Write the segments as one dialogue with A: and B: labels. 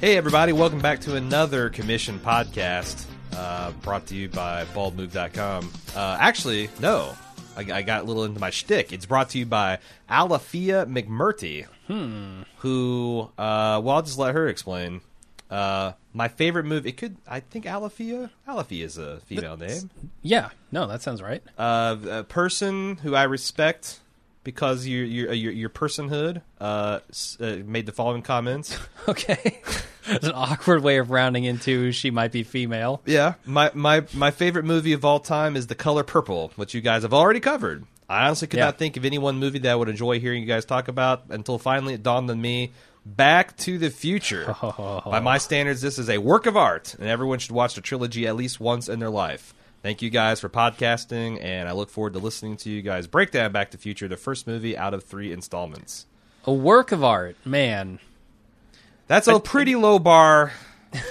A: Hey, everybody, welcome back to another commission podcast uh, brought to you by baldmove.com. Uh, actually, no, I, I got a little into my shtick. It's brought to you by Alafia McMurty, who, uh, well, I'll just let her explain. Uh, my favorite move, it could, I think Alafia, Alafia is a female name.
B: Yeah, no, that sounds right.
A: Uh, a person who I respect because your your your, your personhood uh, s- uh, made the following comments.
B: Okay, it's an awkward way of rounding into she might be female.
A: Yeah, my my my favorite movie of all time is The Color Purple, which you guys have already covered. I honestly could
B: Yeah.
A: not think of any one movie that I would enjoy hearing you guys talk about until finally it dawned on me. Back to the Future.
B: Oh.
A: By my standards, this is a work of art, and everyone should watch the trilogy at least once in their life. Thank you guys for podcasting, and I look forward to listening to you guys break down Back to the Future, the first movie out of three installments.
B: A work of art, man.
A: That's a pretty low bar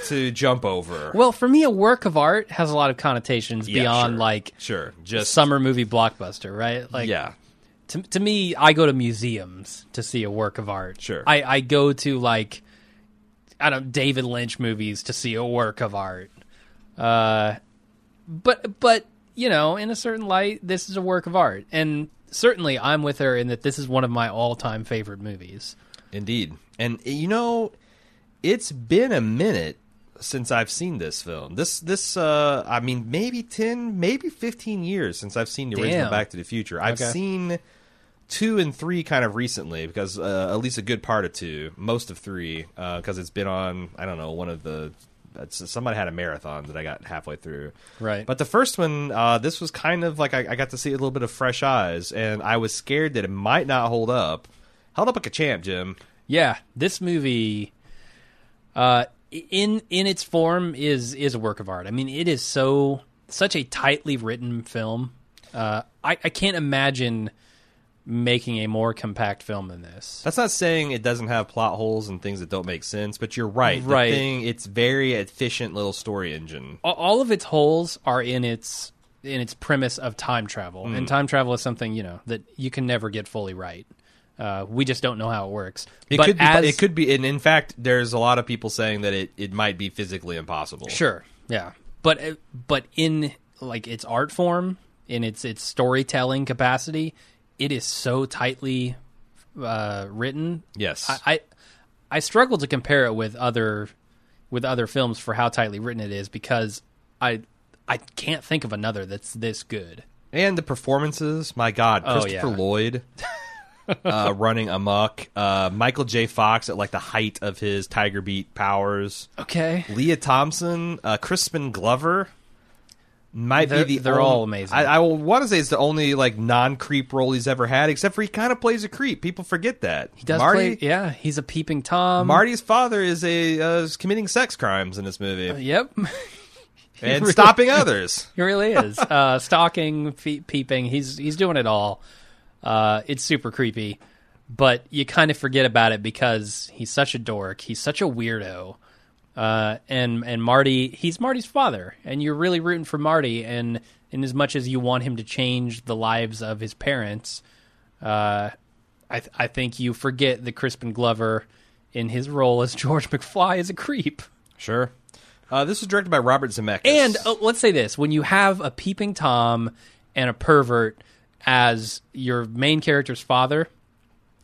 A: to jump over.
B: Well, for me, a work of art has a lot of connotations
A: Yeah,
B: beyond
A: sure.
B: like
A: sure, just
B: summer movie blockbuster, right? Like,
A: yeah,
B: To, to me, I go to museums to see a work of art.
A: Sure.
B: I, I go to like I don't David Lynch movies to see a work of art. Uh, but but you know, in a certain light, this is a work of art, and certainly I'm with her in that this is one of my all-time favorite movies.
A: Indeed. And you know, it's been a minute since I've seen this film. This this uh I mean maybe 10, maybe 15 years since I've seen the original
B: Damn.
A: Back to the Future. I've
B: Okay.
A: seen 2 and 3 kind of recently because uh, at least a good part of 2, most of 3 uh cuz it's been on I don't know, one of the it's- somebody had a marathon that I got halfway through.
B: Right.
A: But the first one, uh, this was kind of like I, I got to see a little bit of fresh eyes, and I was scared that it might not hold up. Held up like a champ, Jim.
B: Yeah, this movie, uh, in in its form is is a work of art. I mean, it is so such a tightly written film. Uh, I I can't imagine making a more compact film than this.
A: That's not saying it doesn't have plot holes and things that don't make sense, but you're right.
B: Right.
A: The thing, it's very efficient little story engine.
B: A- All of its holes are in its in its premise of time travel, and
A: Mm.
B: time travel is something you know that you can never get fully right. Uh, we just don't know how it works.
A: It
B: but
A: could be.
B: as,
A: it could be. And in fact, there's a lot of people saying that it, it might be physically impossible.
B: Sure. Yeah. But uh, but in like its art form, in its its storytelling capacity, it is so tightly uh, written.
A: Yes.
B: I, I I struggle to compare it with other with other films for how tightly written it is because I I can't think of another that's this good.
A: and the performances, my God, Christopher
B: Oh, yeah.
A: Lloyd uh, running amok, uh, Michael J. Fox at like the height of his Tiger Beat powers,
B: Okay.
A: Leah Thompson, uh, Crispin Glover. Might
B: They're-
A: be the
B: they're
A: only-
B: all amazing.
A: I, I will want to say it's the only like non creep role he's ever had, except for he kind of plays a creep. People forget that he
B: Does
A: Marty.
B: play, yeah, he's a peeping tom.
A: Marty's father is a uh, is committing sex crimes in this movie
B: Yep.
A: and
B: really-
A: stopping others.
B: He really is. uh, stalking, fe- peeping. He's he's doing it all. Uh, it's super creepy, but you kind of forget about it because he's such a dork. He's such a weirdo. Uh, and and Marty, he's Marty's father, and you're really rooting for Marty. And in as much as you want him to change the lives of his parents, uh, I th- I think you forget that Crispin Glover, in his role as George McFly, is a creep.
A: Sure. Uh, this was directed by Robert Zemeckis.
B: And uh, let's say this: when you have a peeping tom and a pervert as your main character's father,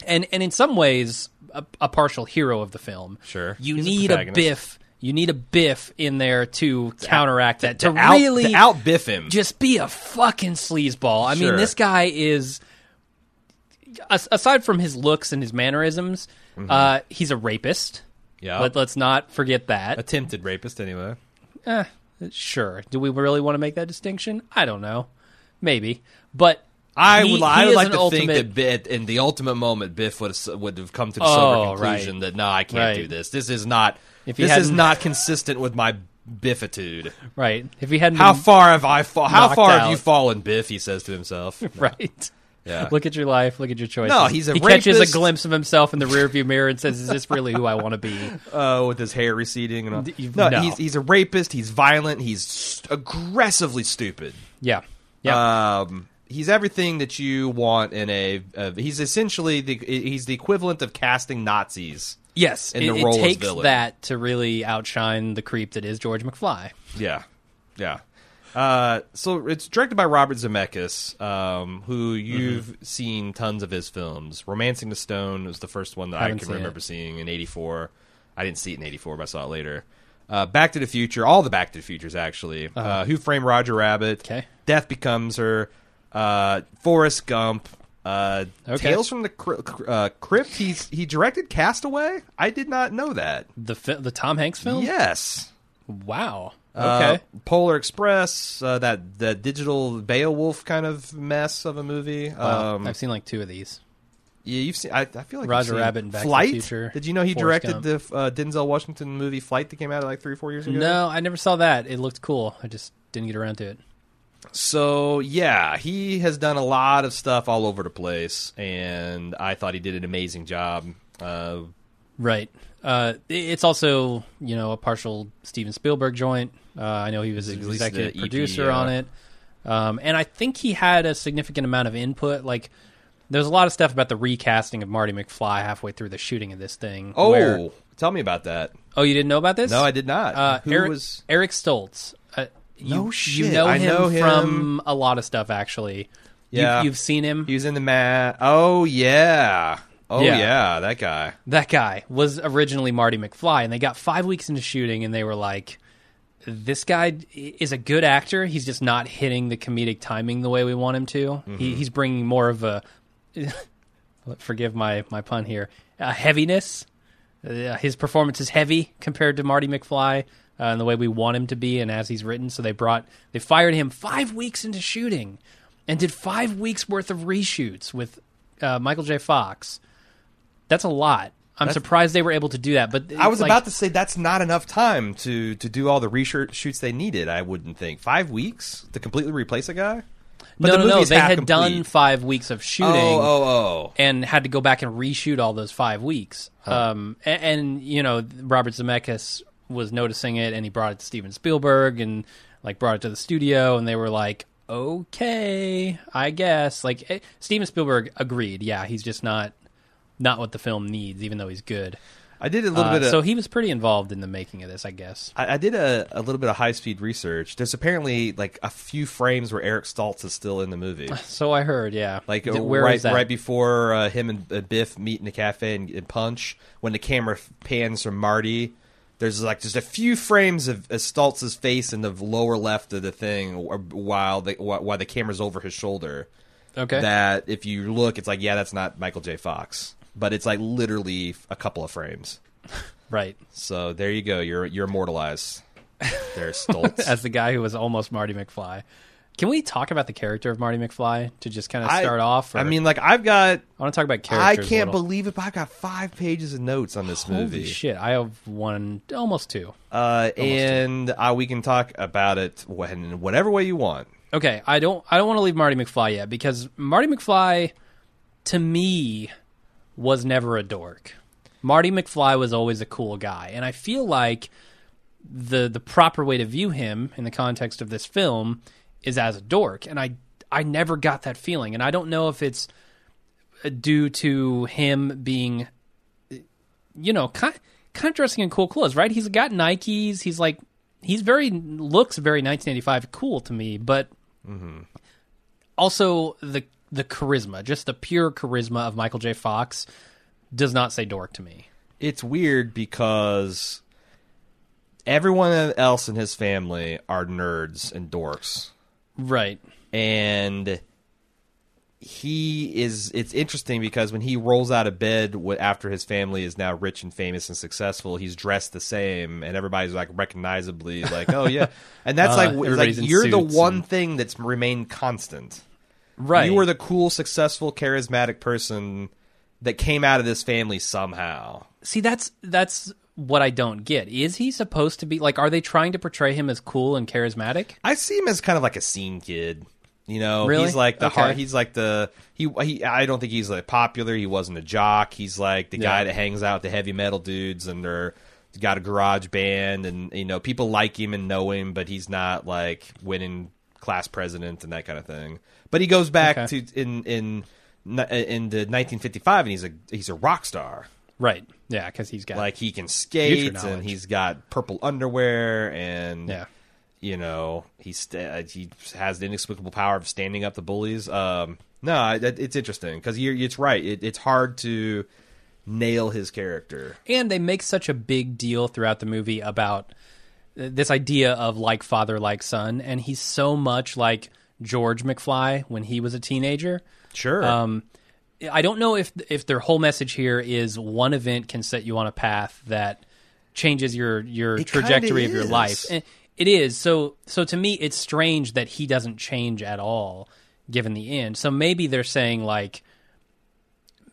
B: and and in some ways a, a partial hero of the film,
A: Sure.
B: you
A: He's a
B: need a,
A: protagonist.
B: biff. You need a biff in there to counteract that. To,
A: to out,
B: really
A: to out biff him.
B: just be a fucking sleazeball. I
A: Sure.
B: mean, this guy is. as- Aside from his looks and his mannerisms,
A: Mm-hmm.
B: uh, he's a rapist.
A: Yeah.
B: Let, let's not forget that.
A: Attempted rapist, anyway.
B: Sure. Do we really want to make that distinction? I don't know. Maybe. But
A: I
B: he-
A: would, I
B: he
A: would
B: is
A: like
B: an
A: to
B: ultimate-
A: think that Biff, in the ultimate moment, Biff would have, would have come to the
B: Oh,
A: sober conclusion
B: right.
A: that no, I can't
B: Right.
A: do this. This is not.
B: If he
A: this is
B: hadn't-
A: not consistent with my biffitude.
B: right. If he hadn't
A: How
B: been-
A: far have I fa- How
B: Knocked
A: far have you
B: out.
A: fallen, Biff? He says to himself.
B: right.
A: Yeah.
B: Look at your life, look at your choices.
A: No, he's a
B: He catches a
A: rapist.
B: glimpse of himself in the rearview mirror and says, Is this really who I want to be?
A: uh, with his hair receding and all.
B: you-
A: No,
B: no.
A: he's he's a rapist. He's violent. He's st- aggressively stupid.
B: Yeah. Yeah.
A: Um, he's everything that you want in a. Uh, he's essentially the he's the equivalent of casting Nazis
B: Yes,
A: in
B: it,
A: the
B: it
A: role as
B: takes
A: villain.
B: that to really outshine the creep that is George McFly.
A: Yeah, yeah. Uh, so it's directed by Robert Zemeckis, um, who
B: Mm-hmm.
A: you've seen tons of his films. *Romancing the Stone* was the first one that I
B: Haven't
A: can
B: seen
A: remember
B: it.
A: seeing in '84. I didn't see it in '84, but I saw it later. Uh, *Back to the Future*, all the *Back to the Futures* actually. uh *Who Framed Roger Rabbit*?
B: Uh-huh. Okay.
A: *Death Becomes Her*. Uh, *Forrest Gump*. Uh,
B: Okay.
A: *Tales from the Cri- uh, Crypt*. He's, he directed *Castaway*. I did not know that.
B: The fi- the Tom Hanks film.
A: Yes.
B: Wow.
A: Uh,
B: Okay.
A: Polar Express, uh, that that digital Beowulf kind of mess of a movie.
B: Wow.
A: Um,
B: I've seen like two of these.
A: yeah, you've seen. I, I feel like you've
B: Roger
A: seen
B: Rabbit and Back to the
A: Flight.
B: Future,
A: Did you know he
B: Forrest
A: directed the uh, Denzel Washington movie Flight that came out like three or four years ago?
B: No, I never saw that. It looked cool. I just didn't get around to it.
A: So yeah, he has done a lot of stuff all over the place, and I thought he did an amazing job. Uh,
B: Right. Uh, i- it's also you know a partial Steven Spielberg joint. Uh, I know he was
A: He's at least
B: executive
A: the EP,
B: producer
A: yeah.
B: on it, um, and I think he had a significant amount of input. Like, there's a lot of stuff about the recasting of Marty McFly halfway through the shooting of this thing.
A: oh,
B: where-
A: tell me about that.
B: oh, you didn't know about this?
A: No, I did not.
B: Uh,
A: Who
B: Eric,
A: was?
B: Eric Stoltz. Uh, you,
A: No
B: You
A: shit.
B: know,
A: I
B: him
A: know him.
B: from a lot of stuff, actually.
A: Yeah.
B: You, you've seen him.
A: He was in the mat. Oh yeah. Oh
B: Yeah.
A: yeah, that guy.
B: that guy was originally Marty McFly, and they got five weeks into shooting, and they were like, "This guy d- is a good actor. He's just not hitting the comedic timing the way we want him to.
A: Mm-hmm.
B: He, he's bringing more of a forgive my my pun here a heaviness. Uh, his performance is heavy compared to Marty McFly." Uh, and the way we want him to be, and as he's written, so they brought they fired him five weeks into shooting, and did five weeks worth of reshoots with uh, Michael J. Fox. That's a lot. I'm surprised they were able to do that. But
A: I was
B: like,
A: about to say that's not enough time to to do all the reshoot shoots they needed. I wouldn't think five weeks to completely replace a guy. But
B: no,
A: the
B: no, no.
A: movie's
B: They
A: half
B: had
A: complete.
B: done five weeks of
A: Oh,
B: shooting
A: oh, oh.
B: and had to go back and reshoot all those five weeks. Um, a- and, you know, Robert Zemeckis was noticing it, and he brought it to Steven Spielberg, and like brought it to the studio, and they were like, "Okay, I guess." Like eh, Steven Spielberg agreed. Yeah, he's just not not what the film needs, even though he's good.
A: I did a little
B: Uh,
A: bit of.
B: so he was pretty involved in the making of this, I guess.
A: I, I did a, a little bit of high speed research. There's apparently like a few frames where Eric Stoltz is still in the movie.
B: So I heard, yeah.
A: Like
B: Th-
A: uh,
B: where
A: right
B: is that?
A: right before uh, him and uh, Biff meet in the cafe and, and punch, when the camera f- pans from Marty, there's like just a few frames of, of Stoltz's face in the lower left of the thing, or- while the while while the camera's over his shoulder.
B: okay.
A: That if you look, it's like yeah, that's not Michael J. Fox, but it's like literally f- a couple of frames.
B: right.
A: So there you go. You're you're immortalized. There's Stoltz.
B: As the guy who was almost Marty McFly. Can we talk about the character of Marty McFly to just kind of
A: I-
B: start off? or-
A: I mean, like I've got.
B: I want to talk about
A: I
B: characters. a
A: can't
B: little.
A: believe it, but I got five pages of notes on this movie.
B: Holy shit! I have one, almost two.
A: uh, and uh, we can talk about it when in whatever way you want.
B: okay i don't i don't want to leave marty mcfly yet because marty mcfly to me was never a dork marty mcfly was always a cool guy and i feel like the the proper way to view him in the context of this film is as a dork and i i never got that feeling and i don't know if it's uh, due to him being you know kind, kind of dressing in cool clothes right he's got nikes he's like he's very looks very 1985 cool to me but also the the charisma, just the pure charisma of Michael J. Fox, does not say dork to me.
A: It's weird because everyone else in his family are nerds and dorks.
B: Right.
A: and he is it's interesting because when he rolls out of bed w- after his family is now rich and famous and successful he's dressed the same and everybody's like recognizably like oh yeah and that's like, it's like
B: Uh, everybody's in
A: you're the
B: suits
A: one thing that's remained constant
B: Right.
A: you were the cool successful charismatic person that came out of this family somehow
B: See, that's that's what I don't get. Is he supposed to be like? Are they trying to portray him as cool and charismatic?
A: I see him as kind of like a scene kid. You know,
B: Really?
A: he's like the
B: Okay.
A: heart. He's like the he. He. I don't think he's like popular. He wasn't a jock. He's like the guy
B: Yeah.
A: that hangs out with the heavy metal dudes and they're got a garage band and you know people like him and know him, but he's not like winning class president and that kind of thing. But he goes back
B: Okay.
A: to in in in the 1955 and he's a he's a rock star.
B: Right. Yeah, because he's got
A: Like he can skate and
B: knowledge.
A: he's got purple underwear and
B: yeah.
A: you know he sta uh, he has the inexplicable power of standing up to bullies. Um, no, I- that- it's interesting because you're it's right. It, it's hard to nail his character.
B: And they make such a big deal throughout the movie about uh, this idea of like father, like son, and he's so much like George McFly when he was a teenager.
A: Sure.
B: Um, I don't know if if their whole message here is one event can set you on a path that changes your your
A: It kinda
B: trajectory of your
A: is.
B: life. And It is so. So to me, it's strange that he doesn't change at all, given the end. So maybe they're saying like,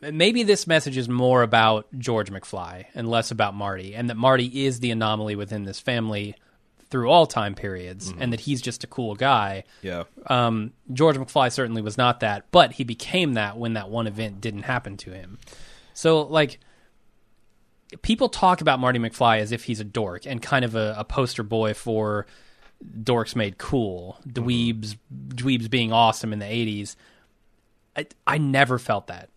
B: maybe this message is more about George McFly and less about Marty, and that Marty is the anomaly within this family through all time periods,
A: Mm-hmm.
B: and that he's just a cool guy
A: yeah.
B: um, George McFly certainly was not that, but he became that when that one event didn't happen to him. So, like, people talk about Marty McFly as if he's a dork and kind of a, a poster boy for dorks made cool,
A: Mm-hmm.
B: dweebs, dweebs being awesome in the 80s. I, I never felt that.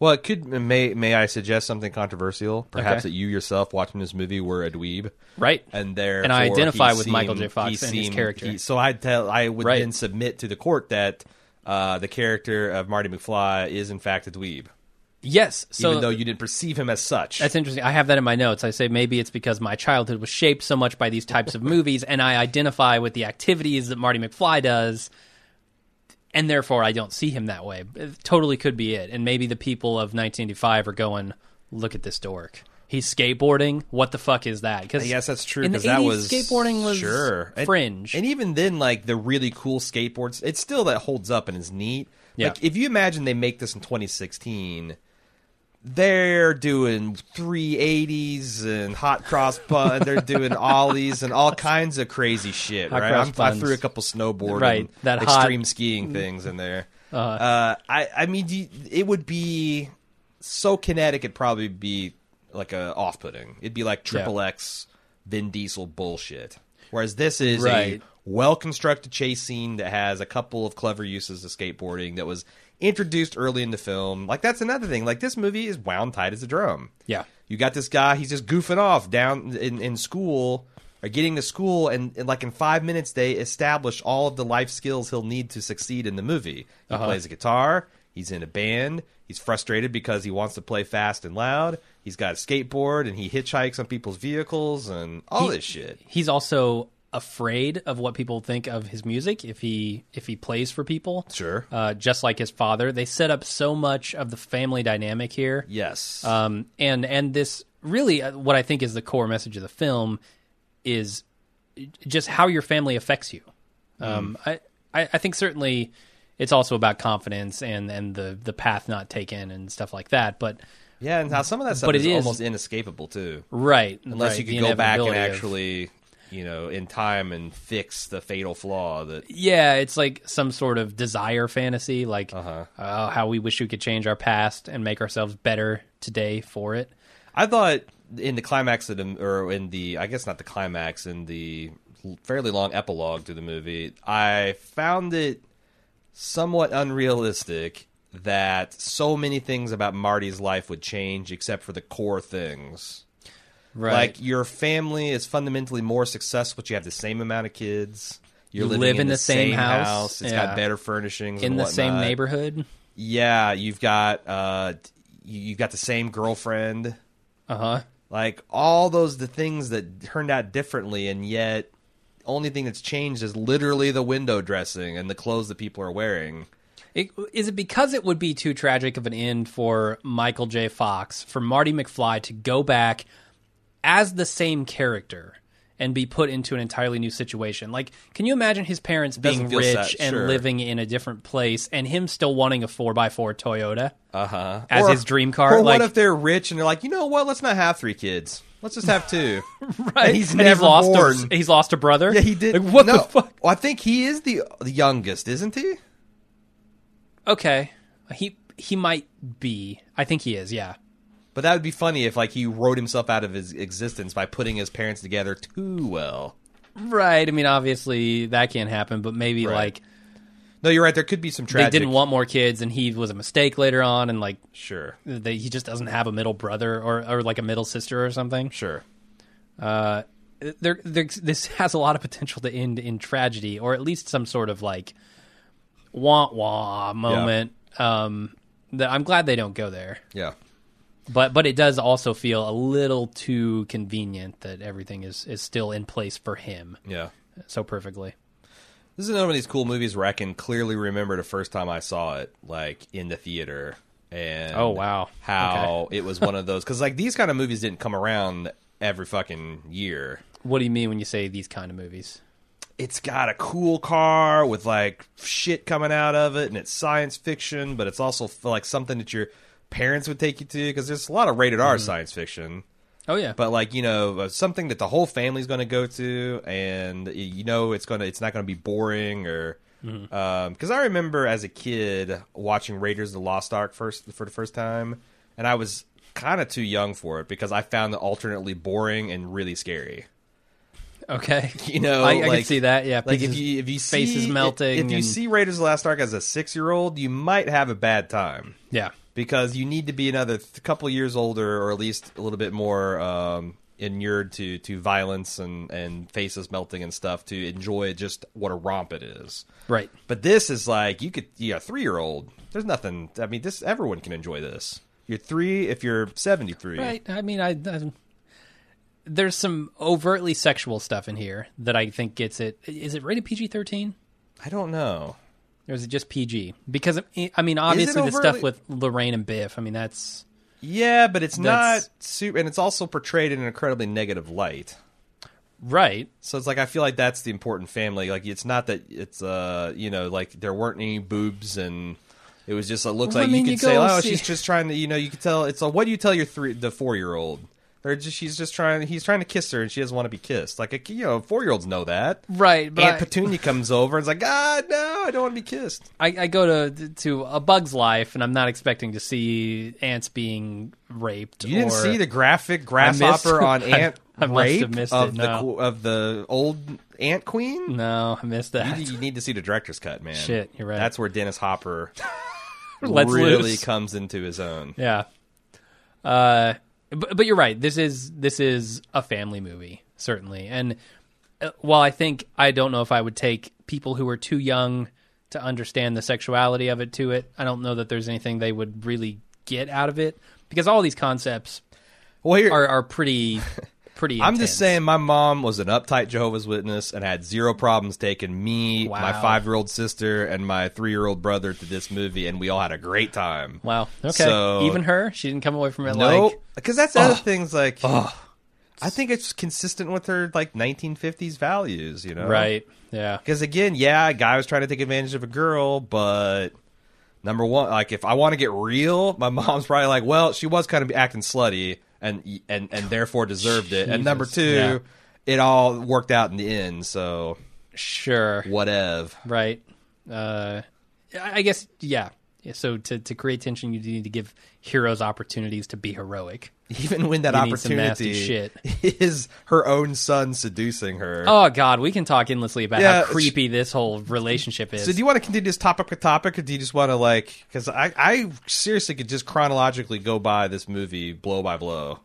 A: Well, it could may may I suggest something controversial? Perhaps that
B: Okay.
A: you yourself watching this movie were a dweeb,
B: Right.
A: and there
B: And I identify with Michael J. Fox and his character.
A: so I tell I would
B: Right.
A: then submit to the court that uh, the character of Marty McFly is in fact a dweeb,
B: Yes. So
A: even though you didn't perceive him as such.
B: That's interesting. I have that in my notes. I say maybe it's because my childhood was shaped so much by these types of movies, and I identify with the activities that Marty McFly does, and therefore I don't see him that way. It totally could be it. And maybe the people of 1985 are going, "Look at this dork. He's skateboarding. What the fuck is that?" Because
A: Yes, that's true.
B: In the
A: Because that
B: 80s,
A: was
B: skateboarding was
A: sure And-
B: fringe.
A: and, even then, like the really cool skateboards, it's still that holds up and is neat.
B: Yeah.
A: Like if you imagine they make this in 2016, they're doing 380s and hot cross bun. they're doing ollies and all kinds of crazy shit.
B: Hot
A: right,
B: cross
A: I'm- I
B: buns.
A: threw a couple snowboard
B: Right,
A: and
B: that hot-
A: extreme
B: Mm-hmm.
A: skiing things in there. uh
B: Uh-huh.
A: I I mean, do you- it would be so kinetic it'd probably be like a off-putting. It'd be like triple X Vin Diesel bullshit. Whereas this is a
B: Right.
A: well-constructed chase scene that has a couple of clever uses of skateboarding that was introduced early in the film. Like that's another thing. Like this movie is wound tight as a drum.
B: Yeah.
A: You got this guy, he's just goofing off down in, in school or getting to school and, and like in five minutes they establish all of the life skills he'll need to succeed in the movie. He
B: Uh-huh.
A: plays a guitar, he's in a band, he's frustrated because he wants to play fast and loud, he's got a skateboard and he hitchhikes on people's vehicles and all
B: He-
A: this shit.
B: he's also afraid of what people think of his music if he if he plays for people.
A: Sure.
B: Uh, just like his father, they set up so much of the family dynamic here.
A: Yes.
B: um, and and this really uh, what I think is the core message of the film is just how your family affects you. Um,
A: Mm.
B: I, I I think certainly it's also about confidence and and the the path not taken and stuff like that. But
A: yeah, and how some of that stuff
B: but
A: is
B: it is-
A: almost inescapable too.
B: right,
A: Unless
B: right,
A: you
B: the
A: could go back and
B: inevitability of-
A: actually, you know, in time and fix the fatal flaw that
B: yeah, it's like some sort of desire fantasy, like
A: Uh-huh.
B: uh how we wish we could change our past and make ourselves better today for it.
A: I thought in the climax of the, or in the, I guess not the climax, in the fairly long epilogue to the movie, I found it somewhat unrealistic that so many things about Marty's life would change except for the core things.
B: Right.
A: Like your family is fundamentally more successful, but you have the same amount of kids. You're
B: You
A: living
B: live
A: in, the, same, house. It's
B: yeah.
A: got better furnishings
B: in
A: and
B: the same
A: whatnot.
B: neighborhood.
A: Yeah, you've got uh, you- you've got the same girlfriend
B: Uh huh.
A: like all those the things that turned out differently and yet only thing that's changed is literally the window dressing and the clothes that people are wearing
B: It, is it because it would be too tragic of an end for Michael J. Fox, for Marty McFly to go back as the same character and be put into an entirely new situation? Like, can you imagine his parents being
A: Doesn't feel sad,
B: rich and
A: sure.
B: living in a different place and him still wanting a 4x4 Toyota
A: uh-huh
B: as his dream car?
A: or
B: like,
A: what if they're rich and they're like you know what let's not have three kids let's just have two
B: right?
A: and he's
B: And
A: never
B: lost
A: born.
B: A, he's lost a brother?
A: yeah he did
B: Like, what
A: no.
B: the fuck?
A: well, i think he is the, the youngest isn't he
B: Okay. He, he might be. I think he is, yeah.
A: but that would be funny if like he wrote himself out of his existence by putting his parents together too well
B: Right. I mean, obviously that can't happen, but maybe
A: Right.
B: like
A: No, you're right. There could be some tragic.
B: They didn't want more kids, and he was a mistake later on, and like
A: Sure,
B: they, he just doesn't have a middle brother or, or like a middle sister or something.
A: sure.
B: Uh, there, there, this has a lot of potential to end in tragedy, or at least some sort of like wah wah moment. Um, that I'm glad they don't go there,
A: Yeah.
B: but but it does also feel a little too convenient that everything is is still in place for him
A: Yeah.
B: so perfectly.
A: This is another one of these cool movies where I can clearly remember the first time I saw it, like in the theater. And
B: Oh, wow.
A: how it was one of those because like these kind of movies didn't come around every fucking year.
B: What do you mean when you say these kind of movies?
A: It's got a cool car with like shit coming out of it, and it's science fiction, but it's also like something that your parents would take you to because there's a lot of rated
B: Mm-hmm.
A: R science fiction.
B: Oh yeah,
A: but like you know uh, something that the whole family's going to go to and y- you know it's going to it's not going to be boring or because
B: Mm-hmm.
A: i remember as a kid watching raiders of the lost ark first for the first time and i was kind of too young for it because i found it alternately boring and really scary
B: okay.
A: you know
B: I, I can
A: like-
B: see that. Yeah,
A: like if
B: pieces-
A: you if you see,
B: face is melting
A: if, you
B: and-
A: see raiders of the last ark as a six year old you might have a bad time
B: yeah.
A: because you need to be another th- couple years older or at least a little bit more um, inured to, to violence and, and faces melting and stuff to enjoy just what a romp it is.
B: Right.
A: But this is like you could yeah three year old. There's nothing. I mean, this everyone can enjoy this. You're three if you're seventy three.
B: Right. I mean, I, I there's some overtly sexual stuff in here that I think gets it. Is it rated PG-13
A: I don't know.
B: or is it just PG? Because I mean, obviously the
A: overtly-
B: stuff with Lorraine and Biff. I mean, that's
A: Yeah, but it's
B: That's-
A: not super, and it's also portrayed in an incredibly negative light.
B: right.
A: So it's like I feel like that's the important family. Like it's not that it's uh you know like there weren't any boobs and it was just it looks
B: Well, I
A: like
B: mean,
A: you
B: you
A: could say
B: go
A: oh
B: see-
A: she's just trying to you know you could tell it's like what do you tell your three the four year old they're just she's just trying he's trying to kiss her and she doesn't want to be kissed like a, you know four year olds know that
B: Right, but
A: Aunt
B: I-
A: Petunia comes over and's like God no I don't want to be kissed
B: I, I go to to a Bug's Life, and I'm not expecting to see ants being raped.
A: you didn't
B: or-
A: see the graphic grasshopper on
B: I-
A: Ant
B: I must
A: rape
B: have missed
A: of
B: it,
A: the
B: no.
A: qu- of the old Ant Queen
B: No, I missed
A: You
B: that.
A: need- You, need to see the director's cut, man.
B: Shit, you're right.
A: That's where Dennis Hopper
B: Lets
A: really
B: loose.
A: comes into his own.
B: Yeah. Uh, but, but you're right. This is this is a family movie certainly, and uh, while I think I don't know if I would take people who are too young to understand the sexuality of it to it, I don't know that there's anything they would really get out of it because all these concepts
A: Well, here,
B: are are pretty pretty.
A: I'm just
B: intense.
A: saying, my mom was an uptight Jehovah's Witness and had zero problems taking me,
B: Wow.
A: my five year old sister, and my three year old brother to this movie, and we all had a great time.
B: Wow. Okay.
A: So-
B: Even her, she didn't come away from it
A: No,
B: like
A: because that's the other things like. I think it's consistent with her like 1950s values, you know.
B: right. Yeah.
A: Because again, yeah, a guy was trying to take advantage of a girl, but number one, like if I want to get real, my mom's probably like, well, she was kind of acting slutty, and and and therefore deserved it. And number two,
B: Jesus,
A: it all worked out in the end. So
B: Sure.
A: whatev.
B: right? Uh, I I guess, yeah. Yeah, So to, to create tension, you do need to give heroes opportunities to be heroic.
A: Even when that
B: You need some nasty
A: opportunity
B: shit.
A: is her own son seducing her.
B: Oh God, we can talk endlessly about
A: Yeah,
B: how creepy this whole relationship is.
A: So do you want to continue this topic topic, or do you just want to like? Because I, I seriously could just chronologically go by this movie blow by blow.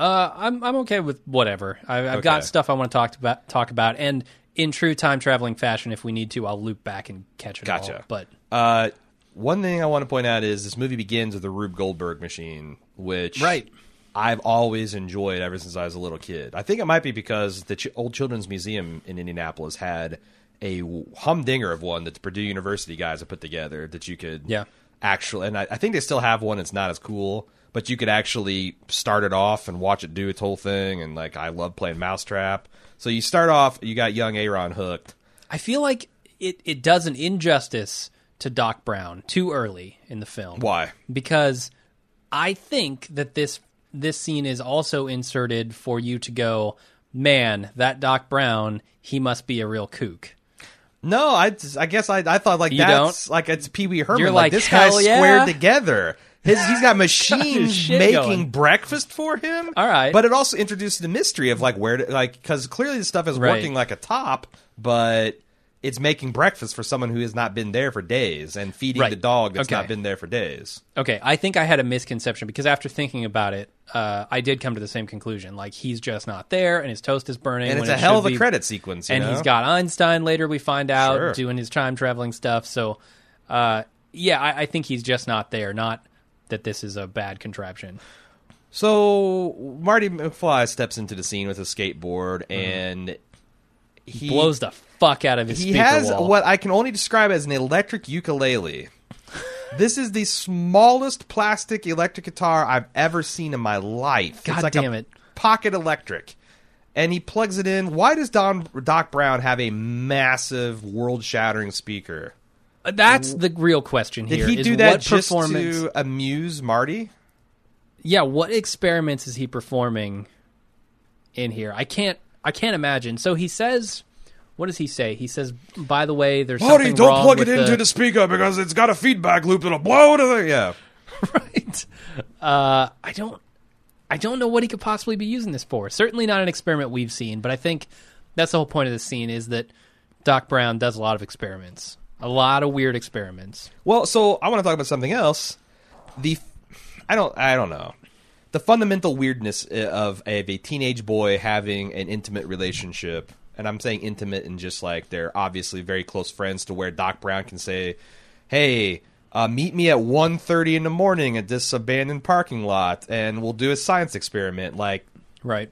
B: uh, I'm I'm okay with whatever. I, I've got
A: Okay.
B: stuff I want to talk about talk about, and in true time traveling fashion, if we need to, I'll loop back and catch it. all.
A: Gotcha.
B: But
A: Uh, one thing I want to point out is this movie begins with the Rube Goldberg machine, which
B: Right.
A: I've always enjoyed ever since I was a little kid. I think it might be because the Ch- Old Children's Museum in Indianapolis had a humdinger of one that the Purdue University guys had put together that you could
B: Yeah.
A: actually, and I, I think they still have one that's not as cool, but you could actually start it off and watch it do its whole thing. And like, I love playing Mousetrap. So you start off, you got young Aaron hooked.
B: I feel like it it does an injustice to Doc Brown too early in the film.
A: Why?
B: because I think that this this scene is also inserted for you to go, man, that Doc Brown, he must be a real kook.
A: No, I, just- I guess I, I thought like
B: You
A: that's like it's Pee Wee Herman.
B: You're
A: like,
B: like,
A: this guy's
B: "Hell yeah."
A: squared together. His, he's got machines
B: shit
A: making
B: going.
A: breakfast for him.
B: All right.
A: but it also introduced the mystery of like where, to, like, because clearly this stuff is
B: Right.
A: working like a top, but it's making breakfast for someone who has not been there for days and feeding
B: Right.
A: the dog that's
B: Okay.
A: not been there for days.
B: Okay, I think I had a misconception because after thinking about it, uh, I did come to the same conclusion. Like he's just not there, and his toast is burning,
A: And it's
B: when
A: a
B: it
A: hell
B: should
A: of a
B: be.
A: credit sequence. you
B: And
A: know?
B: he's got Einstein later. We find out
A: Sure.
B: doing his time traveling stuff. So, uh, yeah, I, I think he's just not there. Not that this is a bad contraption.
A: So Marty McFly steps into the scene with a skateboard and he
B: Mm-hmm. Blows the fuck out of his.
A: he
B: speaker
A: has
B: wall.
A: what I can only describe as an electric ukulele. this is the smallest plastic electric guitar I've ever seen in my life.
B: God
A: it's like
B: damn
A: a
B: it.
A: pocket electric. And he plugs it in. Why does Don Doc Brown have a massive world-shattering speaker?
B: Uh, That's the real question
A: Did
B: here.
A: he
B: is
A: do that
B: what
A: just
B: performance?
A: to amuse Marty?
B: yeah what experiments is he performing in here i can't i can't imagine so he says what does he say he says by the way there's something wrong with
A: speaker because it's got a feedback loop that'll blow to the yeah.
B: right uh i don't i don't know what he could possibly be using this for certainly not an experiment we've seen but i think that's the whole point of this scene is that doc brown does a lot of experiments a lot of weird experiments
A: Well, so I want to talk about something else. The I don't I don't know. The fundamental weirdness eh, of a, of a teenage boy having an intimate relationship, and I'm saying intimate and just like they're obviously very close friends to where Doc Brown can say, "Hey, uh, meet me at 1.30 in the morning at this abandoned parking lot, and we'll do a science experiment." Like
B: right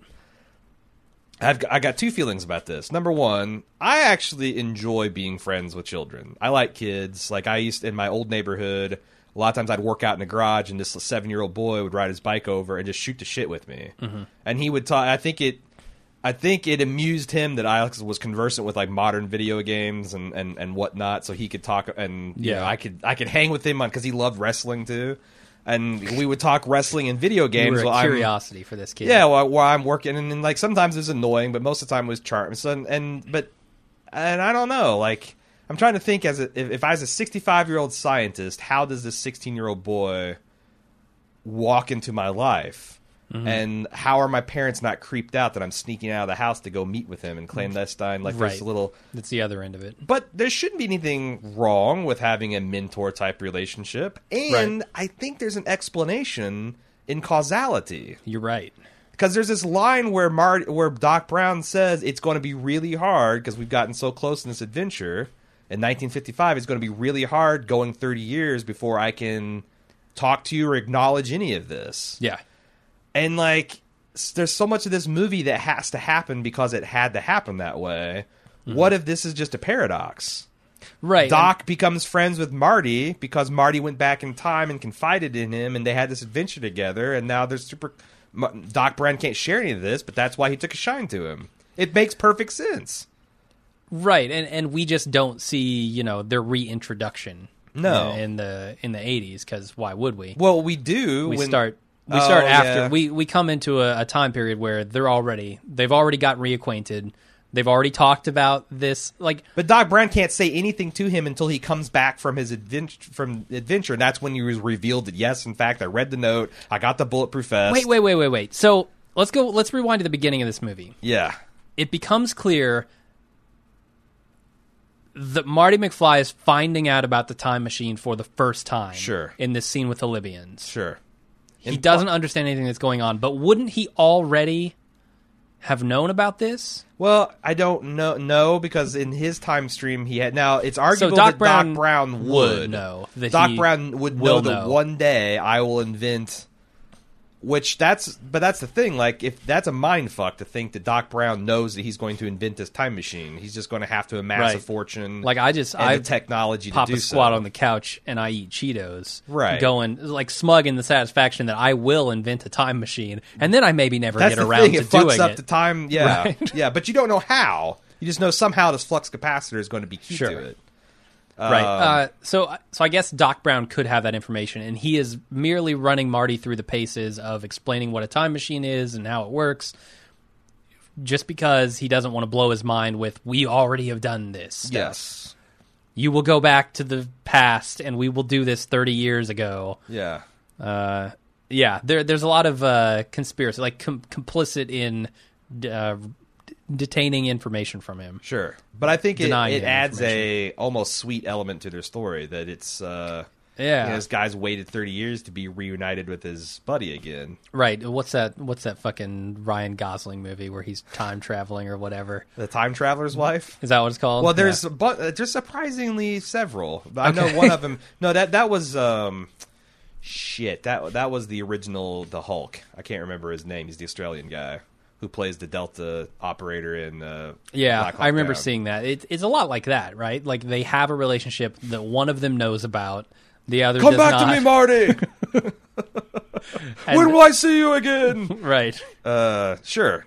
A: I've got, I got two feelings about this. Number one, I actually enjoy being friends with children. I like kids. Like I used in my old neighborhood, a lot of times I'd work out in the garage, and this seven year old boy would ride his bike over and just shoot the shit with me.
B: Mm-hmm.
A: And he would talk. I think it. I think it amused him that I was conversant with like modern video games and, and, and whatnot, so he could talk and yeah,
B: Yeah.
A: I could I could hang with him on because he loved wrestling too, and we would talk wrestling and video
B: you
A: games.
B: were a
A: while I'm-
B: curiosity for this kid
A: yeah, while, while I'm working, and, then like sometimes it's annoying, but most of the time it was charming. So, and, and but and I don't know, like I'm trying to think as a, if, if I was a 65 year old scientist, how does this 16 year old boy walk into my life? And how are my parents not creeped out that I'm sneaking out of the house to go meet with him and clandestine? Like there's
B: Right.
A: a little,
B: that's the other end of it
A: but there shouldn't be anything wrong with having a mentor type relationship. And I think there's an explanation in causality
B: you're right
A: because there's this line where Mar- where Doc Brown says it's going to be really hard because we've gotten so close in this adventure. In 1955, it's going to be really hard going 30 years before I can talk to you or acknowledge any of this.
B: yeah
A: And like, s- there's so much of this movie that has to happen because it had to happen that way. What if this is just a paradox?
B: right and-
A: Doc becomes friends with Marty because Marty went back in time and confided in him, and they had this adventure together. And now they're super. M- Doc Brown can't share any of this, but that's why he took a shine to him. It makes perfect sense.
B: right and and we just don't see you know their reintroduction
A: No.
B: in the in the 80s because why would we
A: Well, we do.
B: we
A: when-
B: start we
A: Oh,
B: start after
A: yeah.
B: we we come into a, a time period where they're already they've already got reacquainted they've already talked about this like
A: But Doc Brown can't say anything to him until he comes back from his adventure. From adventure, and that's when he was revealed that yes, in fact, I read the note. I got the bulletproof vest.
B: wait wait wait wait wait so let's go let's rewind to the beginning of this movie
A: Yeah.
B: it becomes clear that Marty McFly is finding out about the time machine for the first time
A: Sure.
B: in this scene with the Libyans.
A: Sure.
B: He doesn't understand anything that's going on, but wouldn't he already have known about this?
A: Well, I don't know. No, because in his time stream, he had. Now it's arguable
B: Doc
A: that
B: Brown
A: Doc Brown
B: would
A: would
B: know that
A: Doc
B: he
A: Brown would know
B: will
A: that
B: know.
A: one day I will invent. Which that's but that's the thing. Like if that's a mind fuck to think that Doc Brown knows that he's going to invent this time machine. He's just going to have to amass a
B: Right.
A: fortune.
B: Like I just
A: and
B: I
A: the technology
B: pop
A: to do
B: a squat
A: so.
B: on the couch and I eat Cheetos.
A: Right.
B: Going like smug in the satisfaction that I will invent a time machine and then I maybe never
A: That's
B: get
A: the
B: around
A: thing.
B: to
A: it fucks
B: doing
A: up
B: it.
A: the time. Yeah, yeah, but you don't know how. You just know somehow this flux capacitor is going to be key
B: Sure.
A: to it.
B: Right. Uh, so, so I guess Doc Brown could have that information, and he is merely running Marty through the paces of explaining what a time machine is and how it works, just because he doesn't want to blow his mind with "We already have done this." stuff.
A: Yes.
B: You will go back to the past, and we will do this thirty years ago.
A: Yeah.
B: Uh, yeah. There, there's a lot of uh, conspiracy, like com- complicit in uh, detaining information from him.
A: Sure, but I think it,
B: Denying
A: it
B: him
A: adds a almost sweet element to their story that it's uh,
B: Yeah.
A: you know, this guy's waited thirty years to be reunited with his buddy again.
B: Right. What's that? What's that fucking Ryan Gosling movie where he's time traveling or whatever?
A: The time traveler's wife.
B: Is that what it's called?
A: Well, there's
B: Yeah.
A: a bu- uh, there's surprisingly several. I know
B: Okay.
A: one of them. No, that that was um, shit. That that was the original the Hulk. I can't remember his name. He's the Australian guy who plays the Delta operator in. Uh,
B: yeah.
A: Black Hawk
B: I remember
A: Down.
B: seeing that. It, it's a lot like that, right? Like they have a relationship that one of them knows about, the other
A: Come
B: does
A: back
B: not.
A: to me, Marty.
B: And-
A: when will I see you again?
B: right.
A: Uh, sure.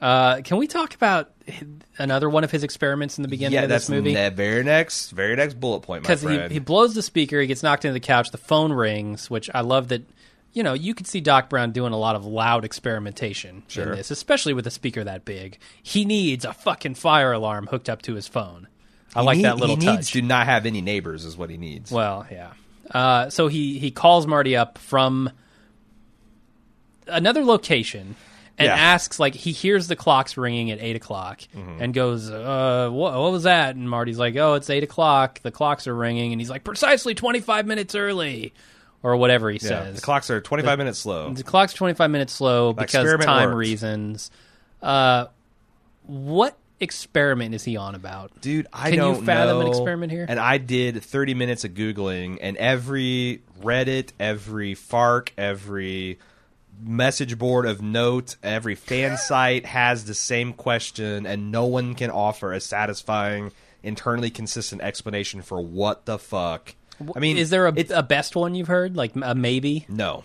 B: Uh, can we talk about h- another one of his experiments in the beginning
A: yeah,
B: of
A: that's
B: this movie?
A: ne- very next, very next bullet point, my
B: because he,
A: friend.
B: he blows the speaker, he gets knocked into the couch, the phone rings, which I love that. You know, you could see Doc Brown doing a lot of loud experimentation
A: Sure.
B: in this, especially with a speaker that big. He needs a fucking fire alarm hooked up to his phone. I
A: He
B: like
A: need-
B: that little
A: he
B: touch.
A: needs to not have any neighbors is what he needs.
B: Well, yeah. Uh, so he he calls Marty up from another location and
A: Yeah.
B: asks, like, he hears the clocks ringing at eight o'clock
A: Mm-hmm.
B: and goes, uh, what, "What was that?" And Marty's like, "Oh, it's eight o'clock. The clocks are ringing." And he's like, "Precisely twenty five minutes early." Or whatever he
A: yeah,
B: says.
A: the clocks are 25 minutes slow.
B: The clock's 25 minutes slow because
A: experiment
B: time
A: worked.
B: reasons. Uh, what experiment is he on about?
A: Dude, I
B: Can you
A: don't
B: fathom
A: know.
B: an experiment here?
A: And I did 30 minutes of googling, and every Reddit, every FARC, every message board of note, every fan site has the same question, and no one can offer a satisfying, internally consistent explanation for what the fuck. I mean,
B: is there a,
A: it's
B: a best one you've heard? Like a maybe?
A: No,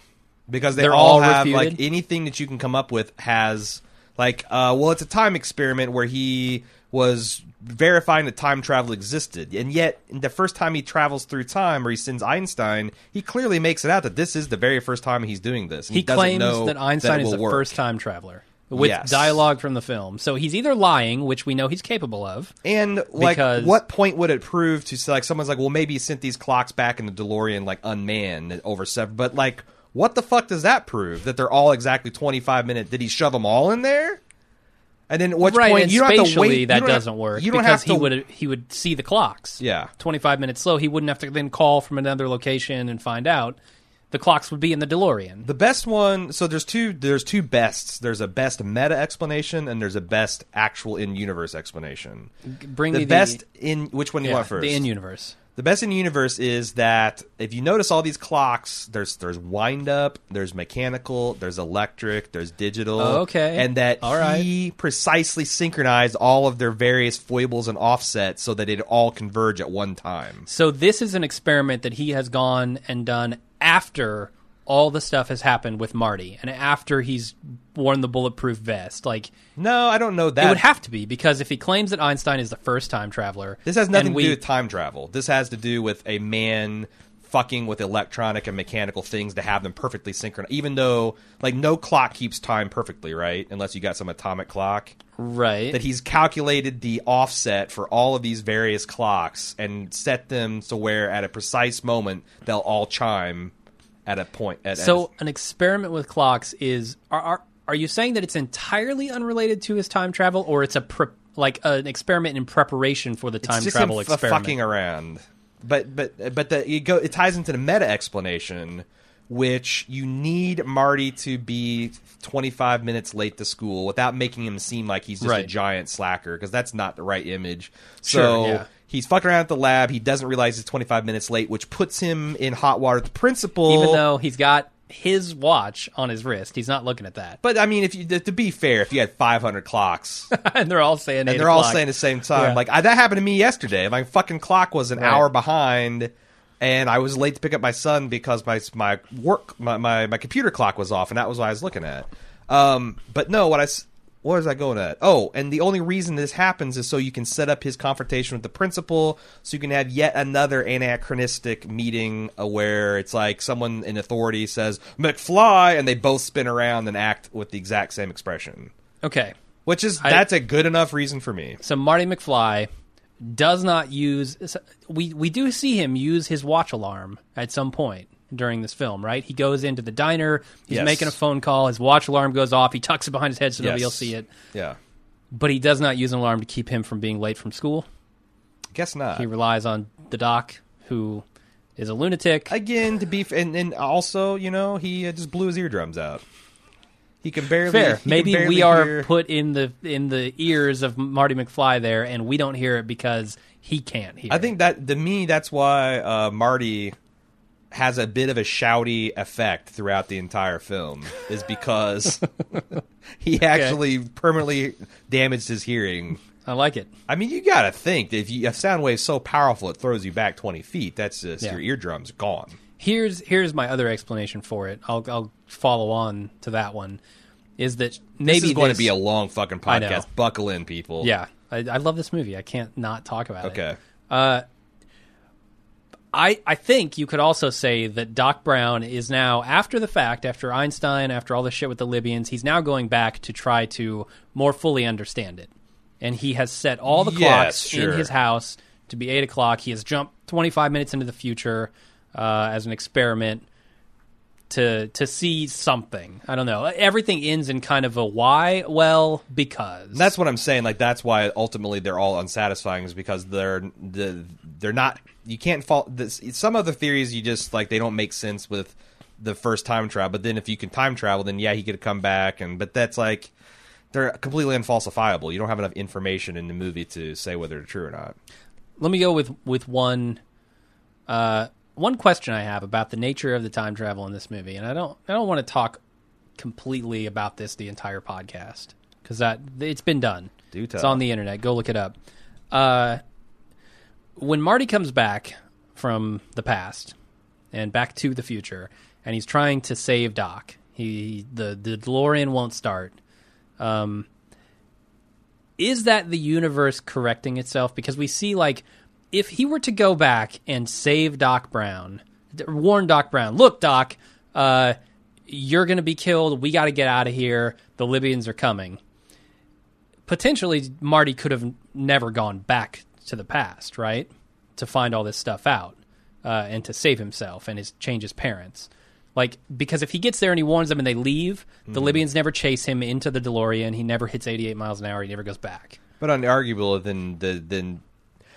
A: because they
B: They're
A: all,
B: all
A: have like
B: refuted?
A: anything that you can come up with has like uh, well, it's a time experiment where he was verifying that time travel existed, and yet the first time he travels through time or he sends Einstein, he clearly makes it out that this is the very first time he's doing this. and
B: he,
A: doesn't
B: claims
A: know
B: that Einstein
A: it
B: is
A: will
B: a
A: work.
B: first time traveler with
A: Yes.
B: dialogue from the film. So he's either lying, which we know he's capable of.
A: And like,
B: Because-
A: what point would it prove to say, like someone's like, well, maybe he sent these clocks back in the DeLorean like unmanned over seven, but like, what the fuck does that prove that they're all exactly twenty five minute? Did he shove them all in there? And then at what
B: right,
A: point
B: and
A: you don't have to
B: spatially
A: wait? you
B: that
A: don't have-
B: doesn't work
A: You don't
B: because
A: have to.
B: he would he would see the clocks.
A: Yeah.
B: 25 minutes slow, he wouldn't have to then call from another location and find out. The clocks would be in the DeLorean.
A: The best one. So there's two. There's two bests. There's a best meta explanation and there's a best actual in universe explanation.
B: Bring me
A: The
B: the
A: best in which one you
B: yeah,
A: want first?
B: the in universe.
A: The best in the universe is that if you notice all these clocks, there's there's wind up, there's mechanical, there's electric, there's digital.
B: Oh, okay.
A: And that
B: All right.
A: he precisely synchronized all of their various foibles and offsets so that it all converge at one time.
B: So this is an experiment that he has gone and done after all the stuff has happened with Marty and after he's worn the bulletproof vest. Like
A: No, I don't know that.
B: It would have to be because if he claims that Einstein is the first time traveler,
A: this has nothing
B: and we-
A: to do with time travel. This has to do with a man fucking with electronic and mechanical things to have them perfectly synchronized. Even though like no clock keeps time perfectly, right? Unless you got some atomic clock.
B: right.
A: that he's calculated the offset for all of these various clocks and set them to where at a precise moment they'll all chime at a point. At, at
B: so an experiment with clocks is are, are are you saying that it's entirely unrelated to his time travel, or it's a pre- like an experiment in preparation for the time
A: it's just
B: travel
A: him f-
B: experiment?
A: fucking around. But but but the, it, go, it ties into the meta explanation, which you need Marty to be 25 minutes late to school without making him seem like he's just a
B: Right.
A: giant slacker because that's not the right image.
B: Sure,
A: so
B: yeah.
A: he's fucking around at the lab. He doesn't realize he's 25 minutes late, which puts him in hot water. The principal,
B: Even though he's got his watch on his wrist, he's not looking at that.
A: But I mean, if you to be fair, if you had 500 clocks
B: and they're all saying
A: and they're all saying the same time,
B: Yeah.
A: like I, that happened to me yesterday. My fucking clock was an
B: Right.
A: hour behind, and I was late to pick up my son because my my work my my, my computer clock was off, and that was what I was looking at. Um, but no, what I s- what was I going at? Oh, and the only reason this happens is so you can set up his confrontation with the principal, so you can have yet another anachronistic meeting uh, where it's like someone in authority says McFly, and they both spin around and act with the exact same expression.
B: okay.
A: Which is
B: I-
A: that's a good enough reason for me.
B: So Marty McFly does not use. so We we do see him use his watch alarm at some point during this film, right? He goes into the diner. He's
A: Yes.
B: making a phone call. His watch alarm goes off. He tucks it behind his head so nobody
A: Yes.
B: else see it.
A: Yeah.
B: but he does not use an alarm to keep him from being late from school.
A: Guess not.
B: He relies on the doc, who is a lunatic.
A: Again, to be f- and, and also, you know, he uh, just blew his eardrums out. He can barely.
B: Fair.
A: he can
B: Maybe
A: barely
B: we are
A: hear-
B: put in the in the ears of Marty McFly there, and we don't hear it because he can't hear.
A: I think that to me, that's why uh, Marty has a bit of a shouty effect throughout the entire film, is because he actually permanently damaged his hearing.
B: it. I like it.
A: I mean, you got to think that if you, a sound wave so powerful it throws you back twenty feet, that's just
B: Yeah.
A: your eardrums gone.
B: Here's here's my other explanation for it. I'll I'll follow on to that one. Is that maybe
A: This is going
B: this-
A: to be a long fucking
B: I know.
A: podcast. Buckle in, people.
B: yeah? I, I love this movie. I can't not talk about it.
A: Okay.
B: I, I think you could also say that Doc Brown is now, after the fact, after Einstein, after all this shit with the Libyans, he's now going back to try to more fully understand it. And he has set all the
A: Yes,
B: clocks
A: sure.
B: in his house to be 8 o'clock. He has jumped 25 minutes into the future uh, as an experiment to to see something. I don't know. Everything ends in kind of a why? Well, because.
A: And that's what I'm saying. Like that's why ultimately they're all unsatisfying is because they're the they're not. You can't fault this. Some other theories you just like they don't make sense with the first time travel. But then if you can time travel, then yeah, he could come back. And but that's like they're completely unfalsifiable. You don't have enough information in the movie to say whether they're true or not.
B: let me go with with one uh one question I have about the nature of the time travel in this movie, and I don't I don't want to talk completely about this the entire podcast because that it's been done.
A: Do
B: It's
A: tell.
B: on the internet. Go look it up. Uh, when Marty comes back from the past and back to the future, and he's trying to save Doc, he the the DeLorean won't start. Um, is that the universe correcting itself? Because we see like if he were to go back and save Doc Brown, d- warn Doc Brown, look, Doc, uh, you're going to be killed. We got to get out of here. The Libyans are coming. Potentially, Marty could have never gone back to the past, right? To find all this stuff out uh, and to save himself and his change his parents. Like, because if he gets there and he warns them and they leave, the
A: Mm-hmm.
B: Libyans never chase him into the DeLorean. He never hits 88 miles an hour. He never goes back.
A: But unarguable then the then.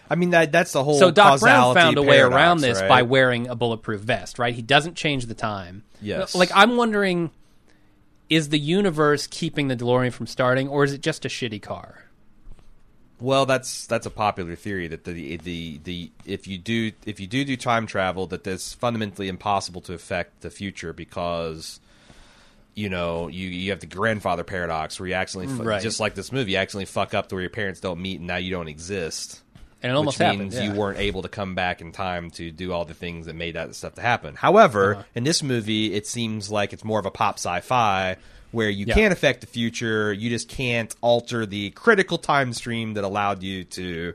A: I mean that that's the whole.
B: So Doc Brown
A: causality
B: found a way
A: paradox,
B: around this
A: right?
B: by wearing a bulletproof vest, right? He doesn't change the time.
A: Yes.
B: Like I'm wondering is the universe keeping the DeLorean from starting or is it just a shitty car?
A: Well, that's that's a popular theory that the the the if you do if you do do time travel, that that's fundamentally impossible to affect the future because you know you you have the grandfather paradox where you accidentally fu-
B: Right.
A: just like this movie, you accidentally fuck up to where your parents don't meet and now you don't exist.
B: And it almost
A: which
B: happens.
A: means you weren't able to come back in time to do all the things that made that stuff to happen.
B: Uh-huh.
A: However, in this movie, it seems like it's more of a pop sci-fi where you
B: Yeah.
A: can't affect the future. You just can't alter the critical time stream that allowed you to.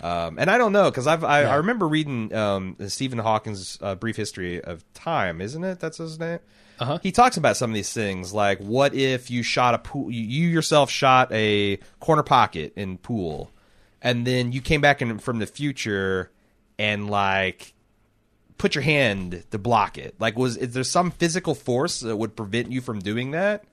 A: Um, and I don't know because I've I,
B: Yeah.
A: I remember reading um, Stephen Hawking's uh, Brief History of Time, isn't it? That's his name.
B: Uh-huh.
A: He talks about some of these things, like what if you shot a pool, you, you yourself shot a corner pocket in pool, and then you came back in from the future and like put your hand to block it. Like, was is there some physical force that would prevent you from doing that?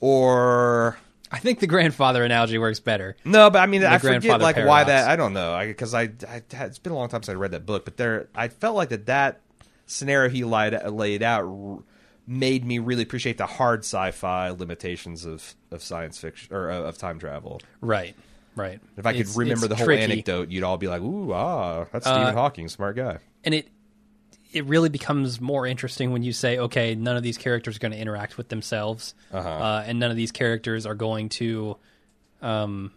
A: Or
B: I think the grandfather analogy works better.
A: no, but I mean, I forget
B: grandfather
A: like why
B: paradox.
A: that. I don't know because I, I, it's been a long time since I read that book, but there I felt like that that scenario he lied, laid out r- made me really appreciate the hard sci-fi limitations of of science fiction or uh, of time travel.
B: Right. Right.
A: If I could
B: It's-
A: remember
B: it's
A: the whole
B: tricky. Uh,
A: anecdote, you'd all be like, "Ooh, ah, that's Stephen Hawking, smart guy."
B: and it it really becomes more interesting when you say, okay, none of these characters are going to interact with themselves,
A: Uh-huh.
B: uh, and none of these characters are going to um,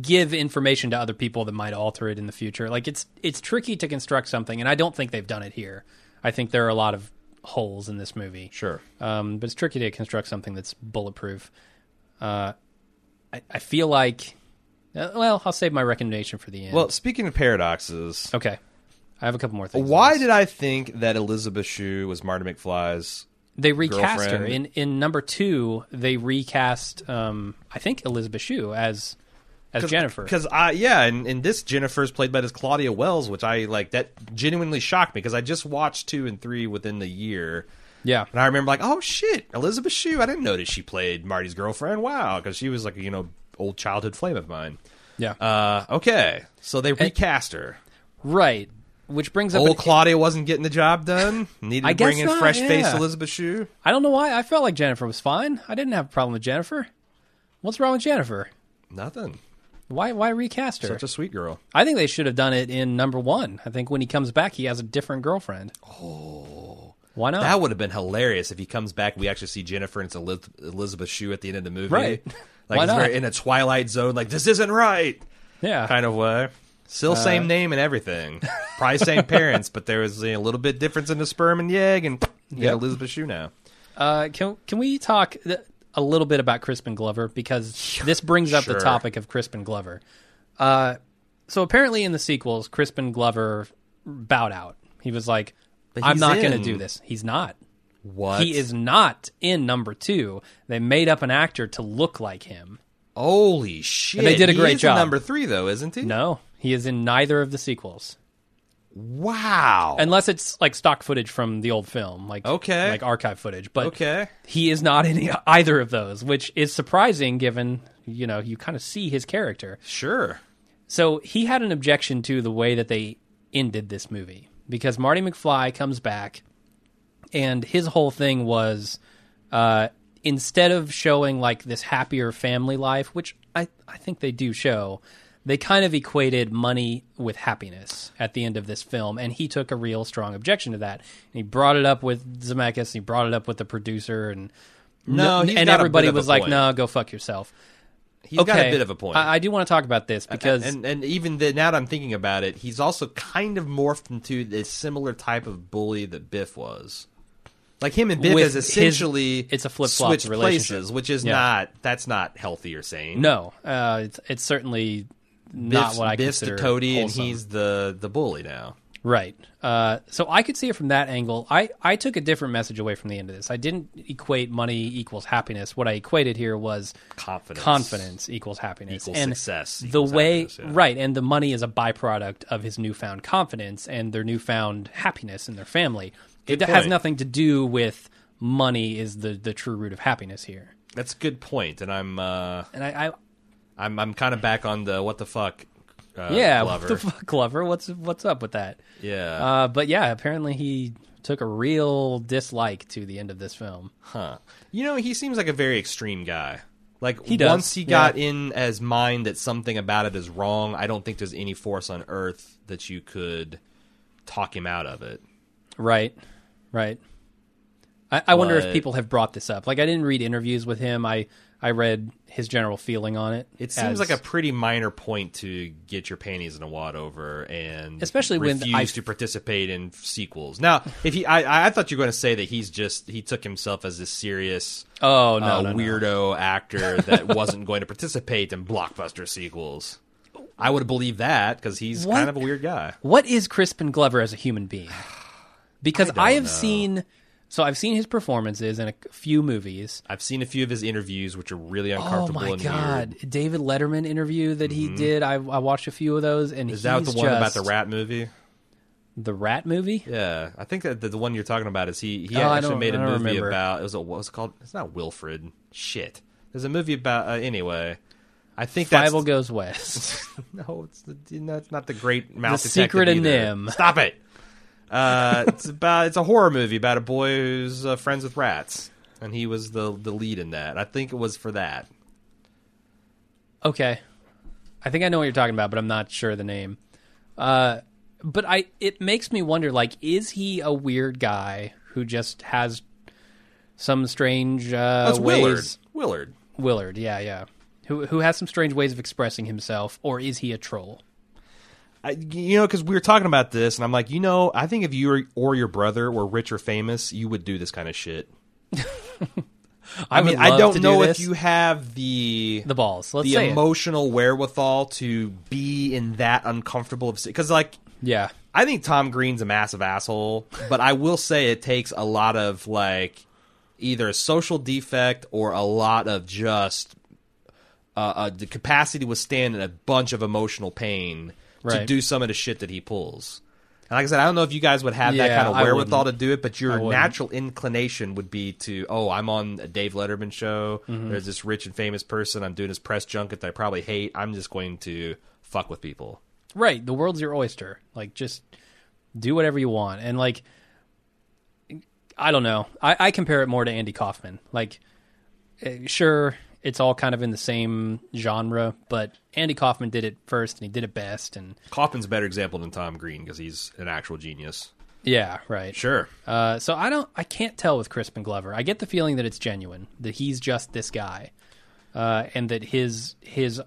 B: give information to other people that might alter it in the future. Like it's it's tricky to construct something, and I don't think they've done it here. I think there are a lot of holes in this movie
A: Sure.
B: um, but it's tricky to construct something that's bulletproof. Uh, I, I feel like, uh, well, I'll save my recommendation for the end.
A: Well, speaking of paradoxes,
B: okay, I have a couple more things. on
A: why
B: this.
A: did I think that Elizabeth Shue was Marty McFly's?
B: they recast her
A: girlfriend?
B: in in number two? They recast, um, I think Elizabeth Shue as as Jennifer.
A: Because I yeah, and, and this Jennifer's played by this Claudia Wells, which I like that genuinely shocked me because I just watched two and three within the year,
B: Yeah,
A: and I remember like oh shit, Elizabeth Shue. I didn't notice she played Marty's girlfriend. Wow, because she was like you know old childhood flame of mine.
B: Yeah.
A: Uh, okay, so they recast her.
B: right. Which brings up.
A: Old
B: an-
A: Claudia wasn't getting the job done. Needed
B: I
A: to bring
B: guess
A: in
B: not,
A: fresh face
B: yeah.
A: Elizabeth Shue.
B: I don't know why. I felt like Jennifer was fine. I didn't have a problem with Jennifer. What's wrong with Jennifer?
A: Nothing.
B: Why why recast her?
A: Such a sweet girl.
B: I think they should have done it in number one. I think when he comes back, he has a different girlfriend. Oh, why not?
A: That would have been hilarious if he comes back. We actually see Jennifer and it's Eliz- Elizabeth Shue at the end of the movie,
B: Right.
A: Like
B: Why
A: it's very
B: not?
A: in a Twilight Zone, like this isn't right
B: yeah,
A: kind of way. Still
B: Uh,
A: same name and everything, probably same parents, but there was a little bit difference in the sperm and the egg, and you got
B: Yep.
A: Elizabeth Shue now.
B: Uh, can can we talk th- a little bit about Crispin Glover because this brings up
A: Sure.
B: the topic of Crispin Glover. Uh, so apparently in the sequels, Crispin Glover bowed out. He was like,
A: But
B: "I'm
A: he's
B: not going to
A: in.
B: do this." He's not.
A: What?
B: He is not in number two. They made up an actor to look like him.
A: holy shit.
B: they did a
A: He
B: great
A: is in
B: job.
A: Number three though, isn't he?
B: No, he is in neither of the sequels.
A: Wow.
B: unless it's like stock footage from the old film, like
A: Okay.
B: like archive footage. But
A: okay.
B: he is not in e- either of those, which is surprising given you know you kind of see his character.
A: Sure.
B: So he had an objection to the way that they ended this movie because Marty McFly comes back, and his whole thing was uh, instead of showing like this happier family life, which I I think they do show. They kind of equated money with happiness at the end of this film, and he took a real strong objection to that. And he brought it up with Zemeckis, and he brought it up with the producer, and
A: No, he's
B: and
A: got a bit
B: everybody
A: of a
B: was like,
A: point.
B: "No, go fuck yourself."
A: He's got a bit of a point.
B: I, I do want to talk about this because
A: and and even the, now that I'm thinking about it, he's also kind of morphed into the similar type of bully that Biff was. Like him and Biff
B: With
A: is essentially
B: his- it's a flip-flop
A: switched
B: relationship.
A: places, which is
B: Yeah.
A: not that's not healthy or sane.
B: No, uh, it's it's certainly not
A: Biff's,
B: what I
A: Biff's
B: consider
A: the toady,
B: wholesome.
A: and he's the the bully now.
B: right. Uh, so I could see it from that angle. I I took a different message away from the end of this. I didn't equate money equals happiness. What I equated here was
A: Confidence.
B: confidence equals happiness
A: Equals
B: and
A: success
B: The
A: equals
B: way
A: happiness, yeah.
B: right, and the money is a byproduct of his newfound confidence and their newfound happiness in their family.
A: Good
B: it has
A: point.
B: nothing to do with money is the the true root of happiness here.
A: That's a good point, and I'm uh,
B: And I, I
A: I'm I'm kind of back on the what the fuck. Uh,
B: yeah,
A: Glover.
B: what the fuck, Glover? What's what's up with that?
A: yeah.
B: Uh, but yeah, apparently he took a real dislike to the end of this film.
A: Huh. You know, he seems like a very extreme guy. Like
B: does,
A: once he
B: yeah.
A: got in as mind that something about it is wrong, I don't think there's any force on earth that you could talk him out of it.
B: Right, right. I, I wonder if
A: But-
B: people have brought this up. Like, I didn't read interviews with him. I I read his general feeling on it.
A: It seems
B: as-
A: like a pretty minor point to get your panties in a wad over and
B: Especially when
A: refuse
B: I-
A: to participate in sequels. Now, if he I, I thought you were going to say that he's just he took himself as this serious
B: oh no,
A: uh,
B: no, no.
A: weirdo actor that wasn't going to participate in blockbuster sequels. I would believe that because he's
B: What?
A: kind of a weird guy.
B: What is Crispin Glover as a human being? Because I,
A: don't
B: have
A: know.
B: seen so I've seen his performances in a few movies.
A: I've seen a few of his interviews, which are really
B: Oh
A: uncomfortable
B: my
A: and
B: god,
A: weird.
B: David Letterman interview that he did. I, I watched a few of those, and
A: Mm-hmm. Is that
B: he's
A: the one about
B: just-
A: the rat movie?
B: the rat movie?
A: Yeah, I think that the, the one you're talking about is he. He
B: Oh, I
A: actually
B: don't-
A: made a
B: I
A: movie
B: don't remember.
A: about it was a, what was it called? It's not Wilfred. Shit, there's a movie about uh, anyway. I think that's
B: Bible goes west.
A: no, it's the, no, it's not the Great Mouse.
B: The
A: Detective
B: Secret of
A: either.
B: Nim.
A: Stop it. Uh, it's about it's a horror movie about a boy who's uh, friends with rats, and he was the the lead in that. I think it was for that.
B: okay, I think I know what you're talking about, but I'm not sure the name. Uh, but I, it makes me wonder. Like, is he a weird guy who just has some strange uh,
A: That's Willard.
B: ways?
A: Willard.
B: Willard, yeah, yeah. Who who has some strange ways of expressing himself, or is he a troll?
A: I, you know, because we were talking about this, and I'm like, you know, I think if you or, or your brother were rich or famous, you would do this kind of shit. I, mean,
B: would love
A: I don't
B: to do
A: know if
B: this.
A: you have the
B: the balls. Let's
A: the
B: say it.
A: emotional wherewithal to be in that uncomfortable because, like,
B: yeah,
A: I think Tom Green's a massive asshole, but I will say it takes a lot of like either a social defect or a lot of just uh, uh, the capacity to withstand a bunch of emotional pain to
B: Right.
A: do some of the shit that he pulls. And like I said, I don't know if you guys would have that
B: Yeah,
A: kind of
B: I
A: wherewithal to
B: wouldn't.
A: do it, but your
B: wouldn't.
A: natural inclination would be to, oh, I'm on a Dave Letterman show.
B: Mm-hmm.
A: There's this rich and famous person. I'm doing this press junket that I probably hate. I'm just going to fuck with people.
B: Right. The world's your oyster. Like, just do whatever you want. And, like, I don't know. I, I compare it more to Andy Kaufman. Like, eh, sure, it's all kind of in the same genre, but Andy Kaufman did it first and he did it best. And,
A: Kaufman's a better example than Tom Green because he's an actual genius.
B: yeah, right.
A: Sure.
B: Uh, so I don't, I can't tell with Crispin Glover. I get the feeling that it's genuine, that he's just this guy, uh, and that his his,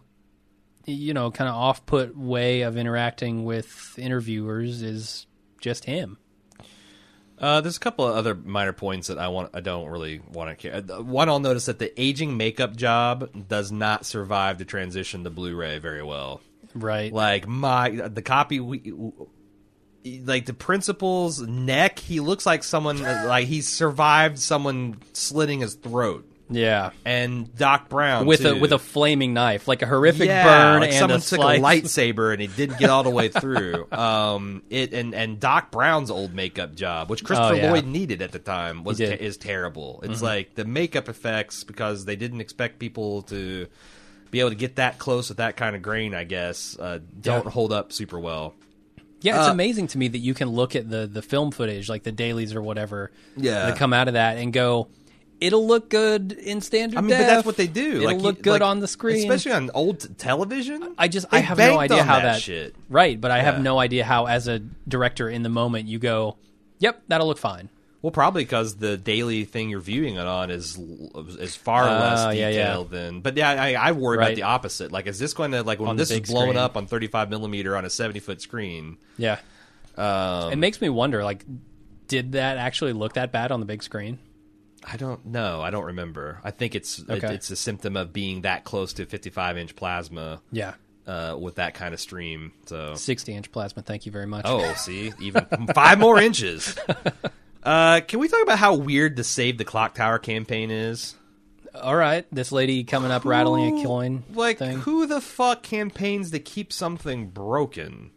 B: you know, kind of off put way of interacting with interviewers is just him.
A: Uh, there's a couple of other minor points that I want. I don't really want to care. Uh, One, I'll notice that the aging makeup job does not survive the transition to Blu-ray very well.
B: Right.
A: Like my the copy we. Like the principal's neck, he looks like someone like he survived someone slitting his throat.
B: yeah.
A: And Doc Brown
B: With a
A: too.
B: with a flaming knife, like a horrific
A: yeah,
B: burn
A: like
B: and
A: someone
B: a
A: took
B: slice.
A: a lightsaber and it didn't get all the way through. um, it and and Doc Brown's old makeup job, which Christopher
B: Oh, yeah.
A: Lloyd needed at the time, was
B: He
A: te-
B: did. Mm-hmm.
A: is terrible. It's like the makeup effects because they didn't expect people to be able to get that close with that kind of grain. I guess uh, don't
B: Yeah.
A: hold up super well.
B: Yeah, it's
A: Uh,
B: amazing to me that you can look at the the film footage, like the dailies or whatever,
A: Yeah.
B: that come out of that, and go, it'll look good in standard.
A: I mean, but
B: def.
A: that's what they do.
B: It'll
A: like, you-
B: look good
A: like,
B: on the screen,
A: especially on old t- television.
B: I just
A: They
B: I have no
A: banked
B: idea
A: on
B: how
A: that shit.
B: Right, but I
A: Yeah.
B: have no idea how, as a director in the moment, you go, "Yep, that'll look fine."
A: Well, probably because the daily thing you're viewing it on is l- is far
B: Oh,
A: less
B: yeah, yeah.
A: detailed than. But yeah, I, I worry about
B: Right.
A: the opposite. Like, is this going to like when
B: On the
A: this is
B: big
A: blown
B: screen.
A: up on 35 millimeter on a 70 foot screen?
B: Yeah,
A: Um,
B: it makes me wonder. Like, did that actually look that bad on the big screen?
A: I don't know. I don't remember. I think it's it-
B: Okay.
A: it's a symptom of being that close to 55 inch plasma
B: Yeah,
A: uh, with that kind of stream. So
B: sixty-inch plasma. Thank you very much.
A: Oh, see, even five more inches. Uh, can we talk about how weird the Save the Clock Tower campaign is?
B: all right. This lady coming up rattling a
A: Who-
B: coin,
A: Like
B: thing.
A: who the fuck campaigns to keep something broken?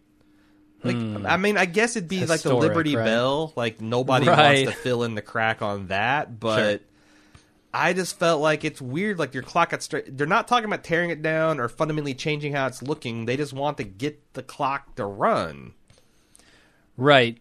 A: Like I mean, I guess it'd be like the
B: Hmm. Historic,
A: Liberty
B: right?
A: Bell. Like nobody
B: Right.
A: wants to fill in the crack on that, but I just felt like it's weird. Like your clock got straight. They're not talking about tearing it down or fundamentally changing how it's looking. They just want to get the clock to run.
B: right,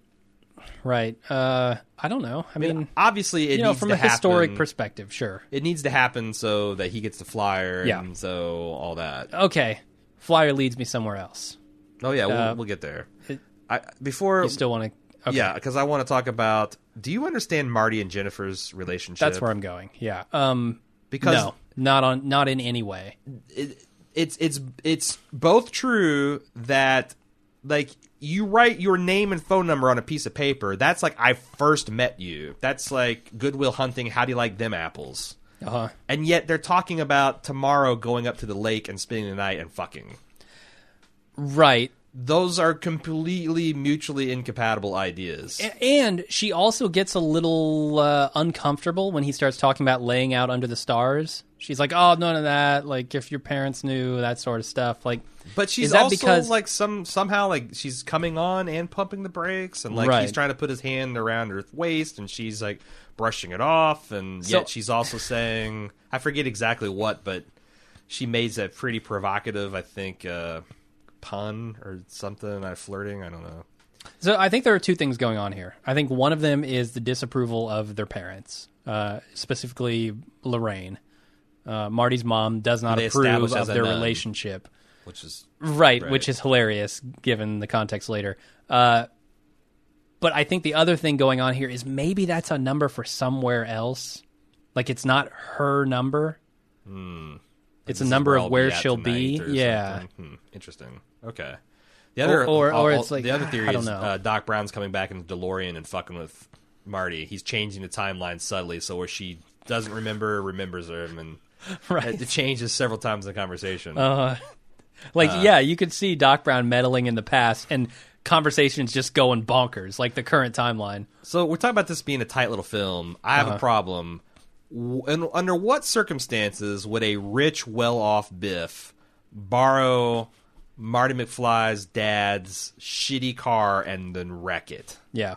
B: right. Uh, I don't know. I
A: I
B: mean,
A: mean, obviously, it
B: you know,
A: needs
B: from
A: to
B: a historic
A: happen.
B: perspective, sure.
A: it needs to happen so that he gets the flyer
B: Yeah.
A: and so all that.
B: Okay, flyer leads me somewhere else.
A: Oh yeah, we'll,
B: Uh,
A: we'll get there.
B: it-
A: I, before
B: You still want to? Okay.
A: Yeah, because I want to talk about. Do you understand Marty and Jennifer's relationship?
B: That's where I'm going. Yeah. Um
A: Because-
B: no, not on not in any way.
A: it, it's it's it's both true that like you write your name and phone number on a piece of paper. That's like I first met you. That's like Goodwill Hunting. How do you like them apples?
B: Uh-huh.
A: And yet they're talking about tomorrow going up to the lake and spending the night and fucking.
B: Right.
A: Those are completely mutually incompatible ideas.
B: A- And she also gets a little uh, uncomfortable when he starts talking about laying out under the stars. She's like, "Oh, none of that. Like if your parents knew that sort of stuff." Like
A: But she's
B: Is that
A: also
B: because-
A: like some somehow like she's coming on and pumping the brakes, and like he's
B: Right.
A: trying to put his hand around her waist, and she's like brushing it off, and
B: So-
A: yet she's also saying I forget exactly what, but she made a pretty provocative, I think, uh, pun or something. I flirting, I don't know.
B: So I think there are two things going on here. I think one of them is the disapproval of their parents, uh, specifically Lorraine. Uh, Marty's mom does not
A: They
B: approve
A: establish
B: of
A: as a
B: their
A: nun.
B: relationship.
A: Which is
B: right,
A: Right.
B: which is hilarious given the context later. Uh, but I think the other thing going on here is maybe that's a number for somewhere else. Like it's not her number. It's a
A: Hmm. this is
B: number
A: I'll
B: of where
A: at
B: she'll
A: tonight
B: be.
A: or
B: Yeah.
A: something. Hmm, interesting. Okay. The other,
B: or-
A: I'll-
B: or
A: I'll-
B: it's like,
A: the other
B: I
A: theory
B: don't
A: is
B: know.
A: uh, Doc Brown's coming back in the DeLorean and fucking with Marty. He's changing the timeline subtly, so where she doesn't remember, remembers him, and
B: Right. Oh,
A: it changes several times in the conversation.
B: Like,
A: Uh,
B: yeah, you could see Doc Brown meddling in the past and conversations just going bonkers, like the current timeline.
A: So we're talking about this being a tight little film. I have a problem. W- and under what circumstances would a rich, well-off Biff borrow Marty McFly's dad's shitty car and then wreck it.
B: Yeah.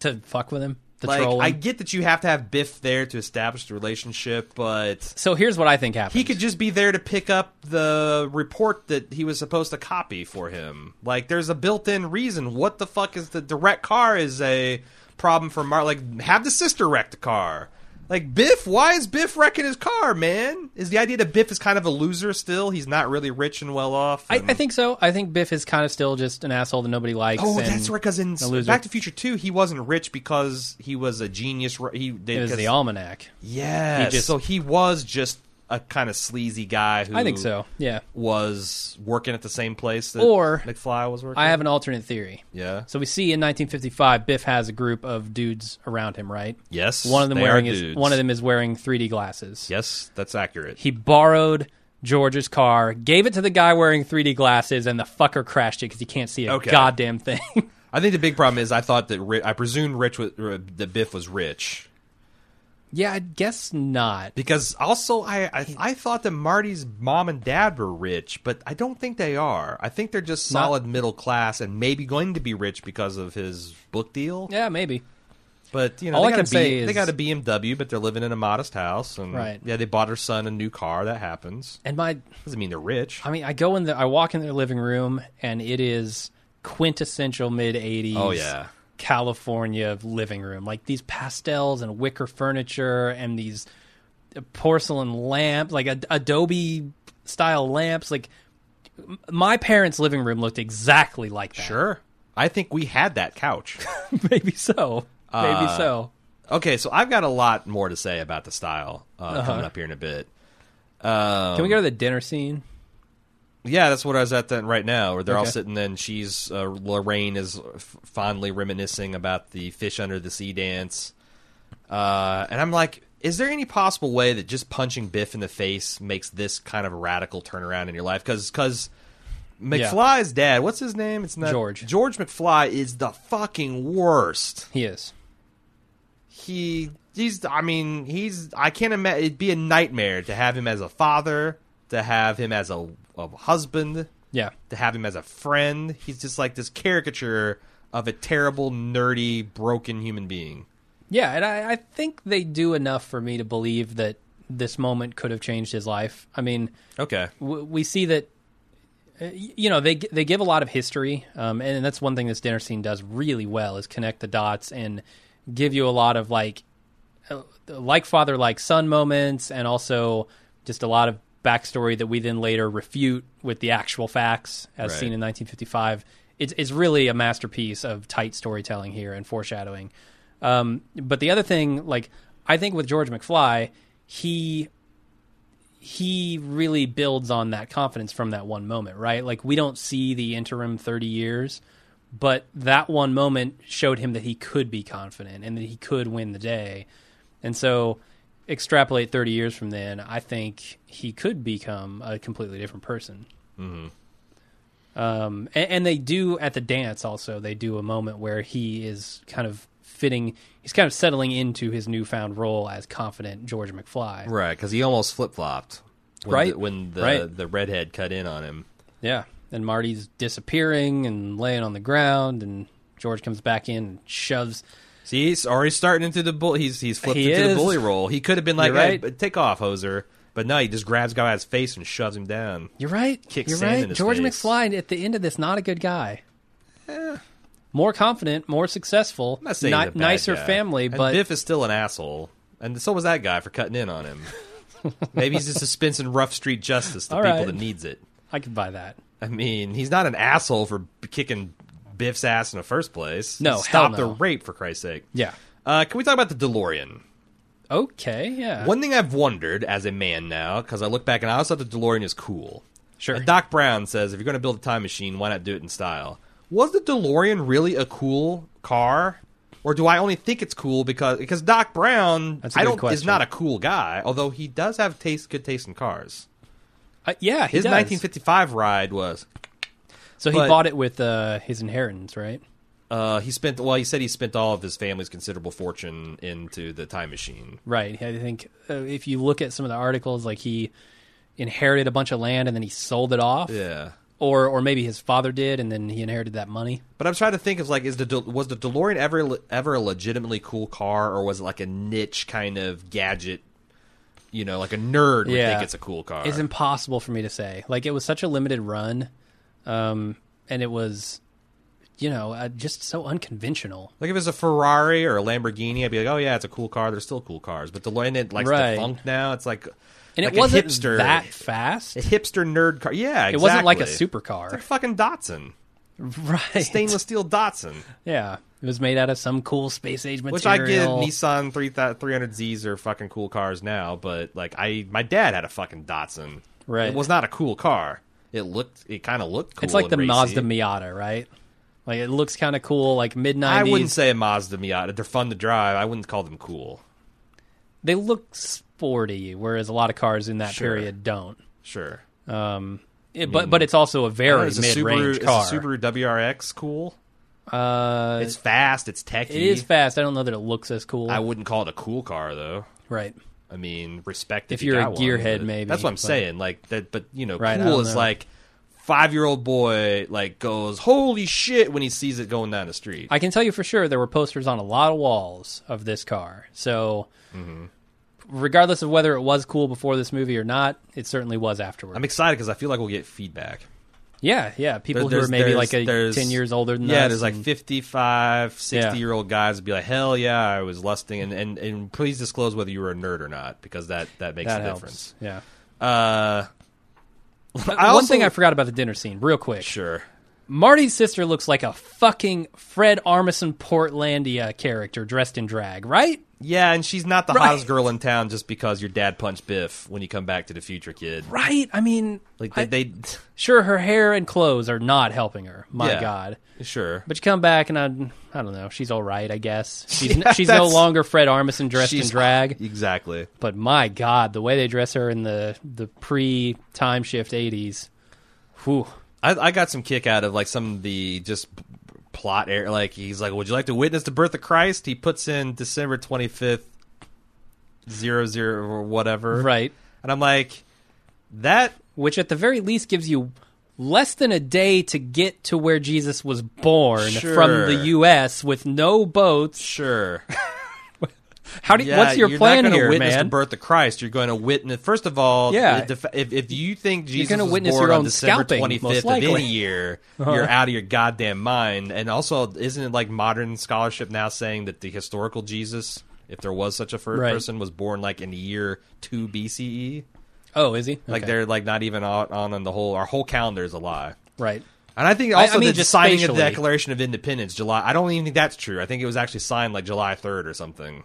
B: To fuck with him, to
A: like
B: troll him.
A: I get that you have to have Biff there to establish the relationship, but
B: So here's what I think happened.
A: he could just be there to pick up the report that he was supposed to copy for him. Like there's a built-in reason. What the fuck is the direct car is a problem for Mark? Like have the sister wreck the car. Like Biff, why is Biff wrecking his car, man? Is the idea that Biff is kind of a loser still? He's not really rich and well off.
B: I,
A: and-
B: I think so. I think Biff is kind of still just an asshole that nobody likes.
A: Oh,
B: and
A: that's right. Because in
B: a loser.
A: Back to the Future Two, he wasn't rich because he was a genius. ri- He did
B: It was
A: 'cause-
B: the almanac.
A: Yes.
B: He just-
A: so he was just a kind of sleazy guy who
B: I think so. Yeah.
A: was working at the same place that
B: Or-
A: McFly was working.
B: I have an alternate theory.
A: yeah.
B: So we see in 1955, Biff has a group of dudes around him, right?
A: Yes.
B: One of them
A: they
B: wearing
A: are
B: is
A: dudes.
B: one of them is wearing 3D glasses.
A: Yes, that's accurate.
B: He borrowed George's car, gave it to the guy wearing 3D glasses, and the fucker crashed it because he can't see a
A: Okay.
B: goddamn thing.
A: I think the big problem is I thought that ri- I presumed Rich was, uh, that Biff was rich
B: yeah, I guess not.
A: because also I, I I thought that Marty's mom and dad were rich, but I don't think they are. I think they're just
B: Not-
A: solid middle class and maybe going to be rich because of his book deal.
B: Yeah, maybe.
A: But you know,
B: All
A: they
B: I
A: got
B: can
A: a B-
B: say is-
A: they got a BMW, but they're living in a modest house, and
B: Right.
A: yeah, they bought her son a new car. That happens.
B: And my,
A: Doesn't mean they're rich.
B: I mean, I go in the, I walk in their living room, and it is quintessential mid 80s.
A: Oh, yeah.
B: California living room, like these pastels and wicker furniture and these porcelain lamps, like ad- Adobe style lamps. Like m- my parents' living room looked exactly like that.
A: Sure. I think we had that couch.
B: Maybe so. Maybe so.
A: okay, so I've got a lot more to say about the style uh, coming up here in a bit.
B: Can we go to the dinner scene?
A: Yeah, that's what I was at then right now, where they're all
B: Okay.
A: sitting and she's uh, Lorraine is f- fondly reminiscing about the fish under the sea dance. Uh, and I'm like, is there any possible way that just punching Biff in the face makes this kind of a radical turnaround in your life? Because McFly's dad, what's his name? It's not
B: George.
A: George McFly is the fucking worst.
B: He is.
A: he he's I mean he's I can't imagine it'd be a nightmare to have him as a father, to have him as a, a husband,
B: Yeah.
A: to have him as a friend. He's just like this caricature of a terrible, nerdy, broken human being.
B: Yeah, and I, I think they do enough for me to believe that this moment could have changed his life. I mean,
A: Okay.
B: w- we see that uh, y- you know they g- they give a lot of history um, and that's one thing this dinner scene does really well is connect the dots and give you a lot of like uh, like father like son moments and also just a lot of backstory that we then later refute with the actual facts as
A: Right.
B: seen in 1955 it's, it's really a masterpiece of tight storytelling here and foreshadowing um, but the other thing like i think with george mcfly he he really builds on that confidence from that one moment, right? Like we don't see the interim 30 years, but that one moment showed him that he could be confident and that he could win the day. And so extrapolate 30 years from then, I think he could become a completely different person. Um, a- and, they do at the dance also, they do a moment where he is kind of fitting, he's kind of settling into his newfound role as confident George McFly.
A: Right, because he almost flip flopped.
B: Right.
A: The, when the
B: Right.
A: the redhead cut in on him.
B: Yeah. And Marty's disappearing and laying on the ground, and George comes back in and shoves.
A: See, he's already starting into the bull. He's he's flipped
B: He
A: into the
B: is.
A: bully role. He could have been like,
B: You're
A: "Hey,
B: right.
A: but take off, hoser," but no, he just grabs guy by his face and shoves him down.
B: You're right.
A: Kicks
B: You're
A: sand
B: right.
A: in his
B: George
A: face. Eh.
B: McFly at the end of this, not a good guy. More confident, more successful,
A: I'm not saying
B: ni-
A: he's a bad
B: nicer
A: guy.
B: family,
A: And
B: but
A: Biff is still an asshole, and so was that guy for cutting in on him. Maybe he's just dispensing rough street justice to
B: All
A: people
B: right.
A: that needs it.
B: I could buy that.
A: I mean, he's not an asshole for b- kicking Biff's ass in the first place.
B: No,
A: stop
B: hell
A: the
B: no.
A: rape for Christ's sake.
B: Yeah.
A: Uh, can we talk about the DeLorean?
B: Okay. Yeah.
A: One thing I've wondered as a man now, because I look back and I always thought the DeLorean is cool.
B: Sure.
A: And Doc Brown says, if you're going to build a time machine, why not do it in style? Was the DeLorean really a cool car? Or do I only think it's cool because because Doc Brown
B: That's a
A: I
B: good
A: don't is
B: question.
A: not a cool guy, although he does have taste good taste in cars.
B: Uh, yeah. He
A: His
B: does.
A: 1955 ride was
B: so he
A: but-
B: bought it with uh, his inheritance, right?
A: uh, he spent well he said he spent all of his family's considerable fortune into the time machine.
B: Right. I think uh, if you look at some of the articles, like he inherited a bunch of land and then he sold it off,
A: Yeah.
B: or or maybe his father did and then he inherited that money.
A: But I'm trying to think of like, is the De- was the DeLorean ever ever a legitimately cool car, or was it like a niche kind of gadget? You know, like a nerd would
B: Yeah.
A: think it's a cool car.
B: It's impossible for me to say. Like it was such a limited run, um, and it was, you know, uh, just so unconventional.
A: like if it's a Ferrari or a Lamborghini, I'd be like, oh yeah, it's a cool car. They're still cool cars. But DeLorean it likes
B: Right.
A: defunct now. It's like
B: And
A: like
B: it wasn't
A: a hipster,
B: that fast.
A: a
B: It
A: hipster nerd car. Yeah, exactly.
B: wasn't like a
A: It's like
B: supercar,
A: a fucking Datsun,
B: right?
A: stainless steel Datsun,
B: Yeah, it was made out of some cool space age material.
A: which I give Nissan 300 Zs are fucking cool cars now. But like I, my dad had a fucking Datsun.
B: Right.
A: it was not a cool car. It looked, it kind of looked. cool
B: It's like
A: and
B: the
A: racy.
B: Mazda Miata, right? Like it looks kind of cool, like mid
A: I wouldn't
B: nineties.
A: say a Mazda Miata. They're fun to drive. I wouldn't call them cool.
B: They look sporty, whereas a lot of cars in that
A: Sure.
B: period don't.
A: Sure.
B: Um, it- but but it's also a very
A: Is a
B: mid
A: Subaru, is
B: range
A: a
B: car.
A: Subaru WRX cool?
B: uh,
A: It's fast. It's techy.
B: it is fast. I don't know that it looks as cool.
A: I wouldn't call it a cool car though.
B: right.
A: I mean, respect if,
B: If you're
A: you
B: a
A: got one,
B: gearhead,
A: but
B: maybe,
A: that's what I'm
B: but-
A: saying. Like that, but you know,
B: Right, I
A: cool
B: don't
A: is
B: know.
A: like five year old boy like goes holy shit when he sees it going down the street.
B: I can tell you for sure there were posters on a lot of walls of this car. So,
A: Mm-hmm.
B: regardless of whether it was cool before this movie or not, it certainly was afterward.
A: I'm excited because I feel like we'll get feedback.
B: yeah, yeah. People who are
A: There's-
B: maybe
A: there's-
B: like a
A: there's-
B: ten years older than
A: yeah.
B: us
A: There's like
B: and-
A: 55, 60
B: Yeah.
A: year old guys would be like, hell yeah, I was lusting, and, and and please disclose whether you were a nerd or not because that that makes
B: that
A: a
B: helps.
A: difference.
B: Yeah.
A: Uh,
B: One
A: also-
B: thing I forgot about the dinner scene, real quick.
A: sure.
B: Marty's sister looks like a fucking Fred Armisen Portlandia character dressed in drag, right?
A: Yeah, and she's not the
B: Right.
A: hottest girl in town just because your dad punched Biff when you come back to the future, kid.
B: Right. I mean,
A: Like
B: I-
A: they, they
B: sure, her hair and clothes are not helping her. My
A: Yeah.
B: God.
A: sure.
B: But you come back and I, I don't know. She's all right, I guess. She's
A: Yeah,
B: she's no
A: that's-
B: longer Fred Armisen dressed in drag.
A: Exactly.
B: But my God, the way they dress her in the the pre time shift eighties, whew.
A: I, I got some kick out of like some of the just plot air. Like he's like, "Would you like to witness the birth of Christ?" He puts in December twenty fifth, zero zero or whatever.
B: Right.
A: And I'm like, that
B: Which at the very least gives you less than a day to get to where Jesus was born
A: Sure.
B: from the U.S. with no boats.
A: sure.
B: How do? you
A: Yeah,
B: what's your
A: you're
B: plan
A: not gonna
B: here,
A: witness
B: man?
A: The birth of Christ. You're going to witness. First of all,
B: Yeah.
A: the def- if, if you think Jesus
B: gonna
A: was
B: witness
A: born
B: your
A: on
B: own
A: December
B: scalping,
A: 25th
B: most
A: of any
B: likely.
A: year, you're out of your goddamn mind. And also, isn't it like modern scholarship now saying that the historical Jesus, if there was such a first
B: Right.
A: person, was born like in the year two BCE?
B: oh, is he?
A: Like
B: Okay.
A: they're like not even on on, on the whole. Our whole calendar is a lie.
B: right.
A: And I think also
B: I mean,
A: the
B: just
A: signing of the
B: spatially.
A: Declaration of Independence, July. I don't even think that's true. I think it was actually signed like July third or something.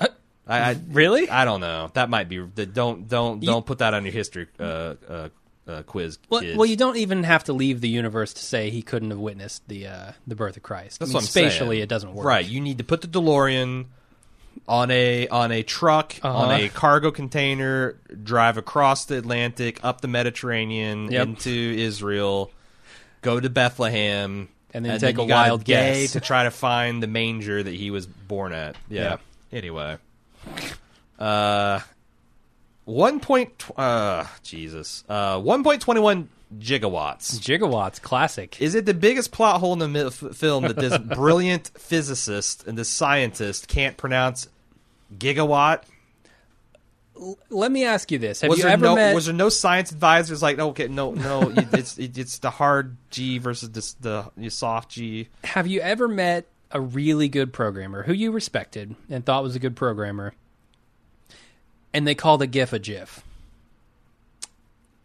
B: Uh,
A: I, I
B: Really?
A: I don't know. That might be. the- Don't don't don't put that on your history uh, uh, uh, quiz.
B: Well,
A: kids.
B: well, you don't even have to leave the universe to say he couldn't have witnessed the uh, the birth of Christ.
A: That's
B: I mean,
A: what I'm
B: spatially,
A: saying.
B: it doesn't work.
A: Right. You need to put the DeLorean on a on a truck on
B: Uh-huh.
A: a cargo container, drive across the Atlantic, up the Mediterranean,
B: Yep.
A: into Israel, go to Bethlehem,
B: And then take a
A: you got
B: wild
A: day
B: guess.
A: to try to find the manger that he was born at. Yeah. Anyway. Uh, one point. Tw- uh, Jesus. Uh, one point twenty one gigawatts.
B: Gigawatts, classic.
A: Is it the biggest plot hole in the mi- f- film that this brilliant physicist and this scientist can't pronounce gigawatt?
B: Let me ask you this: Have
A: Was
B: you
A: there
B: ever
A: no
B: met?
A: was there no science advisors like okay no no you- it's it, it's the hard G versus this, the the soft G?
B: Have you ever met a really good programmer who you respected and thought was a good programmer, and they called a GIF a GIF?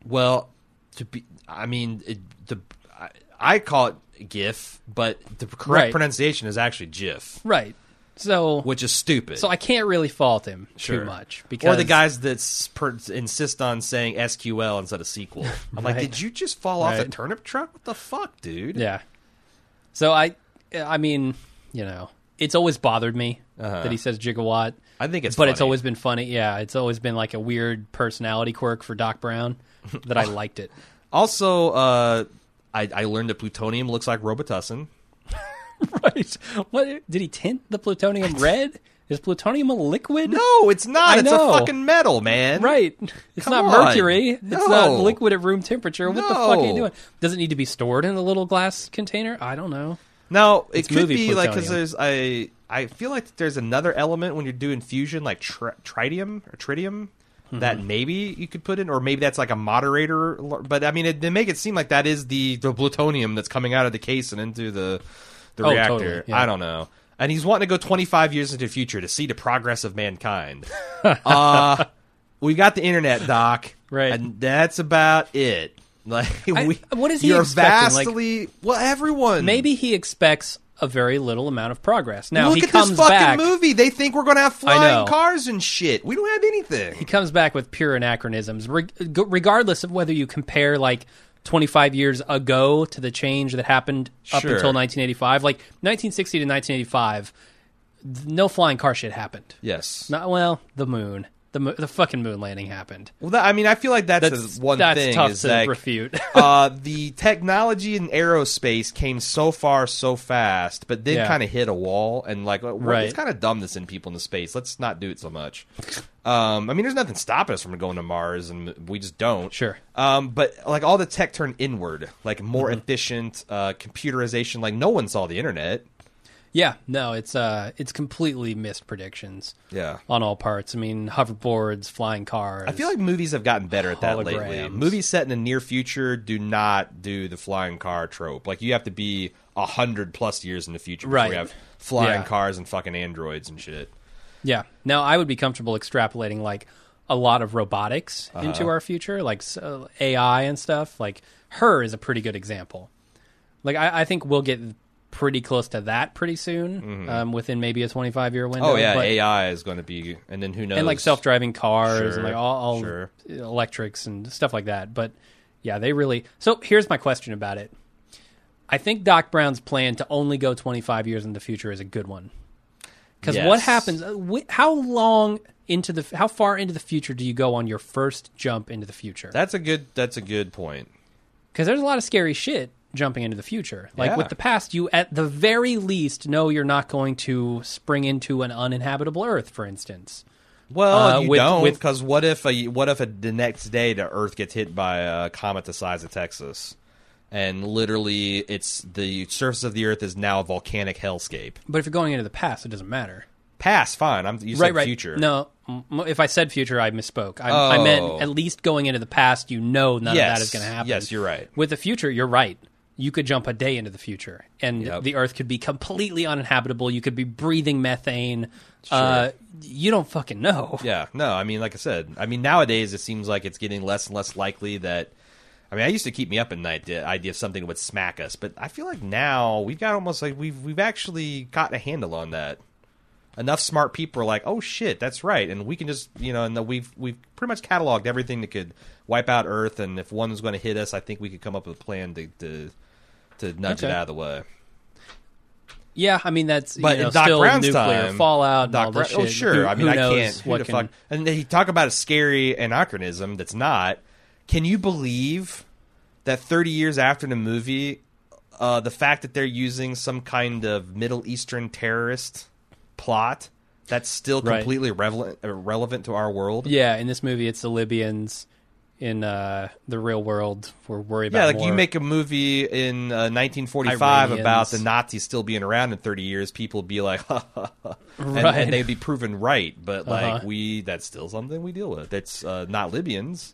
A: Well, to be I mean it, the I, I call it GIF, but the correct
B: Right.
A: pronunciation is actually GIF,
B: Right. So,
A: which is stupid.
B: so I can't really fault him
A: Sure.
B: too much because
A: or the guys that s- per- insist on saying SQL instead of SQL. I'm like,
B: Right.
A: did you just fall off a
B: Right.
A: turnip truck? What the fuck, dude?
B: Yeah. So I, I mean, you know, it's always bothered me that he says gigawatt.
A: Uh-huh. I think it's
B: but it's
A: funny.
B: always been funny. Yeah, it's always been like a weird personality quirk for Doc Brown that I liked it.
A: Also, uh, I, I learned that plutonium looks like Robitussin.
B: right? What did he tint the plutonium red? Is plutonium a liquid?
A: No, it's not.
B: I
A: it's
B: know.
A: a fucking metal, man.
B: Right. It's
A: Come
B: not
A: on.
B: mercury. It's not
A: No.
B: liquid at room temperature. What the fuck are you
A: No.
B: doing? Does it need to be stored in a little glass container? I don't know.
A: Now it
B: It's
A: could
B: movie
A: be like because there's
B: plutonium.
A: I I feel like there's another element when you're doing fusion like tr- tritium or tritium
B: Mm-hmm.
A: that maybe you could put in or maybe that's like a moderator. But I mean, it, they make it seem like that is the the plutonium that's coming out of the case and into the the
B: Oh,
A: reactor.
B: totally, yeah.
A: I don't know. And he's wanting to go 25 years into the future to see the progress of mankind. uh, we got the internet, Doc.
B: Right.
A: And that's about it. Like
B: I-
A: we,
B: what is he
A: you're
B: expecting? Like-
A: vastly well everyone
B: Maybe he expects a very little amount of progress. Now
A: Look
B: he
A: at
B: comes
A: this fucking
B: back.
A: movie. They think we're gonna have
B: know.
A: flying cars and shit. We don't have anything.
B: He comes back with pure anachronisms, reg- regardless of whether you compare like 25 years ago to the change that happened up
A: Sure.
B: until 1985. Like 1960 to 1985, th- no flying car shit happened.
A: Yes.
B: Not well, the moon, the mo- the fucking moon landing happened.
A: Well, that, I mean, I feel like that's,
B: That's
A: the one
B: that's
A: thing
B: tough
A: is
B: to
A: like
B: refute.
A: uh, the technology in aerospace came so far so fast, but then
B: Yeah.
A: kind of hit a wall and like uh, well,
B: Right.
A: it's kind of dumb to send people into space. Let's not do it so much. Um, I mean, there's nothing stopping us from going to Mars, and we just don't.
B: Sure. Mm-hmm.
A: Um, but like all the tech turned inward, like more efficient uh, computerization. Like no one saw the internet.
B: Yeah, no, it's uh, it's completely missed predictions
A: Yeah.
B: on all parts. I mean, hoverboards, flying cars.
A: I feel like movies have gotten better at that lately.
B: Holograms.
A: Movies set in the near future do not do the flying car trope. Like you have to be a hundred plus years in the future before
B: Right.
A: you have flying
B: Yeah.
A: cars and fucking androids and shit.
B: yeah. Now I would be comfortable extrapolating like a lot of robotics
A: Uh-huh.
B: into our future, like so, AI and stuff. Like her is a pretty good example. Like I, I think we'll get pretty close to that pretty soon, um, within maybe a twenty-five year window.
A: Mm-hmm. Oh yeah,
B: but,
A: AI is going to be, and then who knows?
B: and like self-driving cars
A: Sure,
B: and like all, all
A: sure.
B: electrics and stuff like that. But yeah, they really. So here's my question about it. I think Doc Brown's plan to only go 25 years in the future is a good one. Because what
A: Yes.
B: happens? uh, wh- How long into the? How far into the future do you go on your first jump into the future?
A: That's a good. That's a good point.
B: Because there's a lot of scary shit jumping into the future. Like
A: Yeah.
B: with the past, you at the very least know you're not going to spring into an uninhabitable Earth, for instance.
A: Well,
B: Uh,
A: you
B: with-
A: don't
B: with-
A: because what if a what if a, the next day the Earth gets hit by a comet the size of Texas, and literally it's the surface of the Earth is now a volcanic hellscape.
B: But if you're going into the past, it doesn't matter.
A: Past, fine. I'm you said
B: right, right.
A: future.
B: No, m- m- if I said future, I misspoke. I, I meant
A: Oh.
B: at least going into the past. You know, none of
A: Yes.
B: that is going to happen.
A: Yes, you're right.
B: With the future, you're right. You could jump a day into the future, and
A: Yep.
B: the Earth could be completely uninhabitable. You could be breathing methane. Uh, you don't fucking know.
A: Yeah, no, I mean, like I said, I mean, nowadays it seems like it's getting less and less likely that. I mean, I used to keep me up at night the idea of something would smack us, but I feel like now we've got almost like we've we've actually got a handle on that. Enough smart people are like, oh shit, that's right, and we can just you know, and the, we've we've pretty much cataloged everything that could wipe out Earth, and if one was going to hit us, I think we could come up with a plan to to, to nudge
B: Okay.
A: it out of the way.
B: Yeah, I mean that's
A: But
B: you know,
A: in Doc
B: still
A: Brown's
B: nuclear
A: time,
B: fallout. and all
A: Doc
B: this
A: Brown-
B: shit.
A: Oh, sure.
B: Who-
A: I mean,
B: who
A: I
B: knows
A: can't. Who
B: what
A: the
B: can-
A: fuck? And they talk about a scary anachronism that's not. Can you believe that 30 years after the movie, uh, the fact that they're using some kind of Middle Eastern terrorist plot that's still
B: Right.
A: completely relevant, relevant to our world?
B: Yeah, in this movie, it's the Libyans. In uh, the real world, we're worried about
A: Yeah, like
B: more.
A: you make a movie in uh, 1945 about
B: Iranians.
A: the Nazis still being around in 30 years, people would be like, and,
B: Right.
A: and they'd be proven right. But like
B: Uh-huh.
A: we, that's still something we deal with. That's uh, not Libyans,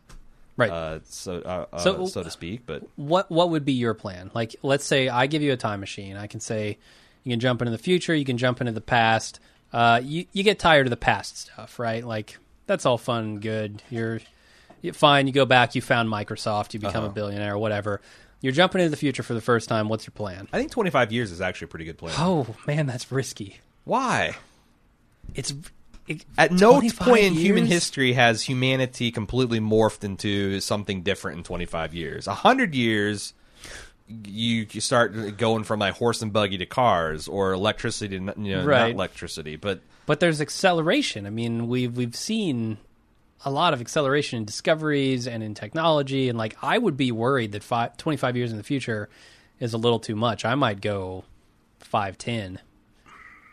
B: right.
A: uh, so uh, uh,
B: So-
A: so, to speak. But
B: what what would be your plan? Like, let's say I give you a time machine. I can say you can jump into the future, you can jump into the past. Uh, you you get tired of the past stuff, right? Like that's all fun and good. You're, you fine. You go back. You found Microsoft. You become a billionaire, whatever. You're jumping into the future for the first time. What's your plan?
A: I think 25 years is actually a pretty good plan.
B: Oh man, that's risky.
A: Why?
B: It's it,
A: At no
B: 25
A: point in human
B: years?
A: history has humanity completely morphed into something different in 25 years. 100 years, you, you start going from like horse and buggy to cars or electricity to n- you know, not
B: Right.
A: electricity. But
B: but there's acceleration. I mean, we've we've seen a lot of acceleration in discoveries and in technology, and like I would be worried that five, 25 years in the future is a little too much. I might go five ten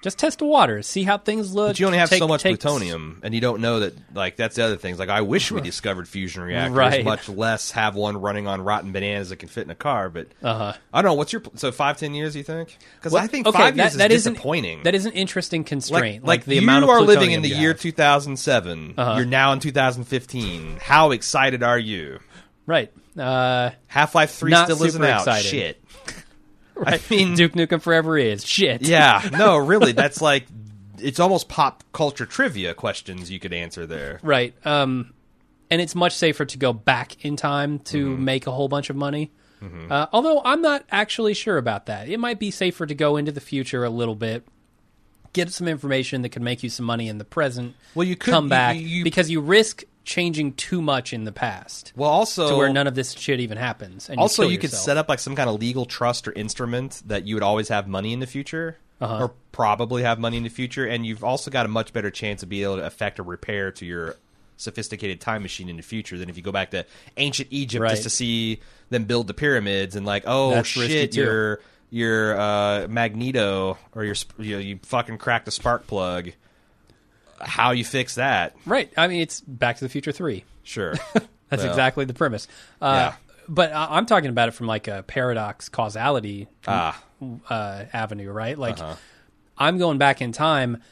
B: Just test the waters, see how things look.
A: But you only have
B: take-
A: so much
B: take-
A: plutonium, and you don't know that. Like that's the other things. Like I wish we discovered fusion reactors,
B: Right.
A: much less have one running on rotten bananas that can fit in a car. But
B: Uh-huh.
A: I don't know. What's your pl- so five ten years? You think? Because
B: Well,
A: I think
B: okay,
A: five
B: that-
A: years is
B: that isn't-
A: disappointing.
B: That is an interesting
A: like,
B: constraint.
A: like
B: the
A: you
B: amount of
A: are living
B: plutonium
A: in the
B: you
A: year
B: have. Uh-huh.
A: 2007. You're now in 2015. How excited are you?
B: right. Uh,
A: Half Life Three
B: Not
A: still isn't
B: super
A: out.
B: excited.
A: Shit. I mean,
B: Duke Nukem Forever is shit.
A: yeah, no, really. That's like it's almost pop culture trivia questions you could answer there.
B: Right. Um, and it's much safer to go back in time to
A: Mm-hmm.
B: make a whole bunch of money. Uh, although I'm not actually sure about that. It might be safer to go into the future a little bit, get some information that could make you some money in the present.
A: Well, you could-
B: come
A: you-
B: back
A: you- you-
B: because you risk changing too much in the past
A: Well, also
B: to where none of this shit even happens. And
A: also
B: kill
A: you could
B: yourself.
A: set up like some kind of legal trust or instrument that you would always have money in the future
B: Uh-huh.
A: or probably have money in the future and you've also got a much better chance of being able to affect a repair to your sophisticated time machine in the future than if you go back to ancient egypt
B: Right.
A: just to see them build the pyramids and like oh
B: That's risky,
A: shit
B: too.
A: your your uh, magneto or your sp- you, know, you fucking cracked a spark plug how you fix that
B: right. I mean, it's Back to the Future Three.
A: sure
B: That's
A: Well,
B: exactly the premise. Uh,
A: Yeah.
B: But I- I'm talking about it from like a paradox causality
A: ah Uh-huh.
B: uh, avenue, right? Like, I'm going back in time,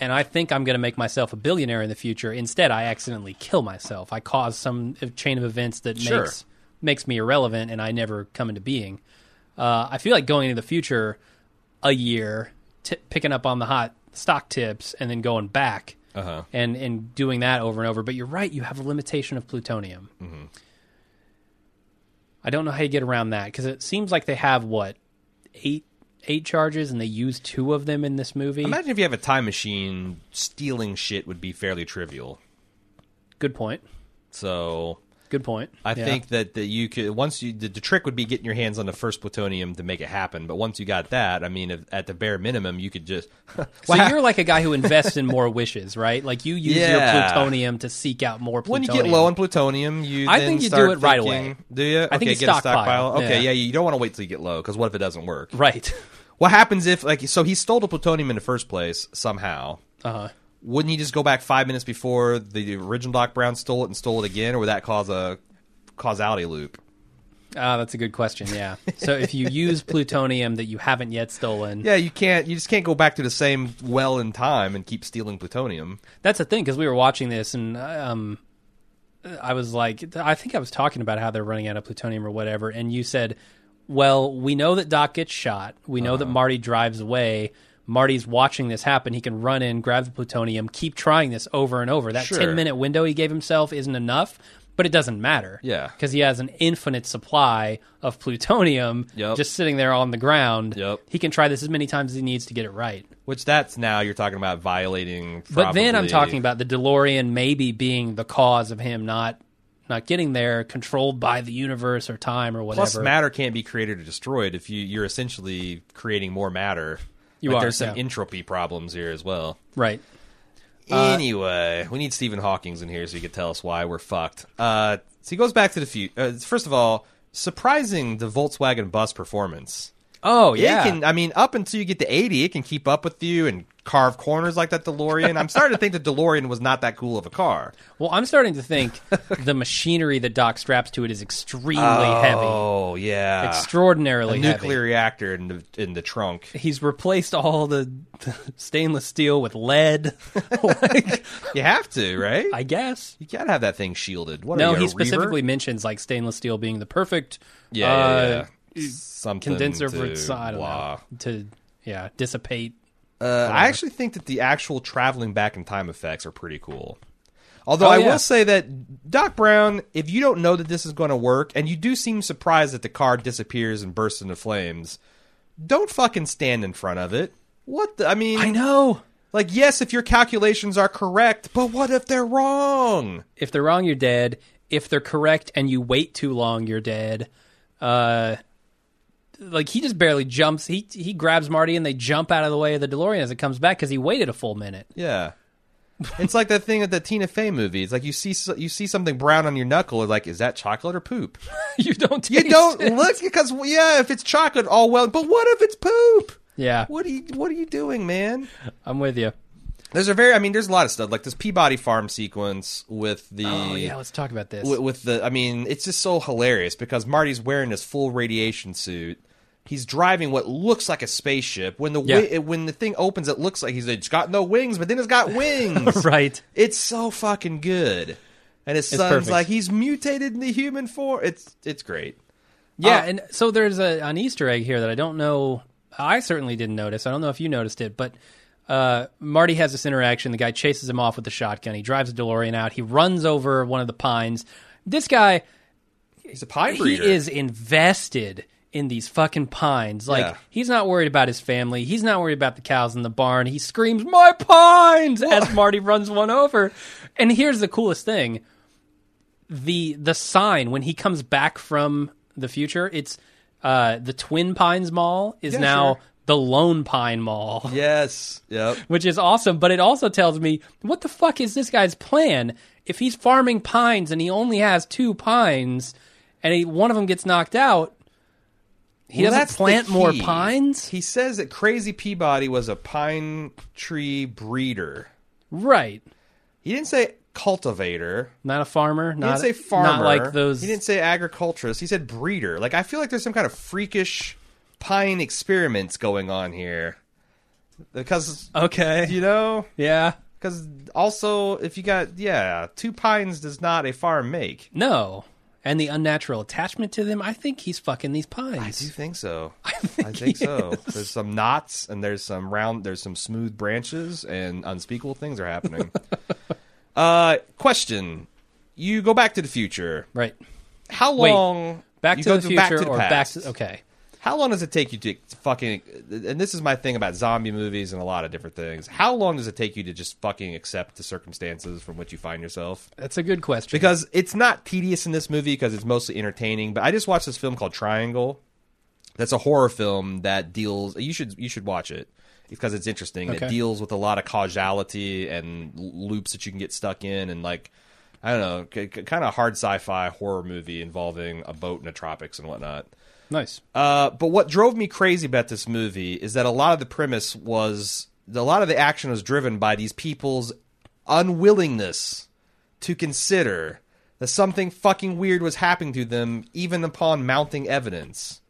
B: and I think I'm going to make myself a billionaire in the future. Instead, I accidentally kill myself. I cause some uh, chain of events that
A: Sure.
B: makes makes me irrelevant, and I never come into being. Uh, I feel like going into the future a year, t- picking up on the hot stock tips, and then going back
A: uh-huh
B: and and doing that over and over. But you're right; you have a limitation of plutonium.
A: Mm-hmm.
B: I don't know how you get around that because it seems like they have what eight eight charges, and they use two of them in this movie.
A: Imagine if you have a time machine, stealing shit would be fairly trivial.
B: Good point.
A: So
B: Good point.
A: I
B: Yeah.
A: think that, that you could once you the, the trick would be getting your hands on the first plutonium to make it happen. But once you got that, I mean, if, at the bare minimum, you could just
B: So you're like a guy who invests in more wishes, right? Like you use your
A: Yeah.
B: plutonium to seek out more
A: when
B: plutonium.
A: you get low on plutonium, you
B: I
A: then
B: think you do
A: start
B: it right
A: thinking-
B: away.
A: Do you? Okay,
B: think you
A: get a
B: stockpile.
A: stockpile. Okay,
B: Yeah.
A: yeah, you don't want to wait till you get low because what if it doesn't work?
B: right?
A: What happens if like so he stole the plutonium in the first place somehow?
B: Uh huh.
A: Wouldn't he just go back five minutes before the original Doc Brown stole it and stole it again, or would that cause a causality loop?
B: Ah, that's a good question. Yeah. So if you use plutonium that you haven't yet stolen,
A: Yeah, you can't. You just can't go back to the same well in time and keep stealing plutonium.
B: That's the thing because we were watching this and um, I was like, I think I was talking about how they're running out of plutonium or whatever, and you said, "Well, we know that Doc gets shot. We know that
A: Uh-huh.
B: Marty drives away. Marty's watching this happen. He can run in, grab the plutonium, keep trying this over and over. That
A: Sure.
B: ten minute window he gave himself isn't enough." But it doesn't matter,
A: Yeah.
B: because he has an infinite supply of plutonium
A: Yep.
B: just sitting there on the ground.
A: Yep.
B: He can try this as many times as he needs to get it right.
A: Which that's now you're talking about violating.
B: But then I'm
A: probably-
B: talking about the DeLorean maybe being the cause of him not not getting there, controlled by the universe or time or whatever.
A: plus matter can't be created or destroyed. If you you're essentially creating more matter,
B: You
A: Like,
B: are,
A: There's some
B: yeah.
A: entropy problems here as well.
B: right. Uh,
A: anyway, we need Stephen Hawking's in here so he could tell us why we're fucked. Uh, so he goes back to the future. Uh, first of all, surprising the Volkswagen bus performance.
B: Oh
A: It
B: yeah.
A: can, I mean, up until you get to 80, it can keep up with you and carve corners like that DeLorean. I'm starting to think the DeLorean was not that cool of a car.
B: well, I'm starting to think the machinery that Doc straps to it is extremely
A: Oh, yeah.
B: heavy, extraordinarily
A: Nuclear
B: heavy.
A: reactor in the, in the trunk.
B: He's replaced all the, the stainless steel with lead. like,
A: You have to, right?
B: I guess.
A: you gotta have that thing shielded. What
B: No,
A: are you,
B: he
A: a
B: specifically
A: reaver?
B: mentions like stainless steel being the perfect
A: Yeah, yeah, yeah.
B: uh,
A: Something
B: condenser
A: to,
B: for its I don't
A: blah.
B: know to yeah dissipate
A: Uh, I actually think that the actual traveling back in time effects are pretty cool. Although
B: Oh,
A: I
B: yeah.
A: will say that Doc Brown, if you don't know that this is going to work, and you do seem surprised that the car disappears and bursts into flames, don't fucking stand in front of it. What the, I mean,
B: know.
A: like yes, if your calculations are correct, but what if they're wrong?
B: If they're wrong, you're dead. If they're correct and you wait too long, you're dead. Uh, like he just barely jumps. He he grabs Marty and they jump out of the way of the DeLorean as it comes back because he waited a full minute.
A: Yeah. it's like that thing at the Tina Fey movie. It's like you see so- you see something brown on your knuckle, like is that chocolate or poop?
B: you don't.
A: You
B: taste
A: don't
B: it.
A: look because yeah, if it's chocolate, all well. But what if it's poop?
B: Yeah,
A: What are you What are you doing, man?
B: I'm with you.
A: There's a very, I mean, there's a lot of stuff like this Peabody Farm sequence with the
B: Oh yeah, let's talk about this.
A: with, with the i mean it's just so hilarious because marty's wearing his full radiation suit he's driving what looks like a spaceship when the
B: Yeah.
A: wi- when the thing opens it looks like he's it's got no wings but then it's got wings
B: right.
A: it's so fucking good and his son's
B: perfect.
A: like he's mutated in the human form it's it's great
B: Yeah,
A: Uh,
B: and so there's a, an Easter egg here that I don't know. I certainly didn't notice. I don't know if you noticed it, but uh, Marty has this interaction. The guy chases him off with the shotgun. He drives the DeLorean out. He runs over one of the pines. This guy,
A: he's a pine
B: he
A: breeder
B: is invested in these fucking pines. Like
A: Yeah.
B: he's not worried about his family. He's not worried about the cows in the barn. He screams, "My pines!" as Marty runs one over. And here's the coolest thing: the the sign when he comes back from the future, it's uh, the Twin Pines Mall is
A: Yeah,
B: now
A: sure.
B: the Lone Pine Mall
A: yes yep
B: which is awesome. But it also tells me what the fuck is this guy's plan? If he's farming pines and he only has two pines, and he, one of them gets knocked out, he
A: Well, that's the
B: doesn't plant more
A: key.
B: pines,
A: he says that crazy peabody was a pine tree breeder
B: right?
A: he didn't say cultivator
B: Not a farmer. Not,
A: He didn't say farmer.
B: Not like those.
A: He didn't say agriculturist. He said breeder. Like I feel like there's some kind of freakish pine experiments going on here, because
B: Uh, okay.
A: you know,
B: Yeah.
A: because also if you got yeah, two pines does not a farm make.
B: No. And the unnatural attachment to them. I think he's fucking these
A: Do you
B: pines.
A: think so? I
B: think he
A: so. There's some knots and there's some round. There's some smooth branches and unspeakable things are happening. uh, question: You go back to the future.
B: Right.
A: How
B: Wait.
A: long?
B: Back
A: you
B: to
A: go
B: the
A: through
B: future or back
A: past?
B: to okay.
A: How long does it take you to fucking? And this is my thing about zombie movies and a lot of different things. How long does it take you to just fucking accept the circumstances from which you find yourself?
B: That's a good question.
A: Because it's not tedious in this movie because it's mostly entertaining. But I just watched this film called Triangle. That's a horror film that deals. You should you should watch it because it's interesting. It
B: Okay.
A: deals with a lot of causality and l- loops that you can get stuck in and like. I don't know, c- c- kind of hard sci-fi horror movie involving a boat in the tropics and whatnot.
B: nice.
A: Uh, but what drove me crazy about this movie is that a lot of the premise was a lot of the action was driven by these people's unwillingness to consider that something fucking weird was happening to them, even upon mounting evidence.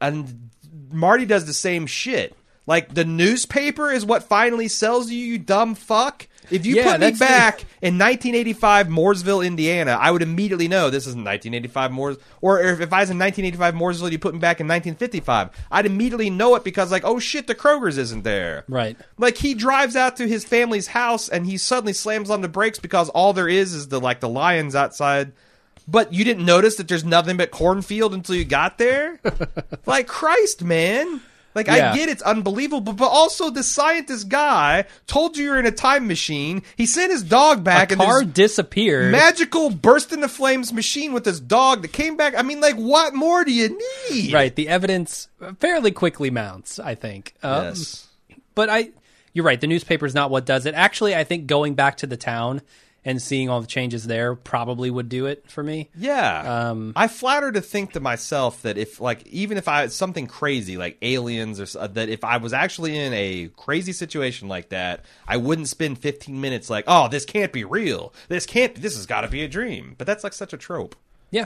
A: And Marty does the same shit. Like the newspaper is what finally sells you, you dumb fuck. If you
B: Yeah,
A: put me
B: that's the-
A: back in 1985 Mooresville, Indiana, I would immediately know this is 1985 Moores. Or if, if I was in 1985 Mooresville, you put me back in 1955, I'd immediately know it because like, oh shit, the Kroger's isn't there.
B: Right.
A: Like he drives out to his family's house and he suddenly slams on the brakes because all there is is the like the lions outside. But you didn't notice that there's nothing but cornfield until you got there? like Christ, man. Like
B: Yeah.
A: I get it's unbelievable, but, but also the scientist guy told you you're in a time machine. He sent his dog back and
B: Car
A: there's
B: disappeared.
A: magical burst into flames machine with his dog that came back. I mean, like what more do you need?
B: Right. The evidence fairly quickly mounts, I think. Um,
A: Yes.
B: But I, you're right. The newspaper's not what does it. Actually, I think going back to the town and seeing all the changes there probably would do it for me.
A: Yeah. I flatter to think to myself that if like even if I something crazy like aliens or s- uh, that if I was actually in a crazy situation like that, I wouldn't spend 15 minutes like, "Oh, this can't be real. This can't this has got to be a dream." But that's like such a trope.
B: Yeah.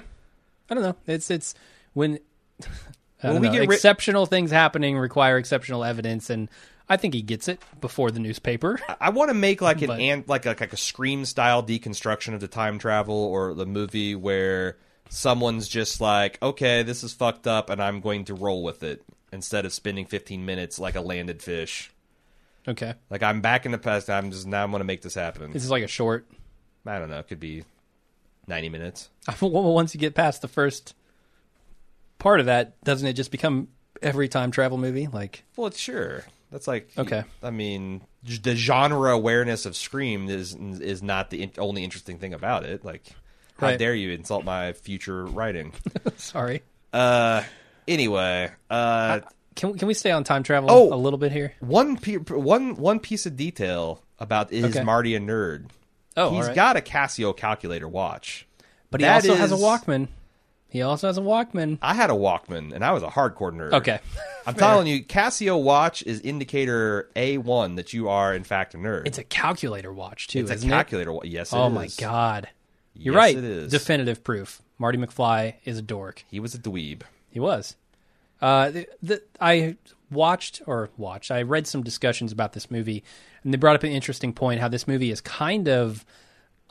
B: I don't know. It's it's when I
A: When
B: don't
A: we
B: know,
A: get ri-
B: exceptional things happening require exceptional evidence, and I think he gets it before the newspaper.
A: I want to make like an
B: But-
A: an like a, like a scream style deconstruction of the time travel or the movie where someone's just like, "Okay, this is fucked up and I'm going to roll with it." Instead of spending 15 minutes like a landed fish.
B: okay.
A: Like I'm back in the past. I'm just now. I'm gonna make this happen.
B: This is like a short.
A: I don't know. It could be ninety minutes.
B: Once you get past the first part of that, doesn't it just become every time travel movie? Like
A: Well, it's sure. That's like
B: Okay.
A: I mean, j- the genre awareness of Scream is is not the in- only interesting thing about it. Like, how
B: Right.
A: dare you insult my future writing?
B: sorry.
A: uh, anyway, uh,
B: Can can we stay on time travel
A: Oh.
B: a little bit here?
A: one pe- one one piece of detail about is
B: Okay.
A: Marty a nerd?
B: Oh,
A: He's
B: all right.
A: got a Casio calculator watch.
B: but he
A: that
B: also has a
A: is-
B: Walkman. He also has a Walkman.
A: I had a Walkman, and I was a hardcore nerd.
B: Okay.
A: I'm telling you, Casio watch is indicator A1 that you are, in fact, a nerd.
B: It's a calculator watch too,
A: It's
B: isn't it?
A: calculator. wa- Yes, it
B: Oh my
A: is.
B: god. You're
A: Yes,
B: right.
A: it is.
B: Definitive proof. Marty McFly is a dork.
A: He was a dweeb.
B: He was. Uh, the, the, I watched or watched. I read some discussions about this movie, and they brought up an interesting point: how this movie is kind of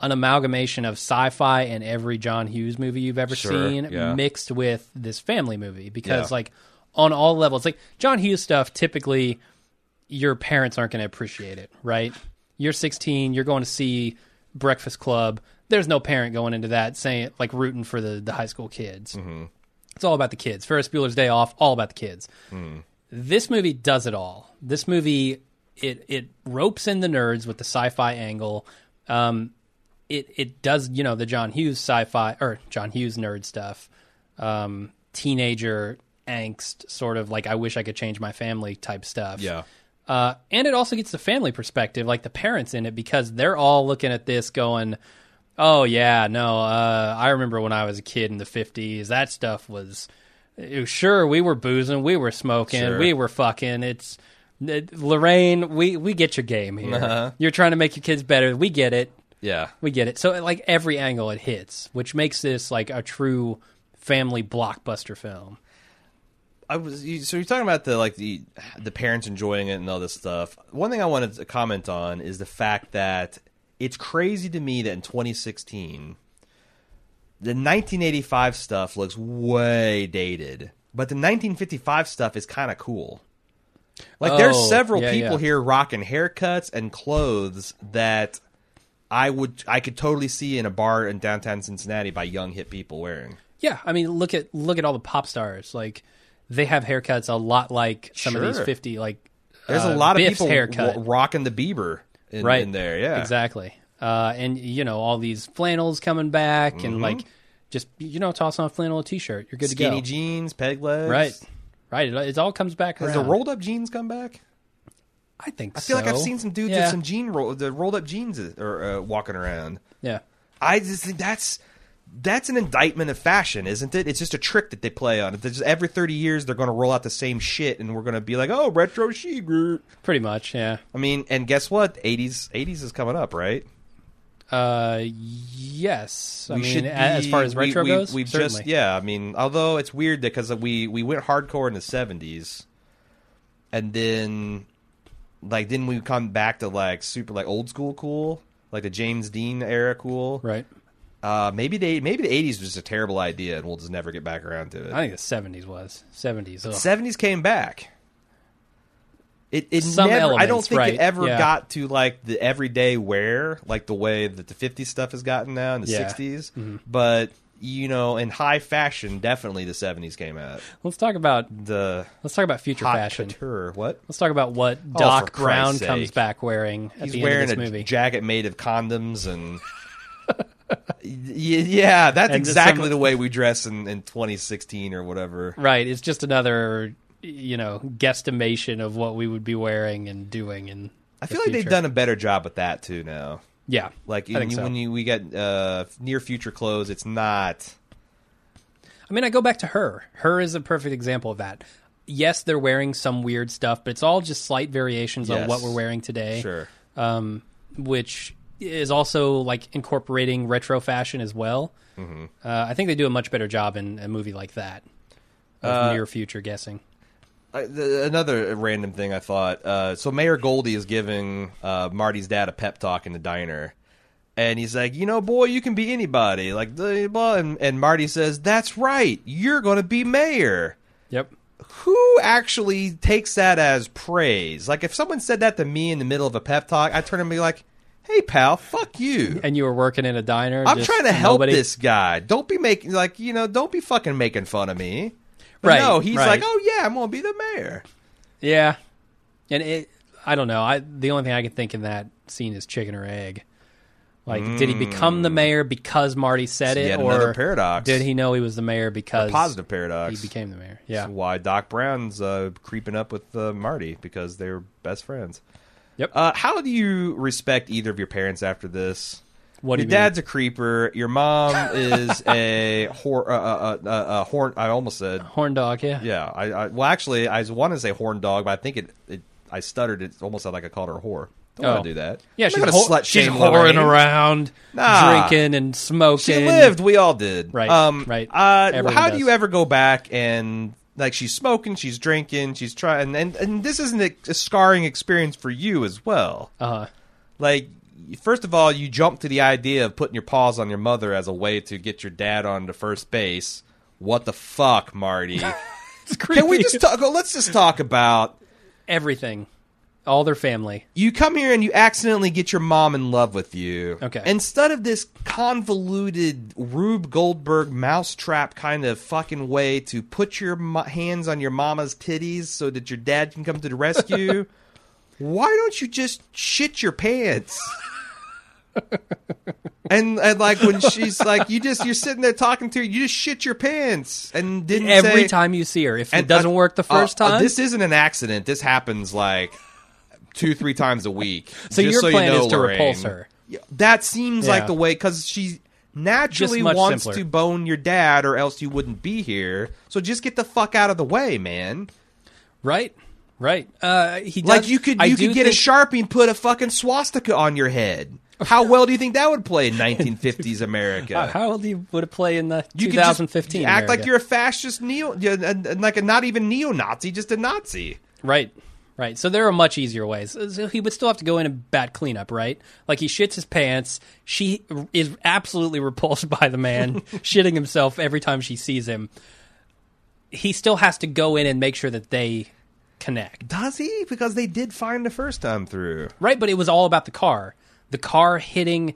B: an amalgamation of sci-fi and every John Hughes movie you've ever
A: Sure,
B: seen,
A: yeah.
B: mixed with this family movie. Because,
A: Yeah.
B: like, on all levels, like John Hughes stuff, typically your parents aren't going to appreciate it, right? You're 16, you're going to see Breakfast Club. There's no parent going into that saying like rooting for the the high school kids.
A: Mm-hmm.
B: It's all about the kids. Ferris Bueller's Day Off, all about the kids. This movie does it all. This movie it it ropes in the nerds with the sci-fi angle. Um, it it does you know the John Hughes sci-fi or John Hughes nerd stuff, um, teenager angst sort of like I wish I could change my family type stuff.
A: Yeah.
B: Uh, and it also gets the family perspective, like the parents in it, because they're all looking at this going, oh, yeah, no, uh, I remember when I was a kid in the 50s, that stuff was, it was- sure, we were boozing, we were smoking,
A: Sure.
B: we were fucking. It's, it- Lorraine, we, we get your game here.
A: Uh-huh.
B: You're trying to make your kids better. We get it.
A: Yeah.
B: We get it. So, like, every angle it hits, which makes this, like, a true family blockbuster film.
A: I was you, so you're talking about the like the the parents enjoying it and all this stuff. One thing I wanted to comment on is the fact that it's crazy to me that in 2016 the 1985 stuff looks way dated, but the 1955 stuff is kind of cool. Like
B: Oh,
A: there's several
B: yeah,
A: people
B: yeah.
A: here rocking haircuts and clothes that I would I could totally see in a bar in downtown Cincinnati by young hip people wearing.
B: Yeah, I mean, look at look at all the pop stars. Like, they have haircuts a lot like some of these
A: Sure.
B: fifty. Like,
A: There's
B: uh,
A: a lot of
B: Biff's
A: people
B: haircut,
A: w- rocking the Bieber in,
B: right
A: in there. Yeah,
B: exactly. Uh, and you know, all these flannels coming back, and like, just you know, toss on a flannel, a t-shirt, you're good
A: Mm-hmm. Skinny
B: to go.
A: jeans, peg legs.
B: Right, right. It, it all comes back
A: Has
B: around.
A: the rolled up jeans come back?
B: I think
A: I feel like I've seen some dudes
B: Yeah.
A: with some jean roll, the rolled up jeans uh, or uh, walking around.
B: Yeah,
A: I just think that's that's an indictment of fashion, isn't it? It's just a trick that they play on. It's just every thirty years they're going to roll out the same shit, and we're going to be like, oh, retro chic.
B: pretty much. Yeah.
A: I mean, and guess what? Eighties, eighties is coming up, right?
B: Uh, yes. I
A: we
B: mean,
A: should
B: a- as
A: be-
B: far as
A: we-
B: retro
A: we,
B: goes,
A: we've
B: certainly.
A: just yeah. I mean, although it's weird because we we went hardcore in the seventies, and then like then we come back to like super like old school cool, like the James Dean era cool.
B: Right.
A: Uh, maybe they maybe the eighties was just a terrible idea, and we'll just never get back around to it.
B: I think the seventies was seventies.
A: Seventies came back. It, it
B: Some
A: never, I don't
B: elements,
A: think
B: right,
A: it ever
B: yeah.
A: got to like the everyday wear, like the way that the 50s stuff has gotten now in the
B: Yeah. Mm-hmm.
A: 60s. But you know, in high fashion, definitely the 70s came out.
B: Let's talk about
A: The
B: let's talk about future
A: hot
B: fashion.
A: couture. What?
B: Let's talk about what Doc
A: Oh, for
B: Brown
A: Christ's
B: comes
A: sake.
B: back wearing at
A: He's
B: the
A: wearing
B: end
A: a
B: of this movie.
A: jacket made of condoms and. Y- yeah, that's
B: And there's
A: exactly
B: some-
A: the way we dress in, in 2016 or whatever.
B: right, it's just another you know guesstimation of what we would be wearing and doing. And
A: I feel like they've done a better job with that too now.
B: yeah,
A: Like
B: I
A: when
B: think
A: you,
B: so.
A: when you we get uh, near future clothes, it's not.
B: I mean, I go back to her. Her is a perfect example of that. Yes, they're wearing some weird stuff, but it's all just slight variations on
A: Yes.
B: what we're wearing today.
A: Sure.
B: um, which is also like incorporating retro fashion as well.
A: Mm-hmm.
B: Uh, I think they do a much better job in a movie like that
A: Uh,
B: of near future guessing.
A: I, the, another random thing I thought. Uh, so Mayor Goldie is giving uh, Marty's dad a pep talk in the diner, and he's like, "You know, boy, you can be anybody." Like, blah, blah, and, and Marty says, "That's right. You're going to be mayor."
B: Yep.
A: Who actually takes that as praise? Like, if someone said that to me in the middle of a pep talk, I'd turn and be like, "Hey, pal, fuck you."
B: and you were working in a diner.
A: I'm
B: just
A: trying to help
B: nobody-
A: this guy. Don't be making like you know. Don't be fucking making fun of me. But
B: Right,
A: No, he's
B: right.
A: like, oh yeah, I'm gonna be the mayor.
B: Yeah, and it. I don't know. I the only thing I can think in that scene is chicken or egg. Like, did he become
A: Mm.
B: the mayor because Marty said it,
A: Yet
B: or
A: another paradox.
B: did he know he was the mayor because
A: Positive
B: he
A: paradox.
B: became the mayor? Yeah.
A: That's why Doc Brown's uh, creeping up with uh, Marty because they're best friends.
B: Yep.
A: Uh, how do you respect either of your parents after this?
B: What do
A: Your
B: you
A: dad's a creeper. Your mom is a hor- uh, uh, uh, uh, horn. I almost said
B: mean? Horn dog, yeah.
A: yeah. I, I well, actually, I want to say horn dog, but I think it. it I stuttered. It almost sounded like I called her a whore. Don't
B: Oh.
A: want to do that.
B: Yeah,
A: I'm
B: she's,
A: not
B: whor-
A: gonna slut
B: she's
A: shame
B: whoring
A: Lorraine.
B: around,
A: Nah.
B: drinking and smoking.
A: She lived. We all did.
B: Right,
A: Um,
B: right.
A: Uh,
B: Everyone
A: how
B: does.
A: do you ever go back and like she's smoking, she's drinking, she's trying, and and this isn't a, a scarring experience for you as well.
B: Uh,
A: Like, first of all, you jump to the idea of putting your paws on your mother as a way to get your dad onto first base. What the fuck, Marty?
B: it's creepy.
A: Can we just talk? Let's just talk about
B: everything, all their family?
A: you come here and you accidentally get your mom in love with you.
B: Okay.
A: Instead of this convoluted Rube Goldberg mousetrap kind of fucking way to put your mo- hands on your mama's titties so that your dad can come to the rescue, why don't you just shit your pants? and and like when she's like, you just you're sitting there talking to her, you just shit your pants and didn't
B: Every
A: say-
B: time you see her, if it
A: and,
B: doesn't
A: uh,
B: work the first
A: uh, uh,
B: time,
A: This isn't an accident. This happens like two, three times a week.
B: So
A: Just
B: your
A: you
B: plan
A: know,
B: is to
A: Lorraine.
B: repulse her.
A: Yeah, That seems
B: Yeah.
A: like the way because she naturally
B: Just much
A: wants
B: simpler.
A: to bone your dad, or else you wouldn't be here. So just get the fuck out of the way, man.
B: right, right. Uh, he does,
A: Like you could,
B: I
A: you
B: do
A: could get
B: think-
A: a sharpie and put a fucking swastika on your head. How well do you think that would play in 1950s America?
B: How old you would it play in the
A: You could just
B: 2015?
A: act like
B: America?
A: you're a fascist neo, yeah, and- and like a not even neo-Nazi, just a Nazi.
B: Right. Right. So there are much easier ways. Uh, So he would still have to go in and bat cleanup, right? Like he shits his pants. She is absolutely repulsed by the man shitting himself every time she sees him. He still has to go in and make sure that they connect.
A: Does he? Because they did find the first time through.
B: Right, but it was all about the car. The car hitting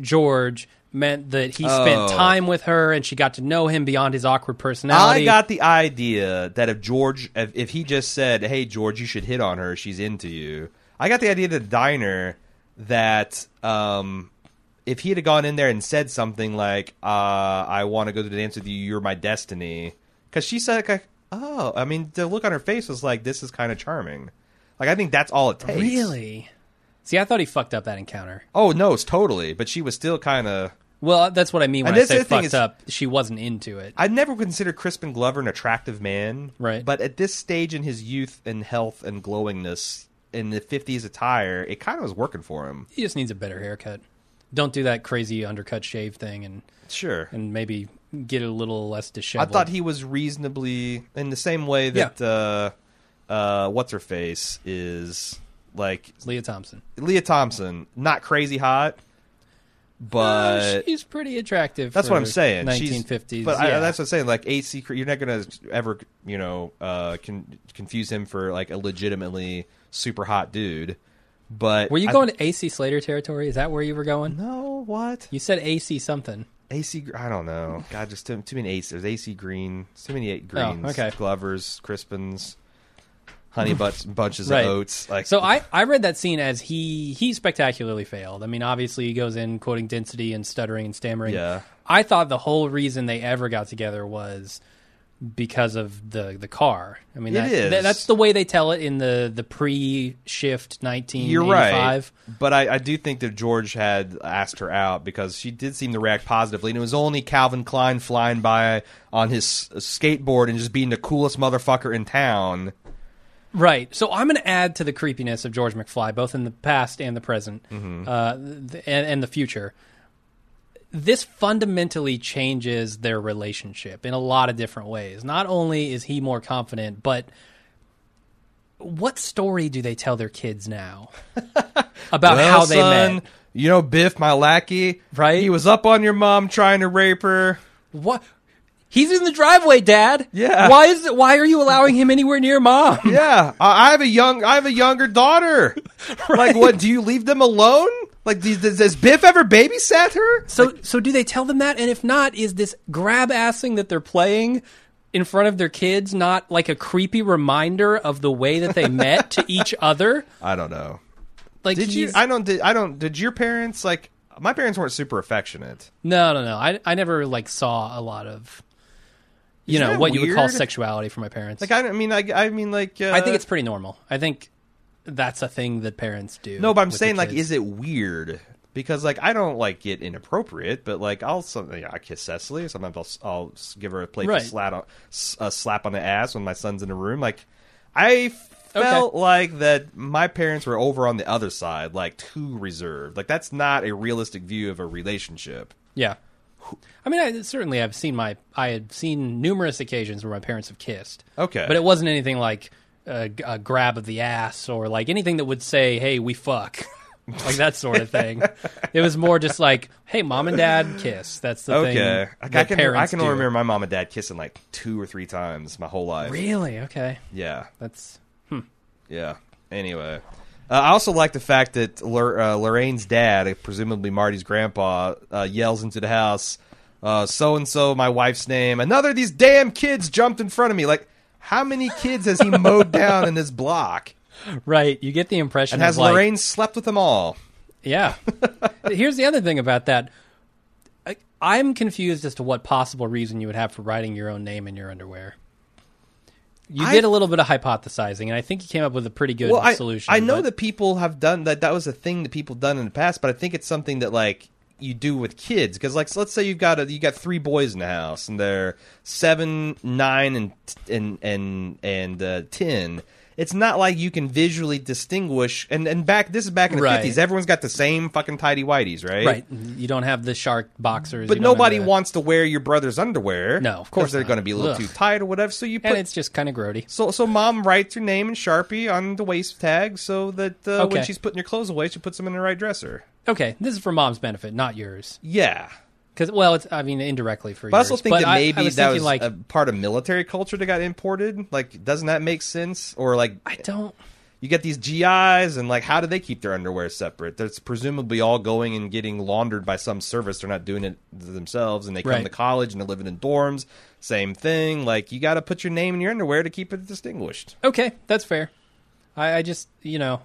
B: George meant that he spent
A: Oh.
B: time with her and she got to know him beyond his awkward
A: I
B: personality.
A: got the idea that if George, if, if he just said, "Hey, George, you should hit on her. She's into you," I got the idea that the diner that um, if he had gone in there and said something like, uh, "I want to go to the dance with you. You're my destiny," because she said, like, "Oh, I mean, the look on her face was like, this is kind of charming." Like, I think that's all it takes.
B: Really? See, I thought he fucked up that encounter.
A: Oh no, it's totally. But she was still kind of.
B: Well, that's what I mean when
A: And
B: I
A: that's
B: say
A: the thing
B: fucked
A: is-
B: up. She wasn't into it.
A: I'd never considered Crispin Glover an attractive man.
B: Right.
A: But at this stage in his youth and health and glowingness in the 50s attire, it kind of was working for him.
B: He just needs a better haircut. Don't do that crazy undercut shave thing and
A: Sure.
B: and maybe get a little
A: I
B: less disheveled.
A: thought he was reasonably in the same way that uh, uh, what's her face is like
B: Leah Thompson.
A: Leah Thompson, not crazy hot, but
B: Oh, she's pretty attractive.
A: That's
B: for
A: what I'm saying. She's-
B: 1950s.
A: But
B: yeah.
A: I, that's what I'm saying. Like AC, Cre- you're not gonna ever, you know, uh, con- confuse him for like a legitimately super hot dude. But
B: were you
A: I-
B: going to AC Slater territory? Is that where you were going?
A: No, what
B: You said AC something.
A: AC? Gr- I don't know. God, just too, too many AC. There's AC Green. There's too many eight greens.
B: Oh, okay.
A: Glovers, Crispins, honey butts, bunches
B: Right.
A: of oats. Like
B: So I, I read that scene as he he spectacularly failed. I mean, obviously he goes in quoting density and stuttering and stammering.
A: Yeah.
B: I thought the whole reason they ever got together was because of the the car. I mean,
A: It
B: that,
A: is.
B: that- that's the way they tell it in the the pre shift nineteen
A: You're right, but I, I do think that George had asked her out because she did seem to react positively, and it was only Calvin Klein flying by on his s- uh, skateboard and just being the coolest motherfucker in town.
B: Right. So I'm going to add to the creepiness of George McFly, both in the past and the present,
A: Mm-hmm.
B: uh, th- and, and the future. This fundamentally changes their relationship in a lot of different ways. Not only is he more confident, but what story do they tell their kids now about
A: Well,
B: how they
A: son,
B: met?
A: you know Biff, my lackey,
B: Right?
A: He was up on your mom trying to rape her.
B: What? He's in the driveway, Dad.
A: Yeah.
B: Why is it? Why are you allowing him anywhere near Mom?
A: Yeah, I, I have a young, I have a younger daughter. Like, what? Do you leave them alone? Like, does, does- does Biff ever babysat her?
B: So so do they tell them that? And if not, is this grab assing that they're playing in front of their kids not like a creepy reminder of the way that they met to each other?
A: I don't know.
B: Like
A: Did you?
B: he's-
A: I don't. Did, I don't. Did your parents like? My parents weren't super affectionate.
B: no no no. I I never like saw a lot of you
A: Isn't
B: know
A: that
B: what you would call
A: weird?
B: sexuality for my parents.
A: Like I don't- I mean, I, I mean, like uh,
B: I think it's pretty normal. I think that's a thing that parents do.
A: no, but I'm
B: with
A: saying
B: their
A: like,
B: kids.
A: is it weird? because like I don't like get inappropriate, but like I'll some you know, I kiss Cecily. Sometimes I'll I'll s- give her a playful
B: Right.
A: slap on s- a slap on the ass when my son's in the room. Like I felt like that my parents were over on the other side, like too reserved. Like that's not a realistic view of a relationship.
B: Yeah. I mean, I certainly I've seen my I had seen numerous occasions where my parents have kissed.
A: Okay.
B: but it wasn't anything like a, a grab of the ass or like anything that would say, "Hey, we fuck," like that sort of thing. it was more just like, "Hey, mom and dad kiss." That's the thing.
A: Okay, like, I
B: that
A: can I
B: parents
A: can
B: do.
A: only remember my mom and dad kissing like two or three times my whole life.
B: Really? Okay,
A: Yeah,
B: that's
A: Yeah. Anyway, uh, I also like the fact that Lor- uh, Lorraine's dad, presumably Marty's grandpa, uh, yells into the house, "So and so, my wife's name. Another of these damn kids jumped in front of me. Like, how many kids has he mowed down in this block?
B: right. You get the impression
A: And has
B: of, like,
A: Lorraine slept with them all?
B: Yeah. Here's the other thing about that. I, I'm confused as to what possible reason you would have for writing your own name in your underwear. You
A: I-
B: did a little bit of hypothesizing, and I think you came up with a pretty good
A: Well, I,
B: solution.
A: I know
B: but-
A: that people have done that. That was a thing that people done in the past, but I think it's something that like you do with kids because like so let's say you've got a, you got three boys in the house and they're seven, nine, and and and and uh, ten. It's not like you can visually distinguish. And and back this is back in the
B: Right.
A: fifties. Everyone's got the same fucking tidy whities, right?
B: Right. You don't have the shark boxers.
A: But
B: you don't have
A: nobody
B: the-
A: wants to wear your brother's underwear.
B: No,
A: 'cause
B: of course
A: they're
B: not.
A: going to be a little
B: Ugh.
A: too tight or whatever. So you
B: And
A: put
B: it's just kind of grody.
A: so, so mom writes your name in Sharpie on the waist tag so that uh, when
B: Okay.
A: she's putting your clothes away, she puts them in the right dresser.
B: Okay, this is for mom's benefit, not yours.
A: Yeah.
B: Because, well, it's, I mean, indirectly for
A: But I
B: yours.
A: also think
B: But
A: that
B: I- I
A: maybe
B: was
A: that
B: thinking,
A: was
B: like,
A: a part of military culture that got imported. Like, doesn't that make sense? Or like,
B: I don't.
A: you get these GIs, and like, how do they keep their underwear separate? That's presumably all going and getting laundered by some service. They're not doing it themselves, and they come
B: Right.
A: to college and they're living in dorms. Same thing. Like, you got to put your name in your underwear to keep it distinguished.
B: Okay, that's fair. I, I just, you know,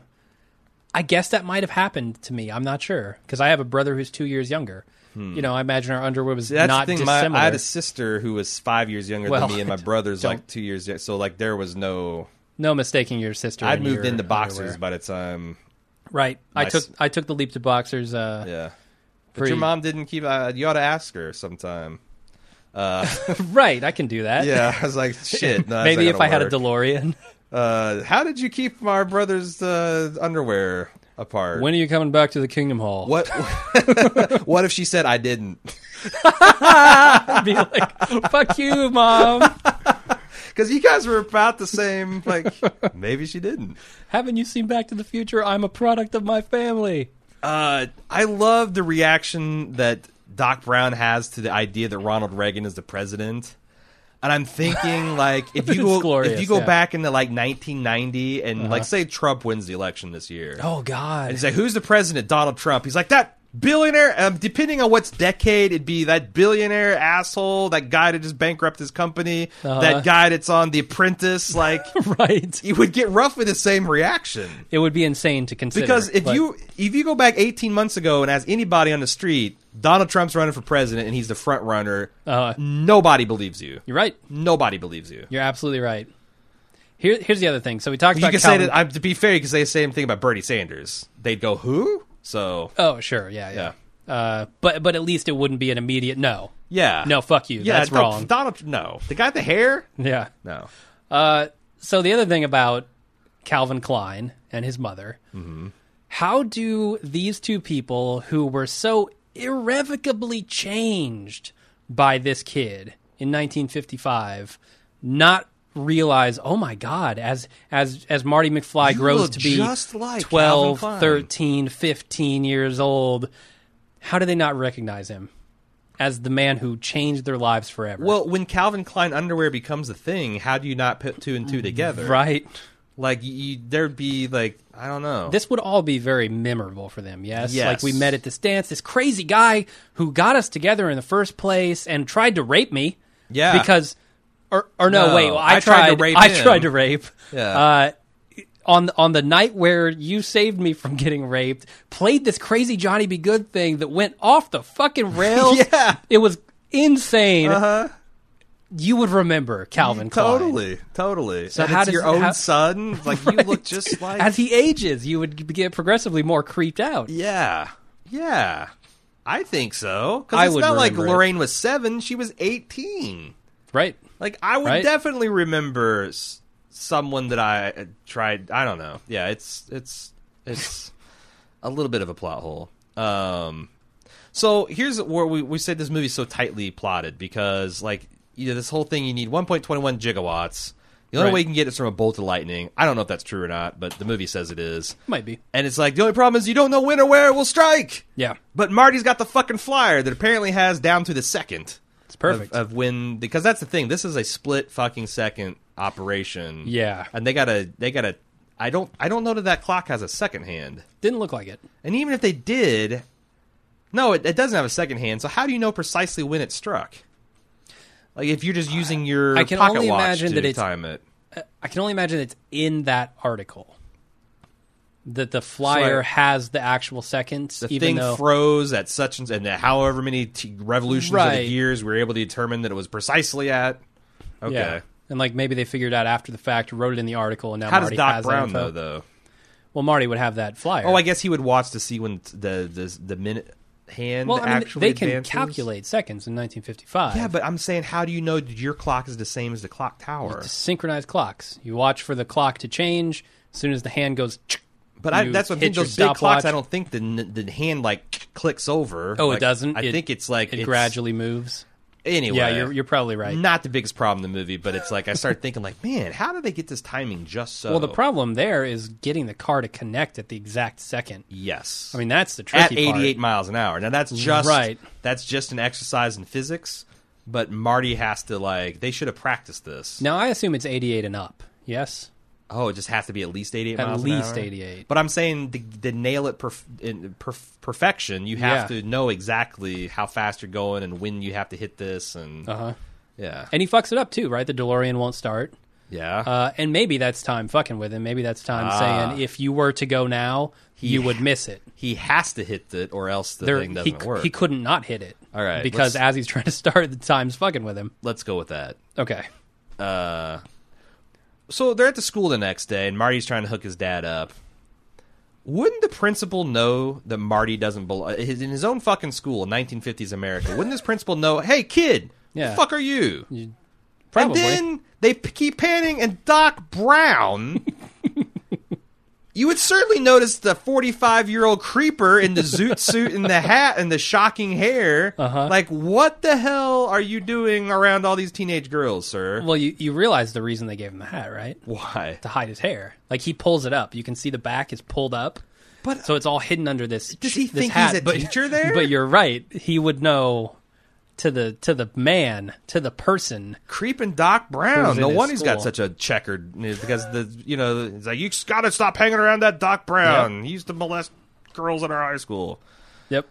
B: I guess that might have happened to me. I'm not sure because I have a brother who's two years younger. You know, I imagine our underwear was
A: Hmm. That's
B: not
A: the thing. My,
B: dissimilar.
A: I had a sister who was five years younger
B: Well,
A: than me, and my
B: don't-
A: brother's like two years. yo- So like there was no.
B: No mistaking your sister.
A: I'd
B: and
A: moved
B: your
A: into boxers
B: underwear.
A: by the time.
B: right? I
A: my
B: took
A: s-
B: I took the leap to boxers. Uh,
A: Yeah, but
B: Pretty-
A: your mom didn't keep. Uh, you ought to ask her sometime.
B: Right, I can do that.
A: Yeah, I was like, shit. No, that's
B: Maybe
A: not
B: if I had
A: gonna
B: a DeLorean.
A: work. uh, how did you keep our brother's uh, underwear apart?
B: when are you coming back to the Kingdom Hall?
A: what? what if she said I didn't?
B: I'd be like, fuck you, mom.
A: Because you guys were about the same. Like maybe she didn't.
B: Haven't you seen Back to the Future? I'm a product of my family.
A: Uh, I love the reaction that Doc Brown has to the idea that Ronald Reagan is the president. And I'm thinking, like, if you
B: It's
A: go,
B: glorious,
A: if you go
B: yeah. Uh-huh.
A: back into like 1990 and like say Trump wins the election this year,
B: Oh God.
A: and say who's the president? Donald Trump. He's like that billionaire. Um, depending on what's decade, it'd be that billionaire asshole, that guy that just bankrupt his company,
B: Uh-huh.
A: that guy that's on The Apprentice. Like,
B: right.
A: you would get roughly the same reaction.
B: It would be insane to consider.
A: Because if
B: but-
A: you if you go back 18 months ago and ask anybody on the street, Donald Trump's running for president and he's the front runner,
B: Uh,
A: nobody believes you.
B: you're right.
A: Nobody believes you.
B: You're absolutely right. Here, here's the other thing. So we talked
A: You
B: about
A: can say
B: Calvin.
A: that. I'm, to be fair, you can say the same thing about Bernie Sanders. They'd go, "Who?" So
B: oh, sure, yeah, yeah. Uh, but but at least it wouldn't be an immediate no.
A: yeah,
B: No, fuck you.
A: yeah,
B: That's
A: no,
B: wrong.
A: Donald, no, the guy with the hair,
B: Yeah.
A: no.
B: Uh, so the other thing about Calvin Klein and his mother, how do these two people who were so irrevocably changed by this kid in 1955 not realize oh my god as as as Marty McFly grows
A: look
B: to be
A: just like Calvin
B: 12
A: Klein.
B: 13 15 years old how do they not recognize him as the man who changed their lives forever
A: Well, when Calvin Klein underwear becomes a thing, how do you not put two and two together?
B: Mm, right
A: Like, you, there'd be like, I don't know.
B: this would all be very memorable for them. Yes?
A: Yes.
B: like we met at this dance. This crazy guy who got us together in the first place and tried to rape me.
A: Yeah.
B: because or or no,
A: No,
B: wait, well, I,
A: I tried
B: tried.
A: to rape
B: I
A: him.
B: tried to rape.
A: Yeah.
B: Uh, on on the night where you saved me from getting raped, played this crazy Johnny Be Good thing that went off the fucking rails.
A: Yeah.
B: it was insane. Uh-huh. You would remember Calvin Klein.
A: Totally, totally. So
B: how
A: how does
B: does-
A: your own
B: how-
A: son? Like you look just like
B: As he ages, you would get progressively more creeped out.
A: yeah. Yeah, I think so.
B: I
A: Because it's
B: would
A: not like
B: remember it.
A: Lorraine was seven; she was eighteen.
B: Right.
A: Like I would
B: Right?
A: definitely remember s- someone that I uh, tried. I don't know. Yeah, it's it's it's a little bit of a plot hole. Um, so here's where we we said this movie's so tightly plotted because like you know this whole thing you need 1.21 gigawatts. The only
B: Right.
A: way you can get it is from a bolt of lightning. I don't know if that's true or not, but the movie says it is.
B: Might be.
A: And it's like the only problem is you don't know when or where it will strike.
B: Yeah.
A: But Marty's got the fucking flyer that apparently has down to the second. It's
B: perfect.
A: Of, of when because that's the thing. This is a split fucking second operation.
B: Yeah.
A: And they gotta they gotta I don't I don't know that that clock has a second hand.
B: Didn't look like it.
A: And even if they did no, it, it doesn't have a second hand, so how do you know precisely when it struck? Like if you're just using your
B: I can
A: pocket
B: only
A: watch
B: imagine
A: to
B: that it's-
A: time it.
B: I can only imagine it's in that article that the flyer
A: like-
B: has the actual seconds,
A: the
B: even
A: thing
B: though
A: froze at such and, and however many t- revolutions of the
B: Right.
A: gears we were able to determine that it was precisely at. Okay.
B: yeah, and like maybe they figured out after the fact, wrote it in the article, and now
A: How
B: Marty
A: does Doc
B: has that
A: Brown
B: info.
A: know though?
B: Well, Marty would have that flyer.
A: Oh, I guess he would watch to see when t- the the, the minute hand
B: well, I mean,
A: actually
B: they can
A: advances.
B: calculate seconds in 1955.
A: Yeah, but I'm saying, how do you know that your clock is the same as the clock tower?
B: synchronized clocks. You watch for the clock to change as soon as the hand goes.
A: But I,
B: you
A: that's what I
B: hit
A: think.
B: your
A: Those big clocks,
B: stopwatch.
A: I don't think the n- the hand like clicks over.
B: Oh,
A: Like,
B: it doesn't.
A: I
B: It-
A: think it's like
B: it
A: it's-
B: gradually moves.
A: Anyway,
B: Yeah, you're you're probably right.
A: not the biggest problem in the movie, but it's like I started thinking, like, man, how did they get this timing just so?
B: Well, the problem there is getting the car to connect at the exact second.
A: Yes,
B: I mean, that's the
A: at
B: tricky part.
A: 88 miles an hour. Now that's just
B: Right.
A: That's just an exercise in physics. But Marty has to like they should have practiced this.
B: Now I assume it's 88 and up. Yes.
A: Oh, it just has to be at least 88
B: At
A: miles an
B: least
A: hour?
B: 88.
A: But I'm saying the, the nail it perf- in perf- perfection. You have
B: Yeah.
A: to know exactly how fast you're going and when you have to hit this and
B: Uh huh.
A: yeah.
B: And he fucks it up too, right? The DeLorean won't start.
A: yeah.
B: Uh, and maybe that's time fucking with him. Maybe that's time
A: Ah.
B: saying if you were to go now, you would miss it.
A: he has to hit it or else the
B: There-
A: thing
B: he,
A: doesn't
B: c-
A: work.
B: he couldn't not hit it.
A: All right,
B: Because
A: let's-
B: as he's trying to start, the time's fucking with him.
A: Let's go with that.
B: Okay.
A: So they're at the school the next day, and Marty's trying to hook his dad up. Wouldn't the principal know that Marty doesn't belong in his own fucking school, 1950s America? Wouldn't this principal know? Hey, kid, who
B: Yeah.
A: the fuck are you?
B: Probably.
A: And then they p- keep panning, and Doc Brown. you would certainly notice the 45 year old creeper in the zoot suit and the hat and the shocking hair.
B: Uh-huh.
A: Like, what the hell are you doing around all these teenage girls, sir?
B: well, you, you realize the reason they gave him the hat, right?
A: Why?
B: To hide his hair. Like he pulls it up. You can see the back is pulled up.
A: But
B: So it's all hidden under this.
A: Does he
B: this
A: think
B: hat,
A: he's a
B: but,
A: teacher there?
B: But you're right. He would know to the to the man to the person.
A: creeping Doc Brown.
B: Who's in
A: No
B: his
A: one he's got
B: school.
A: such a checkered because the you know it's like you got to stop hanging around that Doc Brown. He used to molest girls in our high school.
B: Yep.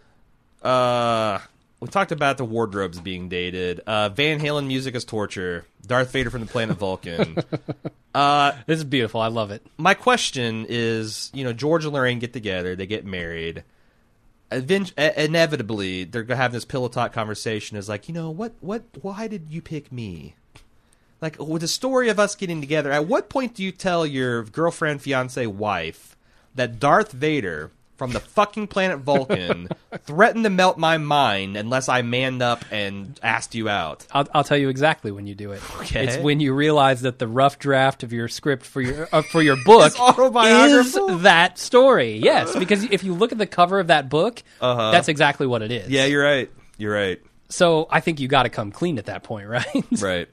A: Uh, we talked about the wardrobes being dated. Uh, Van Halen music is torture. Darth Vader from the planet Vulcan.
B: This is beautiful. I love it.
A: My question is, you know, George and Lorraine get together, they get married. Event- e- inevitably, they're gonna have this pillow talk conversation. Is like, you know, what, what, why did you pick me? Like, with the story of us getting together, at what point do you tell your girlfriend, fiance, wife that Darth Vader from the fucking planet Vulcan threatened to melt my mind unless I manned up and asked you out?
B: I'll, I'll tell you exactly when you do it.
A: Okay.
B: It's when you realize that the rough draft of your script for your uh, for your book
A: Is autobiographical?
B: is that story. Yes, because if you look at the cover of that book, that's exactly what it is.
A: Uh-huh. Yeah, you're right. You're right.
B: So I think you got to come clean at that point, right?
A: Right.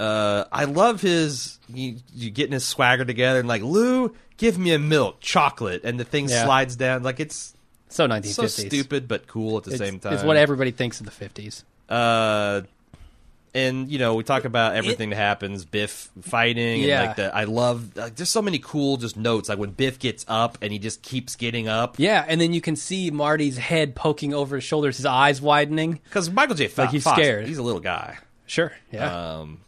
A: Uh, I love his you, you getting his swagger together and like Lou, give me a milk chocolate, and the thing
B: Yeah.
A: slides down like it's
B: so 1950s.
A: so stupid but cool at the
B: It's,
A: same time.
B: it's what everybody thinks of the 50s.
A: Uh, and you know we talk about everything that happens, Biff fighting,
B: Yeah.
A: and like the I love like there's so many cool just notes like when Biff gets up and he just keeps getting up
B: Yeah, and then you can see Marty's head poking over his shoulders, his eyes widening.
A: because Michael J. Fo-
B: Like, he's
A: Fox,
B: scared.
A: He's a little guy.
B: Sure. Yeah.
A: Um,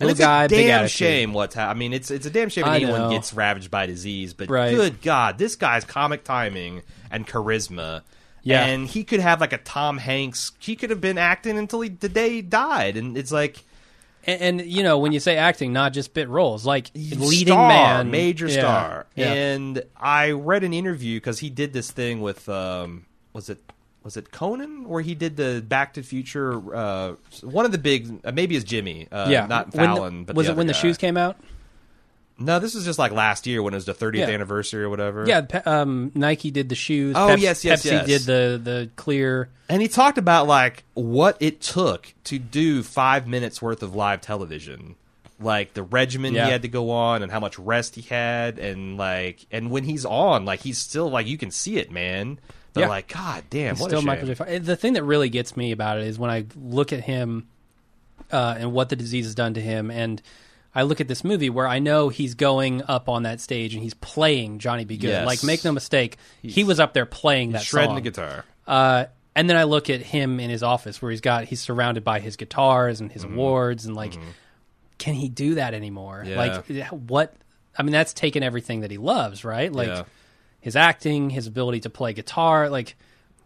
B: Little
A: and it's
B: guy,
A: a
B: big
A: damn
B: attitude.
A: shame what's happening. I mean, it's it's a damn shame
B: I
A: anyone
B: know.
A: gets ravaged by disease, but
B: Right.
A: good God, this guy's comic timing and charisma.
B: Yeah.
A: And he could have like a Tom Hanks. He could have been acting until he, the day he died. And it's like
B: and, and, you know, when you say acting, not just bit roles, like leading
A: star,
B: man,
A: major
B: Yeah,
A: star.
B: Yeah.
A: And I read an interview because he did this thing with um, was it was it Conan where he did the Back to the Future? Uh, one of the big, uh, maybe it's Jimmy. Uh,
B: yeah,
A: not
B: When the-
A: Fallon. but
B: was
A: the
B: it when
A: other
B: the
A: guy.
B: shoes came out?
A: No, this was just like last year when it was the 30th
B: Yeah.
A: anniversary or whatever.
B: Yeah, Pe- um, Nike did the shoes.
A: Oh,
B: Pep-
A: yes, yes,
B: Pepsi
A: yes.
B: did the the clear.
A: And he talked about like what it took to do five minutes worth of live television, like the regimen
B: Yeah.
A: he had to go on, and how much rest he had, and like, and when he's on, like he's still like you can see it, man. But
B: Yeah.
A: like, god damn, what
B: still
A: a shame.
B: Michael J. Fox. The thing that really gets me about it is when I look at him uh, and what the disease has done to him, and I look at this movie where I know he's going up on that stage and he's playing Johnny B. Good.
A: Yes.
B: Like, make no mistake, he was up there playing that
A: shredding
B: song.
A: the guitar.
B: Uh, and then I look at him in his office where he's got he's surrounded by his guitars and
A: Mm-hmm.
B: his awards and like, can he do that anymore?
A: Yeah.
B: Like, what? I mean, that's taken everything that he loves, right? Like
A: Yeah.
B: his acting, his ability to play guitar, like.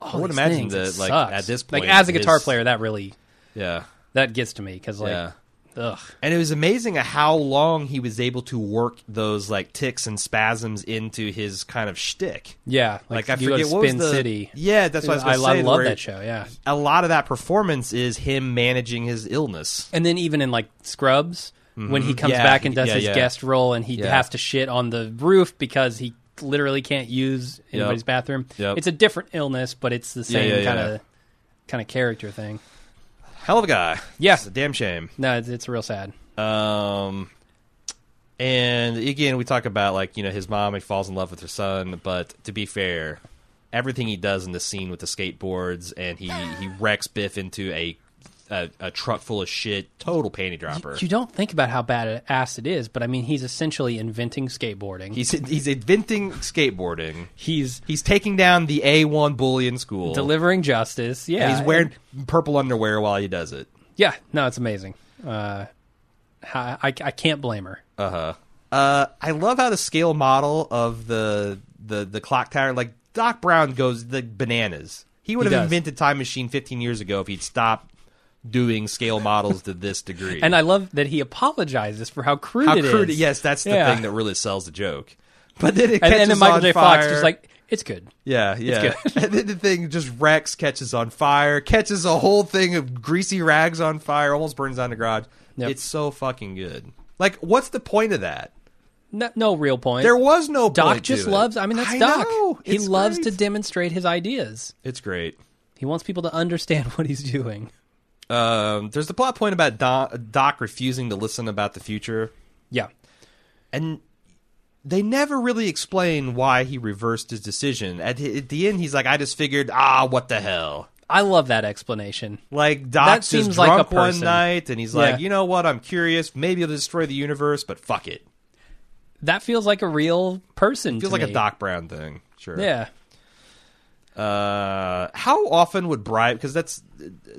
B: all
A: I would
B: these
A: imagine
B: things, it
A: that, like,
B: sucks.
A: at this
B: like
A: point,
B: as a guitar
A: his-
B: player, that really
A: Yeah,
B: that gets to me because like,
A: Yeah.
B: ugh,
A: and it was amazing at how long he was able to work those like ticks and spasms into his kind of shtick.
B: yeah,
A: Like, I
B: you go to
A: forget what was
B: Spin
A: the
B: City.
A: Yeah, that's what I was
B: I,
A: gonna say,
B: love
A: where
B: that show. Yeah,
A: A lot of that performance is him managing his illness.
B: and then even in like Scrubs, when he comes
A: Mm-hmm. Yeah,
B: back and
A: he-
B: does
A: yeah,
B: his
A: yeah.
B: guest role, and he
A: Yeah.
B: has to shit on the roof because he literally can't use anybody's bathroom.
A: Yep.
B: It's a different illness, but it's the same
A: yeah,
B: kind of
A: yeah.
B: kind of character thing.
A: Hell of a guy.
B: Yeah.
A: It's a damn shame.
B: No, it's, it's real sad.
A: Um, and again, we talk about like you know his mom. He falls in love with her son, but to be fair, everything he does in the scene with the skateboards and he he wrecks Biff into a a, a truck full of shit, total panty dropper.
B: You don't think about how bad an ass it is, but I mean, he's essentially inventing skateboarding.
A: he's he's inventing skateboarding.
B: he's
A: He's taking down the A one bully in school.
B: delivering justice. Yeah,
A: and he's wearing purple underwear while he does it.
B: Yeah, no, it's amazing. Uh, I, I I can't blame her.
A: Uh-huh. Uh I love how the scale model of the the the clock tower like Doc Brown goes the bananas. He would
B: He
A: have
B: does.
A: invented time machine 15 years ago if he'd stopped doing scale models to this degree.
B: And I love that he apologizes for how crude
A: how
B: it is.
A: crude yes, that's the
B: Yeah.
A: thing that really sells the joke. But then it
B: And,
A: catches
B: and then Michael
A: on
B: J.
A: fire.
B: Fox just like, it's good.
A: yeah, yeah. and then the thing just wrecks, catches on fire, catches a whole thing of greasy rags on fire, almost burns down the garage.
B: Yep.
A: It's so fucking good. Like, what's the point of that?
B: No, no real point.
A: There was no
B: Doc
A: point to
B: just
A: it.
B: loves. I mean, that's
A: I
B: Doc.
A: know.
B: He
A: It's
B: loves
A: great.
B: to demonstrate his ideas.
A: It's great.
B: He wants people to understand what he's doing.
A: Um, there's the plot point about Doc, Doc refusing to listen about the future,
B: Yeah,
A: and they never really explain why he reversed his decision. At, at the end, he's like, "I just figured, ah, what the hell."
B: I love that explanation.
A: Like Doc's just
B: seems like a
A: drunk one
B: person.
A: night, and he's
B: Yeah.
A: like, "You know what? I'm curious. Maybe it'll destroy the universe, but fuck it."
B: That feels like a real person.
A: Feels
B: to
A: like a
B: me.
A: Doc Brown thing. Sure.
B: Yeah,
A: Uh, how often would bribe? Because that's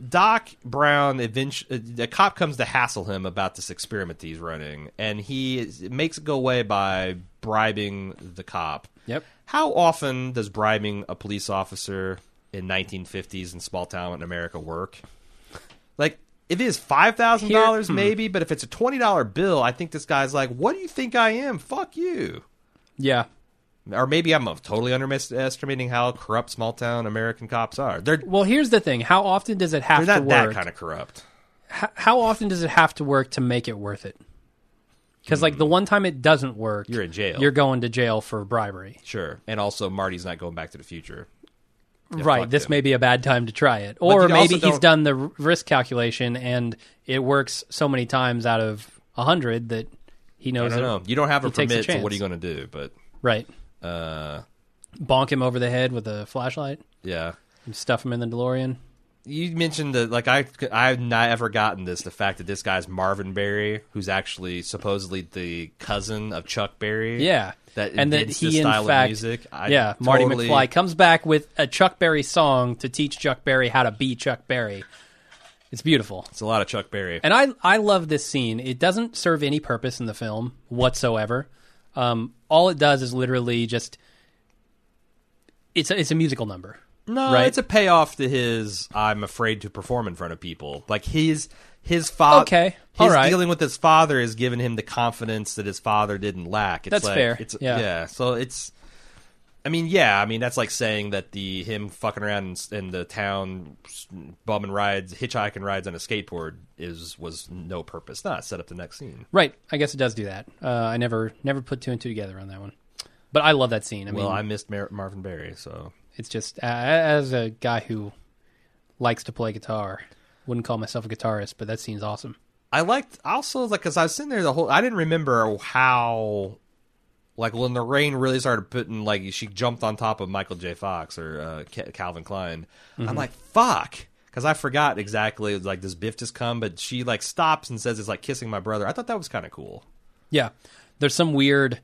A: Doc Brown. Eventually, a cop comes to hassle him about this experiment he's running, and he is- makes it go away by bribing the cop.
B: Yep.
A: How often does bribing a police officer in 1950s in small town in America work? Like, if it is five thousand dollars, maybe, but if it's a twenty dollar bill, I think this guy's like, "What do you think I am? Fuck you."
B: yeah.
A: or maybe I'm totally underestimating how corrupt small town American cops are. They're
B: Well, here's the thing: how often does it have
A: they're not
B: to
A: that
B: work?
A: kind of corrupt.
B: H- how often does it have to work to make it worth it? Because like the one time it doesn't work,
A: Hmm. You're in jail.
B: You're going to jail for bribery,
A: Sure, and also Marty's not going back to the future.
B: right?
A: fuck
B: This
A: him.
B: may be a bad time to try it,
A: you
B: or
A: also
B: maybe he's
A: don't-
B: done the r- risk calculation and it works so many times out of a hundred that
A: I
B: he knows.
A: don't
B: it-
A: know. You don't have a
B: He takes a
A: permit, so
B: chance.
A: what are you going to do? But
B: right?
A: uh,
B: Bonk him over the head with a flashlight
A: yeah,
B: and stuff him in the DeLorean.
A: you mentioned that. Like I, I've not ever gotten this. The fact that this guy's Marvin Berry, who's actually supposedly the cousin of Chuck Berry.
B: Yeah,
A: that
B: and that
A: invents
B: he
A: this
B: in
A: style
B: fact,
A: of music. I
B: yeah, Marty
A: totally-
B: McFly comes back with a Chuck Berry song to teach Chuck Berry how to be Chuck Berry. It's beautiful.
A: It's a lot of Chuck Berry.
B: And I I love this scene. It doesn't serve any purpose in the film whatsoever. Um, all it does is literally just it's a, it's a musical number.
A: No,
B: right?
A: it's a payoff to his I'm afraid to perform in front of people. Like his his father
B: Okay,
A: his
B: all right.
A: dealing with his father has given him the confidence that his father didn't lack. It's
B: That's
A: like,
B: fair,
A: It's
B: yeah.
A: So it's I mean, yeah. I mean, that's like saying that the him fucking around in, s- in the town, s- bumming rides, hitchhiking rides on a skateboard is was no purpose. Not set up the next scene.
B: Right. I guess it does do that. Uh, I never never put two and two together on that one. But I love that scene. I
A: Well,
B: mean,
A: I missed Mar- Marvin Berry, so
B: it's just uh, as a guy who likes to play guitar, wouldn't call myself a guitarist, but that scene's awesome.
A: I liked also like because I was sitting there the whole. I didn't remember how like when the rain really started putting like she jumped on top of Michael J. Fox or uh, Ca- Calvin Klein. I'm like fuck because I forgot exactly it was like this Biff just come, but she like stops and says it's like kissing my brother. I thought that was kind of cool.
B: Yeah. There's some weird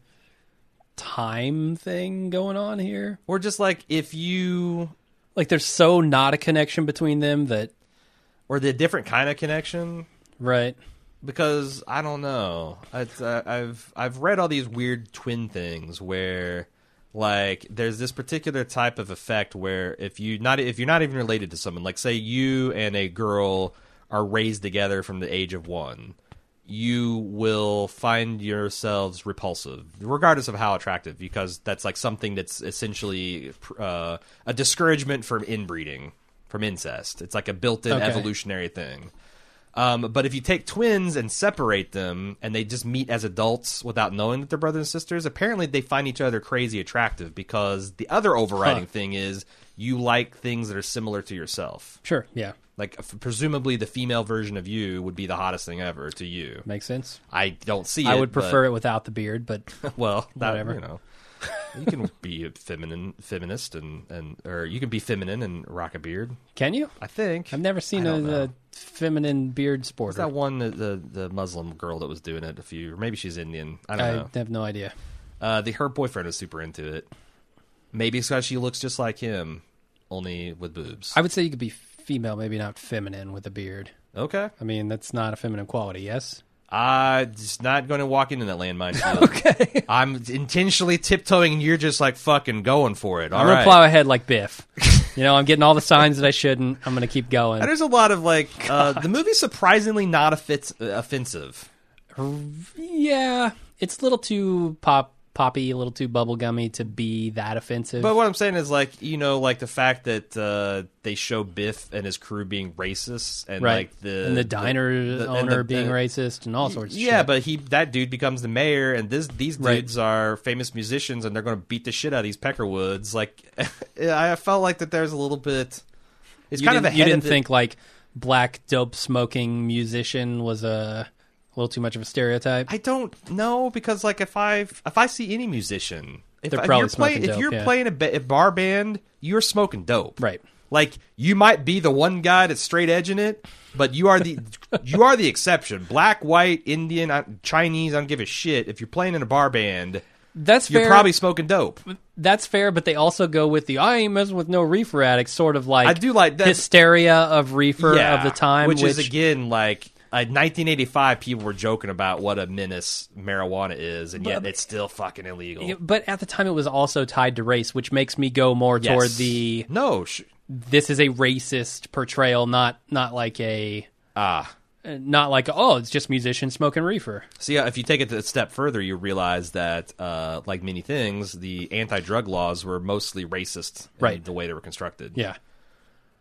B: time thing going on here.
A: Or just like if you
B: Like there's so not a connection between them that
A: or the different kind of connection
B: right.
A: because I don't know. It's, uh, I've I've read all these weird twin things where like there's this particular type of effect where if you not if you're not even related to someone, like say you and a girl are raised together from the age of one, you will find yourselves repulsive, regardless of how attractive, because that's like something that's essentially uh, a discouragement from inbreeding, from incest. It's like a built-in
B: Okay.
A: evolutionary thing. Um, but if you take twins and separate them, and they just meet as adults without knowing that they're brothers and sisters, apparently they find each other crazy attractive because the other overriding
B: Huh.
A: thing is you like things that are similar to yourself.
B: Sure. Yeah.
A: Like f- presumably, the female version of you would be the hottest thing ever to you.
B: Makes sense.
A: I don't see.
B: I
A: it,
B: would
A: but-
B: prefer it without the beard, but
A: well, that,
B: Whatever.
A: You know, you can be a feminine, feminist, and and or you can be feminine and rock a beard.
B: can you?
A: I think
B: I've never seen uh,
A: I
B: a,
A: don't know.
B: a feminine beard
A: Is that
B: sporter.
A: one the, the the Muslim girl that was doing it? A few, or maybe she's Indian. I don't
B: I
A: know.
B: have no idea.
A: Uh, the her boyfriend was super into it. Maybe it's because she looks just like him, only with boobs.
B: I would say you could be female, maybe not feminine with a beard.
A: okay,
B: I mean, that's not a feminine quality, yes?
A: I'm just not going to walk into that landmine. okay, I'm intentionally tiptoeing, and you're just like fucking going for it. All
B: I'm
A: right.
B: going to plow ahead like Biff. you know, I'm getting all the signs that I shouldn't. I'm going to keep going.
A: And there's a lot of like uh, the movie's surprisingly not offits- uh, offensive.
B: Yeah, it's a little too pop poppy, a little too bubblegummy to be that offensive.
A: But what I'm saying is like you know like the fact that uh, they show Biff and his crew being racist and
B: right.
A: like the
B: and the diner
A: the- and
B: owner
A: the-
B: being
A: uh,
B: racist and all sorts of
A: Yeah,
B: shit.
A: but he that dude becomes the mayor, and this these
B: Right.
A: dudes are famous musicians, and they're going to beat the shit out of these Peckerwoods. Like, I felt like that there's a little bit. It's
B: you
A: kind of
B: didn't,
A: a
B: you didn't think like black dope smoking musician was a, a little too much of a stereotype.
A: I don't know because like if I if I see any musician, if,
B: They're
A: if
B: probably
A: you're playing
B: smoking
A: if
B: dope,
A: you're
B: yeah.
A: playing a, ba- a bar band, you're smoking dope,
B: Right.
A: Like you might be the one guy that's straight edging it, but you are the you are the exception. Black, white, Indian, I- Chinese, I don't give a shit. If you're playing in a bar band,
B: That's
A: you're
B: fair.
A: probably smoking dope.
B: that's fair, but they also go with the I ain't messing with no reefer addicts, sort of like
A: I do like that-
B: hysteria of reefer of the time,
A: which, is again like uh, 1985. People were joking about what a menace marijuana is, and yet
B: But-
A: it's still fucking illegal.
B: it- but at the time it was also tied to race, which makes me go more
A: Yes.
B: toward the
A: no, sh-
B: this is a racist portrayal, not not like a
A: ah.
B: not like oh it's just musicians smoking reefer.
A: See, uh, if you take it a step further, you realize that, uh, like many things, the anti-drug laws were mostly racist, in
B: Right.
A: The way they were constructed,
B: Yeah,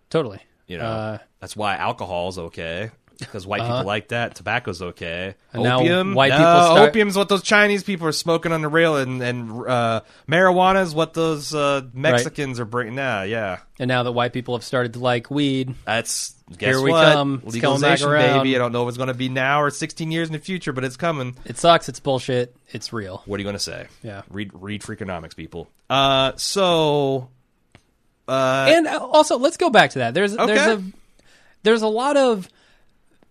B: totally.
A: You know,
B: Uh, Uh-huh.
A: that's why alcohol's okay because white people like that. Tobacco's okay.
B: And now
A: opium,
B: white
A: no,
B: people start-
A: opium's what those Chinese people are smoking on the rail, and and uh, marijuana's what those uh, Mexicans are bringing. Nah, yeah,
B: and now that white people have started to like weed,
A: that's guess
B: Here we
A: what?
B: come. It's coming back
A: Legalization,
B: around.
A: baby. I don't know if it's going to be now or 16 years in the future, but it's coming.
B: it sucks. It's bullshit. It's real.
A: What are you going to say?
B: Yeah.
A: read read Freakonomics, people. Uh, so uh,
B: and uh, also let's go back to that. There's there's a
A: Okay.
B: there's a lot of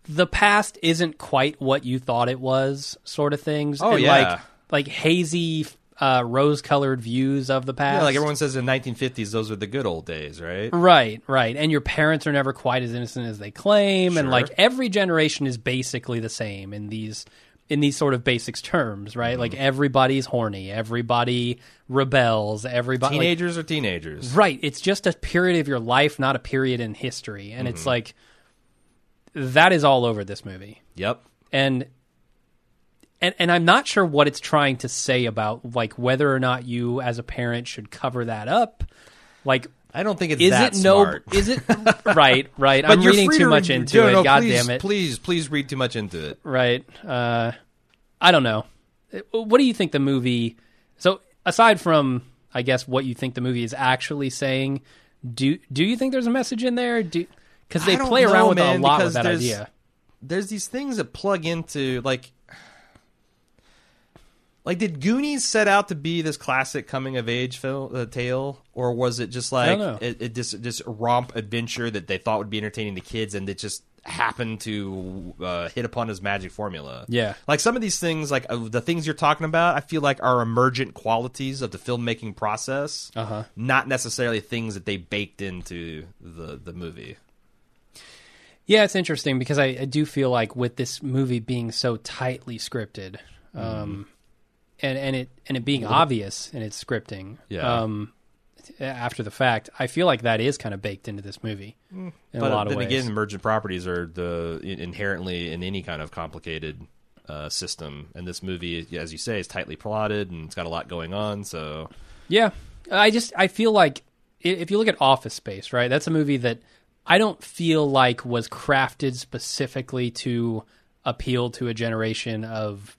B: the past isn't quite what you thought it was, sort of things.
A: Oh,
B: and
A: yeah.
B: like like hazy uh, rose colored views of the past.
A: yeah, like everyone says in the 1950s, those were the good old days, right?
B: Right, right. And your parents are never quite as innocent as they claim and
A: Sure.
B: like every generation is basically the same in these in these sort of basics terms, right?
A: Mm-hmm.
B: Like everybody's horny, everybody rebels, everybody like,
A: Teenagers are teenagers.
B: Right. It's just a period of your life, not a period in history. And
A: Mm-hmm.
B: it's like that is all over this movie.
A: Yep.
B: And and and I'm not sure what it's trying to say about like whether or not you as a parent should cover that up. Like
A: I don't think it's
B: is
A: that
B: it no
A: smart.
B: is it right, right. I'm
A: you're
B: reading
A: free
B: too
A: to
B: much
A: read-
B: into
A: no,
B: it.
A: no,
B: God
A: please,
B: damn it.
A: Please, please read too much into it.
B: Right. Uh I don't know. Uh, What do you think the movie so aside from I guess what you think the movie is actually saying, do do you think there's a message in there? Do cuz
A: I
B: they
A: don't
B: play around
A: know,
B: with
A: man,
B: a lot
A: because
B: with that
A: there's-
B: idea.
A: There's these things that plug into like, like did Goonies set out to be this classic coming of age film, uh, tale, or was it just like
B: don't know.
A: it, it just this romp adventure that they thought would be entertaining to kids, and it just happened to uh, hit upon his magic formula?
B: Yeah.
A: like some of these things, like uh, the things you're talking about, I feel like are emergent qualities of the filmmaking process,
B: Uh-huh.
A: not necessarily things that they baked into the the movie.
B: Yeah, it's interesting because I, I do feel like with this movie being so tightly scripted, um, and and it and it being obvious in its scripting,
A: Mm-hmm. Yeah.
B: um, after the fact, I feel like that is kind of baked into this movie in a
A: But uh,
B: lot
A: then
B: of ways.
A: again, emergent properties are the inherently in any kind of complicated uh, system, and this movie, as you say, is tightly plotted and it's got a lot going on. So
B: Yeah, I just I feel like i- if you look at Office Space, right? That's a movie that I don't feel like was crafted specifically to appeal to a generation of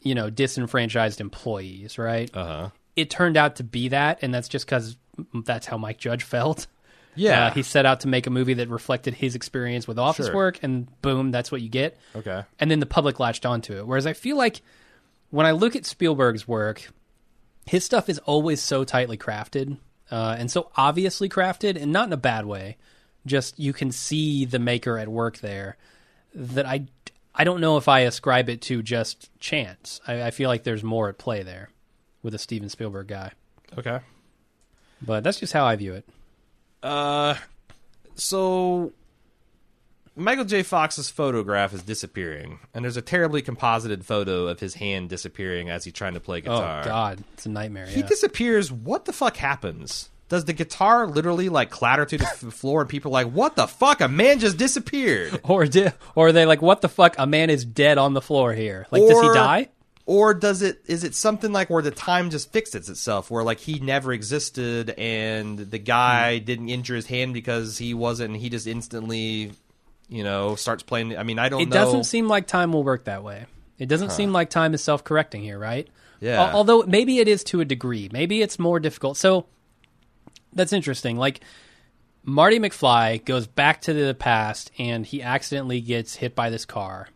B: you know disenfranchised employees, right? Uh
A: Uh-huh.
B: huh. It turned out to be that, and that's just because that's how Mike Judge felt.
A: yeah,
B: Uh, he set out to make a movie that reflected his experience with office
A: Sure.
B: work, and boom, that's what you get
A: okay,
B: and then the public latched onto it. Whereas I feel like when I look at Spielberg's work, his stuff is always so tightly crafted uh, and so obviously crafted, and not in a bad way. Just you can see the maker at work there. That I, I don't know if I ascribe it to just chance. I, I feel like there's more at play there with a Steven Spielberg guy.
A: okay.
B: But that's just how I view it.
A: Uh, so Michael J. Fox's photograph is disappearing, and there's a terribly composited photo of his hand disappearing as he's trying to play
B: Oh
A: guitar.
B: God, it's a nightmare.
A: He
B: yeah.
A: disappears. What the fuck happens? Does the guitar literally like clatter to the f- floor and people are like, what the fuck? A man just disappeared.
B: or di- or are they like, what the fuck? A man is dead on the floor here. Like, does he
A: Or-
B: die?
A: Or does it is it something like where the time just fixes itself, where like he never existed and the
B: Hmm.
A: guy didn't injure his hand because he wasn't and he just instantly, you know, starts playing I mean I don't
B: It
A: know
B: doesn't seem like time will work that way. It doesn't seem like time is self correcting here, right?
A: Yeah.
B: Al- although maybe it is to a degree. Maybe it's more difficult. So that's interesting. Like Marty McFly goes back to the past and he accidentally gets hit by this car,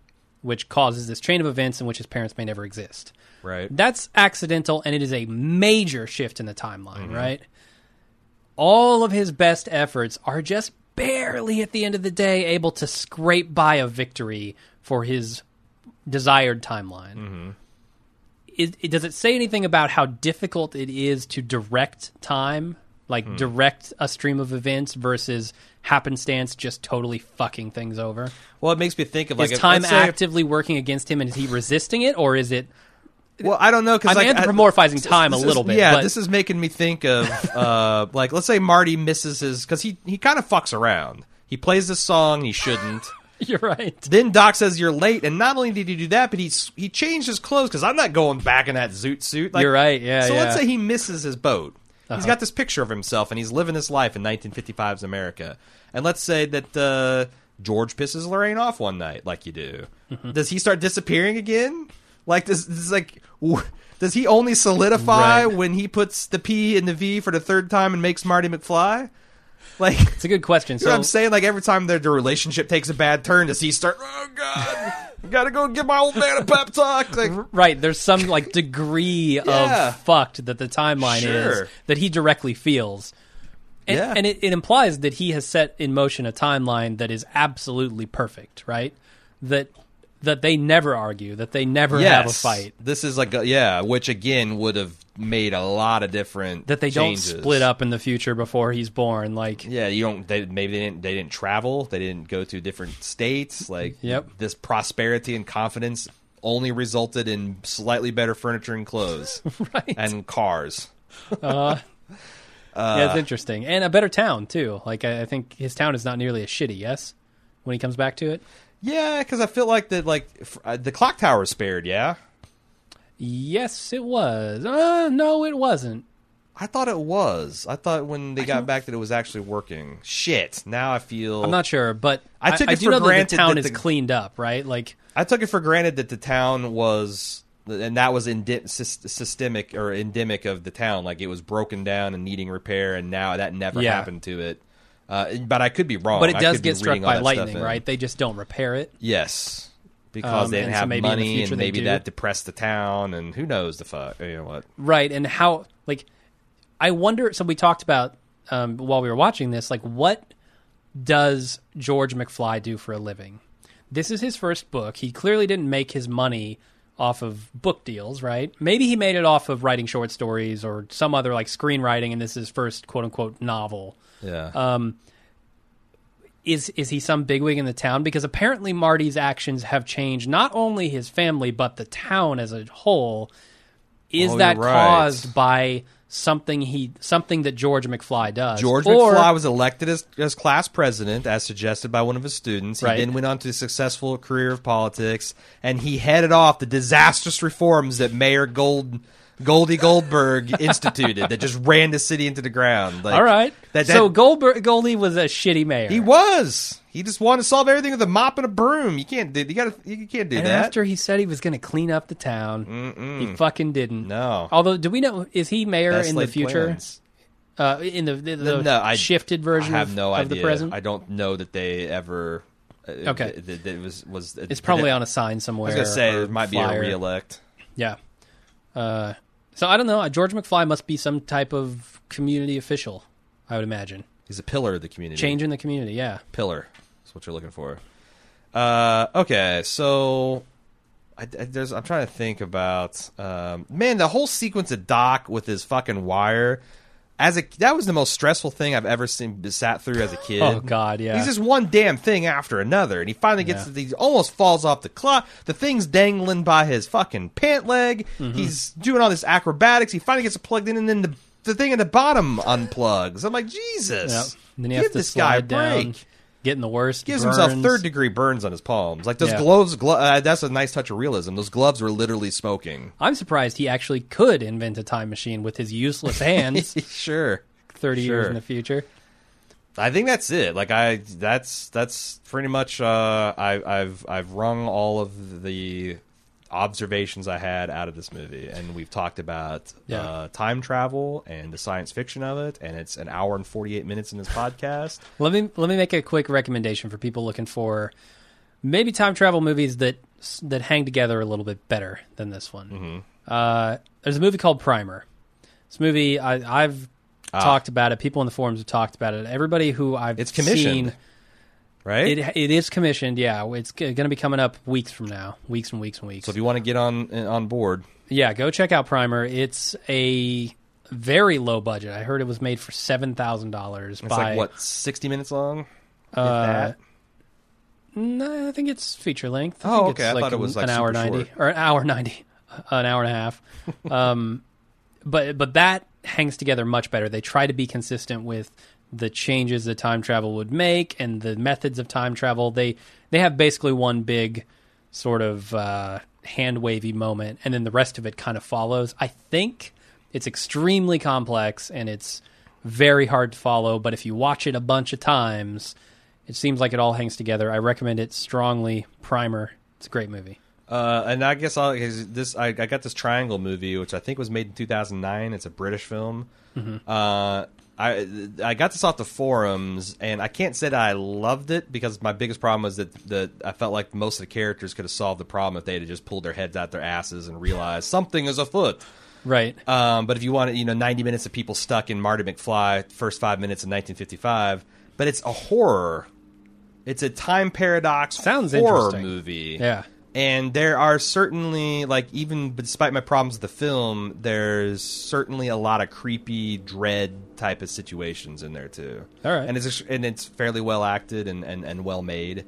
B: which causes this chain of events in which his parents may never exist.
A: right.
B: That's accidental and it is a major shift in the timeline,
A: Mm-hmm.
B: right? All of his best efforts are just barely at the end of the day able to scrape by a victory for his desired timeline.
A: Mm-hmm.
B: Is- it- does it say anything about how difficult it is to direct time, like
A: Hmm.
B: direct a stream of events versus happenstance just totally fucking things over?
A: Well it makes me think of like
B: is
A: if-
B: time
A: let's say-
B: actively working against him and is he resisting it or is it
A: Well, I don't know because
B: I'm
A: like, I-
B: anthropomorphizing
A: this is-
B: time a
A: this
B: little
A: is,
B: bit,
A: Yeah,
B: but-
A: this is making me think of uh, like let's say Marty misses his because he he kind of fucks around. He plays this song and he shouldn't.
B: You're right.
A: then Doc says you're late, and not only did he do that, but he s- he changed his clothes because I'm not going back in that zoot suit. Like,
B: You're right, yeah,
A: So let's
B: yeah. Uh-huh.
A: say he misses his boat. He's got this picture of himself, and he's living his life in 1955's America. And let's say that uh, George pisses Lorraine off one night, like you do.
B: Mm-hmm.
A: Does he start disappearing again? Like does, does like w- does he only solidify
B: Right.
A: when he puts the P in the V for the third time and makes Marty McFly? Like
B: It's a good question.
A: you know what
B: So
A: I'm saying? Like every time their, their relationship takes a bad turn, does he start? Oh God, gotta go get my old man a pep talk. Like,
B: right, there's some like degree
A: Yeah.
B: of fucked that the timeline
A: Sure.
B: is that he directly feels. And,
A: Yeah.
B: and it, it implies that he has set in motion a timeline that is absolutely perfect, right? That that they never argue, that they never have a
A: yes,
B: fight,
A: This is like, a, yeah, which again would have made a lot of different
B: that they
A: changes.
B: don't split up in the future before he's born. Like
A: Yeah, you don't. They, maybe they didn't. They didn't travel. They didn't go to different states. Like,
B: Yep.
A: this prosperity and confidence only resulted in slightly better furniture and clothes
B: right.
A: and cars.
B: yeah, it's interesting. And a better town too. Like I, I think his town is not nearly as shitty, yes? When he comes back to it.
A: Yeah, because I feel like that. Like f- uh, the clock tower is spared. Yeah.
B: Yes, it was. Uh, no, it wasn't.
A: I thought it was. I thought when they got back that it was actually working. Shit. Now I feel.
B: I'm not sure, but
A: I
B: I,
A: took
B: I
A: it
B: do
A: for
B: know that
A: granted
B: the town
A: that
B: is
A: the-
B: cleaned up, right? Like,
A: I took it for granted that the town was, and that was indi- sys- systemic or endemic of the town. Like it was broken down and needing repair, and now that never
B: Yeah.
A: happened to it. Uh, but I could be wrong.
B: but it
A: I
B: does
A: could be
B: get struck
A: reading all
B: by
A: that stuff
B: lightning,
A: in.
B: right? They just don't repair it.
A: Yes, because
B: Um,
A: they didn't
B: and so
A: have
B: maybe in the
A: money,
B: future
A: and
B: they
A: maybe
B: do.
A: that depressed the town, and who knows the fuck. You know what?
B: right and how like i wonder so we talked about um, while we were watching this like what does george mcfly do for a living this is his first book he clearly didn't make his money off of book deals right maybe he made it off of writing short stories or some other like screenwriting and this is his first quote unquote novel
A: Yeah.
B: is is he some bigwig in the town? Because apparently Marty's actions have changed not only his family but the town as a whole. Is
A: Oh,
B: that
A: you're right.
B: caused by something he something that George McFly does?
A: George
B: Or-
A: McFly was elected as, as class president, as suggested by one of his students. He
B: Right.
A: then went on to a successful career of politics, and he headed off the disastrous reforms that Mayor Gold, Goldie Goldberg instituted that just ran the city into the ground. Like,
B: all right.
A: That, that,
B: so Goldberg, Goldie was a shitty mayor.
A: he was. He just wanted to solve everything with a mop and a broom. You can't do. You gotta. You can't do
B: and
A: that.
B: after he said he was going to clean up the town, he fucking didn't.
A: No.
B: Although, do we know is he mayor
A: Best
B: in the
A: laid
B: future?
A: plans.
B: Uh, in the the, the
A: No, I
B: shifted version
A: I have
B: of,
A: no
B: of
A: idea.
B: the present?
A: I don't know that they ever. uh,
B: Okay.
A: That, that it was was.
B: it's probably on a sign somewhere.
A: I was gonna say
B: or
A: it might be
B: flyer.
A: a reelect.
B: Yeah. Uh, so I don't know. George McFly must be some type of community official, I would imagine.
A: He's a pillar of the community.
B: Change in the community, yeah.
A: pillar. That's what you're looking for. Uh, okay, so I, I- there's I'm trying to think about um, man the whole sequence of Doc with his fucking wire. As a that was the most stressful thing I've ever seen sat through as a kid.
B: Oh, God, yeah.
A: He's just one damn thing after another, and he finally gets
B: Yeah.
A: to the, he almost falls off the clock. The thing's dangling by his fucking pant leg.
B: Mm-hmm.
A: He's doing all this acrobatics. He finally gets it plugged in, and then the the thing at the bottom unplugs. I'm like, Jesus!
B: Yep. And then he
A: give
B: has to
A: this guy a
B: slide down,
A: break
B: getting the worst.
A: gives
B: burns.
A: himself third degree burns on his palms. Like those
B: Yeah.
A: gloves, glo- uh, that's a nice touch of realism. Those gloves were literally smoking.
B: I'm surprised he actually could invent a time machine with his useless hands
A: sure,
B: 30 years
A: Sure.
B: in the future.
A: I think that's it. Like I, that's that's pretty much. Uh, I, I've I've wrung all of the observations I had out of this movie, and we've talked about
B: Yeah.
A: uh, time travel and the science fiction of it, and it's an hour and forty eight minutes in this podcast.
B: Let me let me make a quick recommendation for people looking for maybe time travel movies that that hang together a little bit better than this one.
A: Mm-hmm.
B: Uh, there's a movie called Primer. This movie I, I've talked about it. People in the forums have talked about it. Everybody who I've
A: Ah. It's
B: seen,
A: commissioned, right?
B: it it is commissioned. Yeah, it's going to be coming up weeks from now, weeks and weeks and weeks.
A: so if you want to get on on board,
B: yeah, go check out Primer. It's a very low budget. I heard it was made for seven thousand dollars
A: it's
B: by
A: like what sixty minutes long. If
B: Uh,
A: that.
B: No, I think it's feature length. I
A: Oh,
B: think
A: okay.
B: It's
A: I
B: like
A: thought it was, like,
B: an hour
A: super
B: ninety
A: short.
B: or an hour ninety, an hour and a half. um, but but that hangs together much better. They try to be consistent with the changes that time travel would make and the methods of time travel. They they have basically one big sort of uh, hand wavy moment, and then the rest of it kind of follows. I think it's extremely complex and it's very hard to follow. But if you watch it a bunch of times, it seems like it all hangs together. I recommend it strongly. Primer. It's a great movie.
A: Uh, and I guess I'll, 'cause this I, I got this Triangle movie, which I think was made in 2009. It's a British film.
B: Mm-hmm.
A: Uh, I I got this off the forums, and I can't say that I loved it because my biggest problem was that the I felt like most of the characters could have solved the problem if they had just pulled their heads out their asses and realized something is afoot.
B: Right.
A: Um, but if you want, to, you know, 90 minutes of people stuck in Marty McFly, first five minutes in 1955. But it's a horror. It's a time paradox
B: Sounds
A: horror
B: interesting.
A: movie.
B: Yeah.
A: And there are certainly like even despite my problems with the film, there's certainly a lot of creepy dread type of situations in there too.
B: All right.
A: and it's and it's fairly well acted and and, and well made.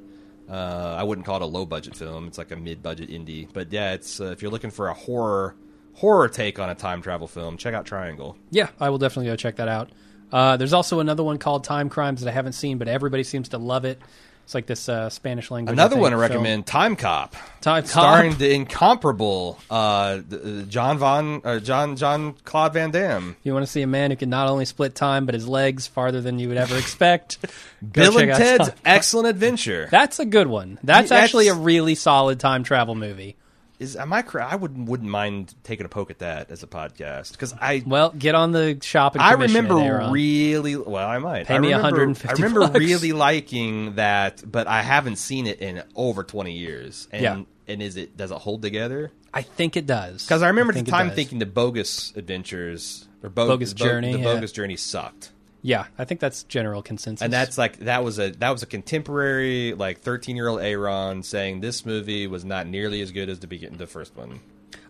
A: Uh, I wouldn't call it a low budget film; it's like a mid budget indie. But yeah, it's uh, if you're looking for a horror horror take on a time travel film, check out Triangle.
B: Yeah, I will definitely go check that out. Uh, there's also another one called Time Crimes that I haven't seen, but everybody seems to love it. It's like this uh, Spanish language.
A: Another
B: thing,
A: one I
B: so-
A: recommend, Time Cop,
B: Time Cop.
A: starring the incomparable uh, th- uh, John Von uh, John John Claude Van Damme.
B: You want to see a man who can not only split time but his legs farther than you would ever expect? Go
A: Bill
B: check
A: and
B: out
A: Ted's
B: Time-
A: Excellent Adventure.
B: That's a good one. That's
A: Yeah, that's-
B: actually a really solid time travel movie.
A: Is am I? cor- I wouldn't wouldn't mind taking a poke at that as a podcast because I
B: Well, get on the shopping.
A: I
B: commission
A: remember
B: it, Aaron.
A: really well. I might
B: Pay
A: I
B: me
A: remember,
B: 150
A: I remember
B: bucks.
A: really liking that, but I haven't seen it in over twenty years. And,
B: Yeah.
A: and is it does it hold together?
B: I think it does
A: Because I remember at
B: think
A: the
B: it
A: time
B: does.
A: thinking the bogus adventures or bo-
B: Bogus
A: bo-
B: Journey,
A: the
B: yeah.
A: bogus journey sucked.
B: Yeah, I think that's general consensus.
A: And that's like that was a that was a contemporary like thirteen year old Aaron saying this movie was not nearly as good as the begin the first one.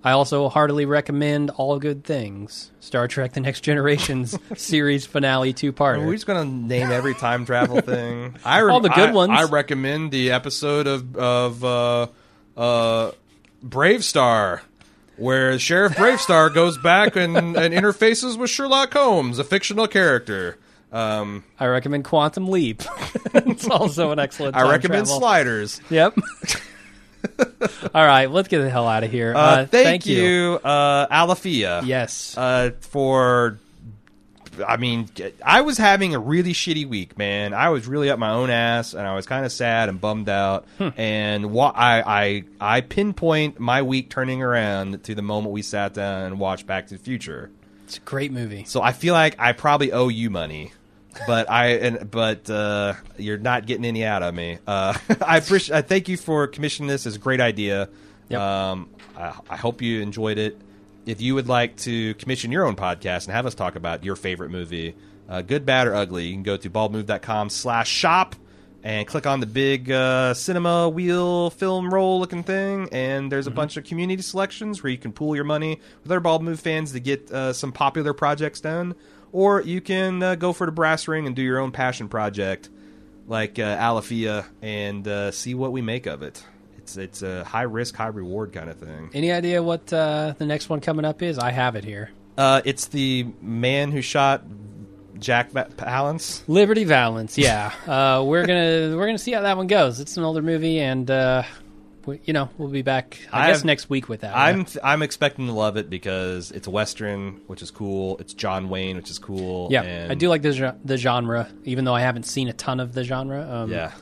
B: I also heartily recommend All Good Things, Star Trek: The Next Generation's series finale
A: Are we
B: two-parter.
A: just gonna name every time travel thing? I
B: All the good
A: I-
B: ones.
A: I recommend the episode of of uh, uh, Brave Star, where Sheriff Brave Star goes back and, and interfaces with Sherlock Holmes, a fictional character. Um,
B: I recommend Quantum Leap. it's also an excellent.
A: I
B: time
A: recommend
B: travel.
A: Sliders.
B: Yep. All right, let's get the hell out of here. Uh,
A: Uh, thank, you, uh, Alafia.
B: Yes.
A: uh, for I mean, I was having a really shitty week, man. I was really up my own ass, and I was kind of sad and bummed out. And wa- I, I, I pinpoint my week turning around to the moment we sat down and watched Back to the Future.
B: it's a great movie.
A: So I feel like I probably owe you money, but I, and, but uh, you're not getting any out of me. Uh, I appreciate. I thank you for commissioning this. It's a great idea.
B: Yep.
A: Um, I, I hope you enjoyed it. If you would like to commission your own podcast and have us talk about your favorite movie, uh, good, bad, or ugly, you can go to baldmove.com slash shop and click on the big uh, cinema wheel film roll looking thing. And there's a bunch of community selections where you can pool your money with other Bald Move fans to get uh, some popular projects done. Or you can uh, go for the brass ring and do your own passion project like uh, Alafia and uh, see what we make of it. It's it's a high risk, high reward kind of thing.
B: Any idea what uh, the next one coming up is? I have it here.
A: Uh, it's the man who shot Jack Va- Palance.
B: Liberty Valance. Yeah, uh, we're gonna we're gonna see how that one goes. It's an older movie, and uh, we, you know we'll be back. I,
A: I
B: guess
A: have-
B: next week with that.
A: I'm I'm expecting to love it because it's a western, which is cool. It's John Wayne, which is cool.
B: yeah,
A: and-
B: I do like the gen- the genre, even though I haven't seen a ton of the genre. Um,
A: Yeah.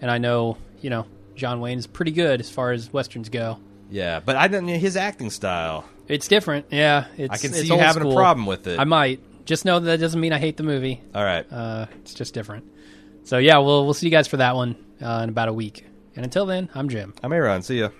B: and I know you know John Wayne is pretty good as far as westerns go.
A: Yeah, but I don't know his acting style.
B: It's different. Yeah, it's,
A: I can
B: it's
A: see you
B: old
A: having a
B: school.
A: problem with it.
B: I might just know that, that doesn't mean I hate the movie.
A: All right.
B: Uh, it's just different. So yeah, we'll we'll see you guys for that one uh, in about a week. And until then, I'm Jim.
A: I'm Aaron. See ya.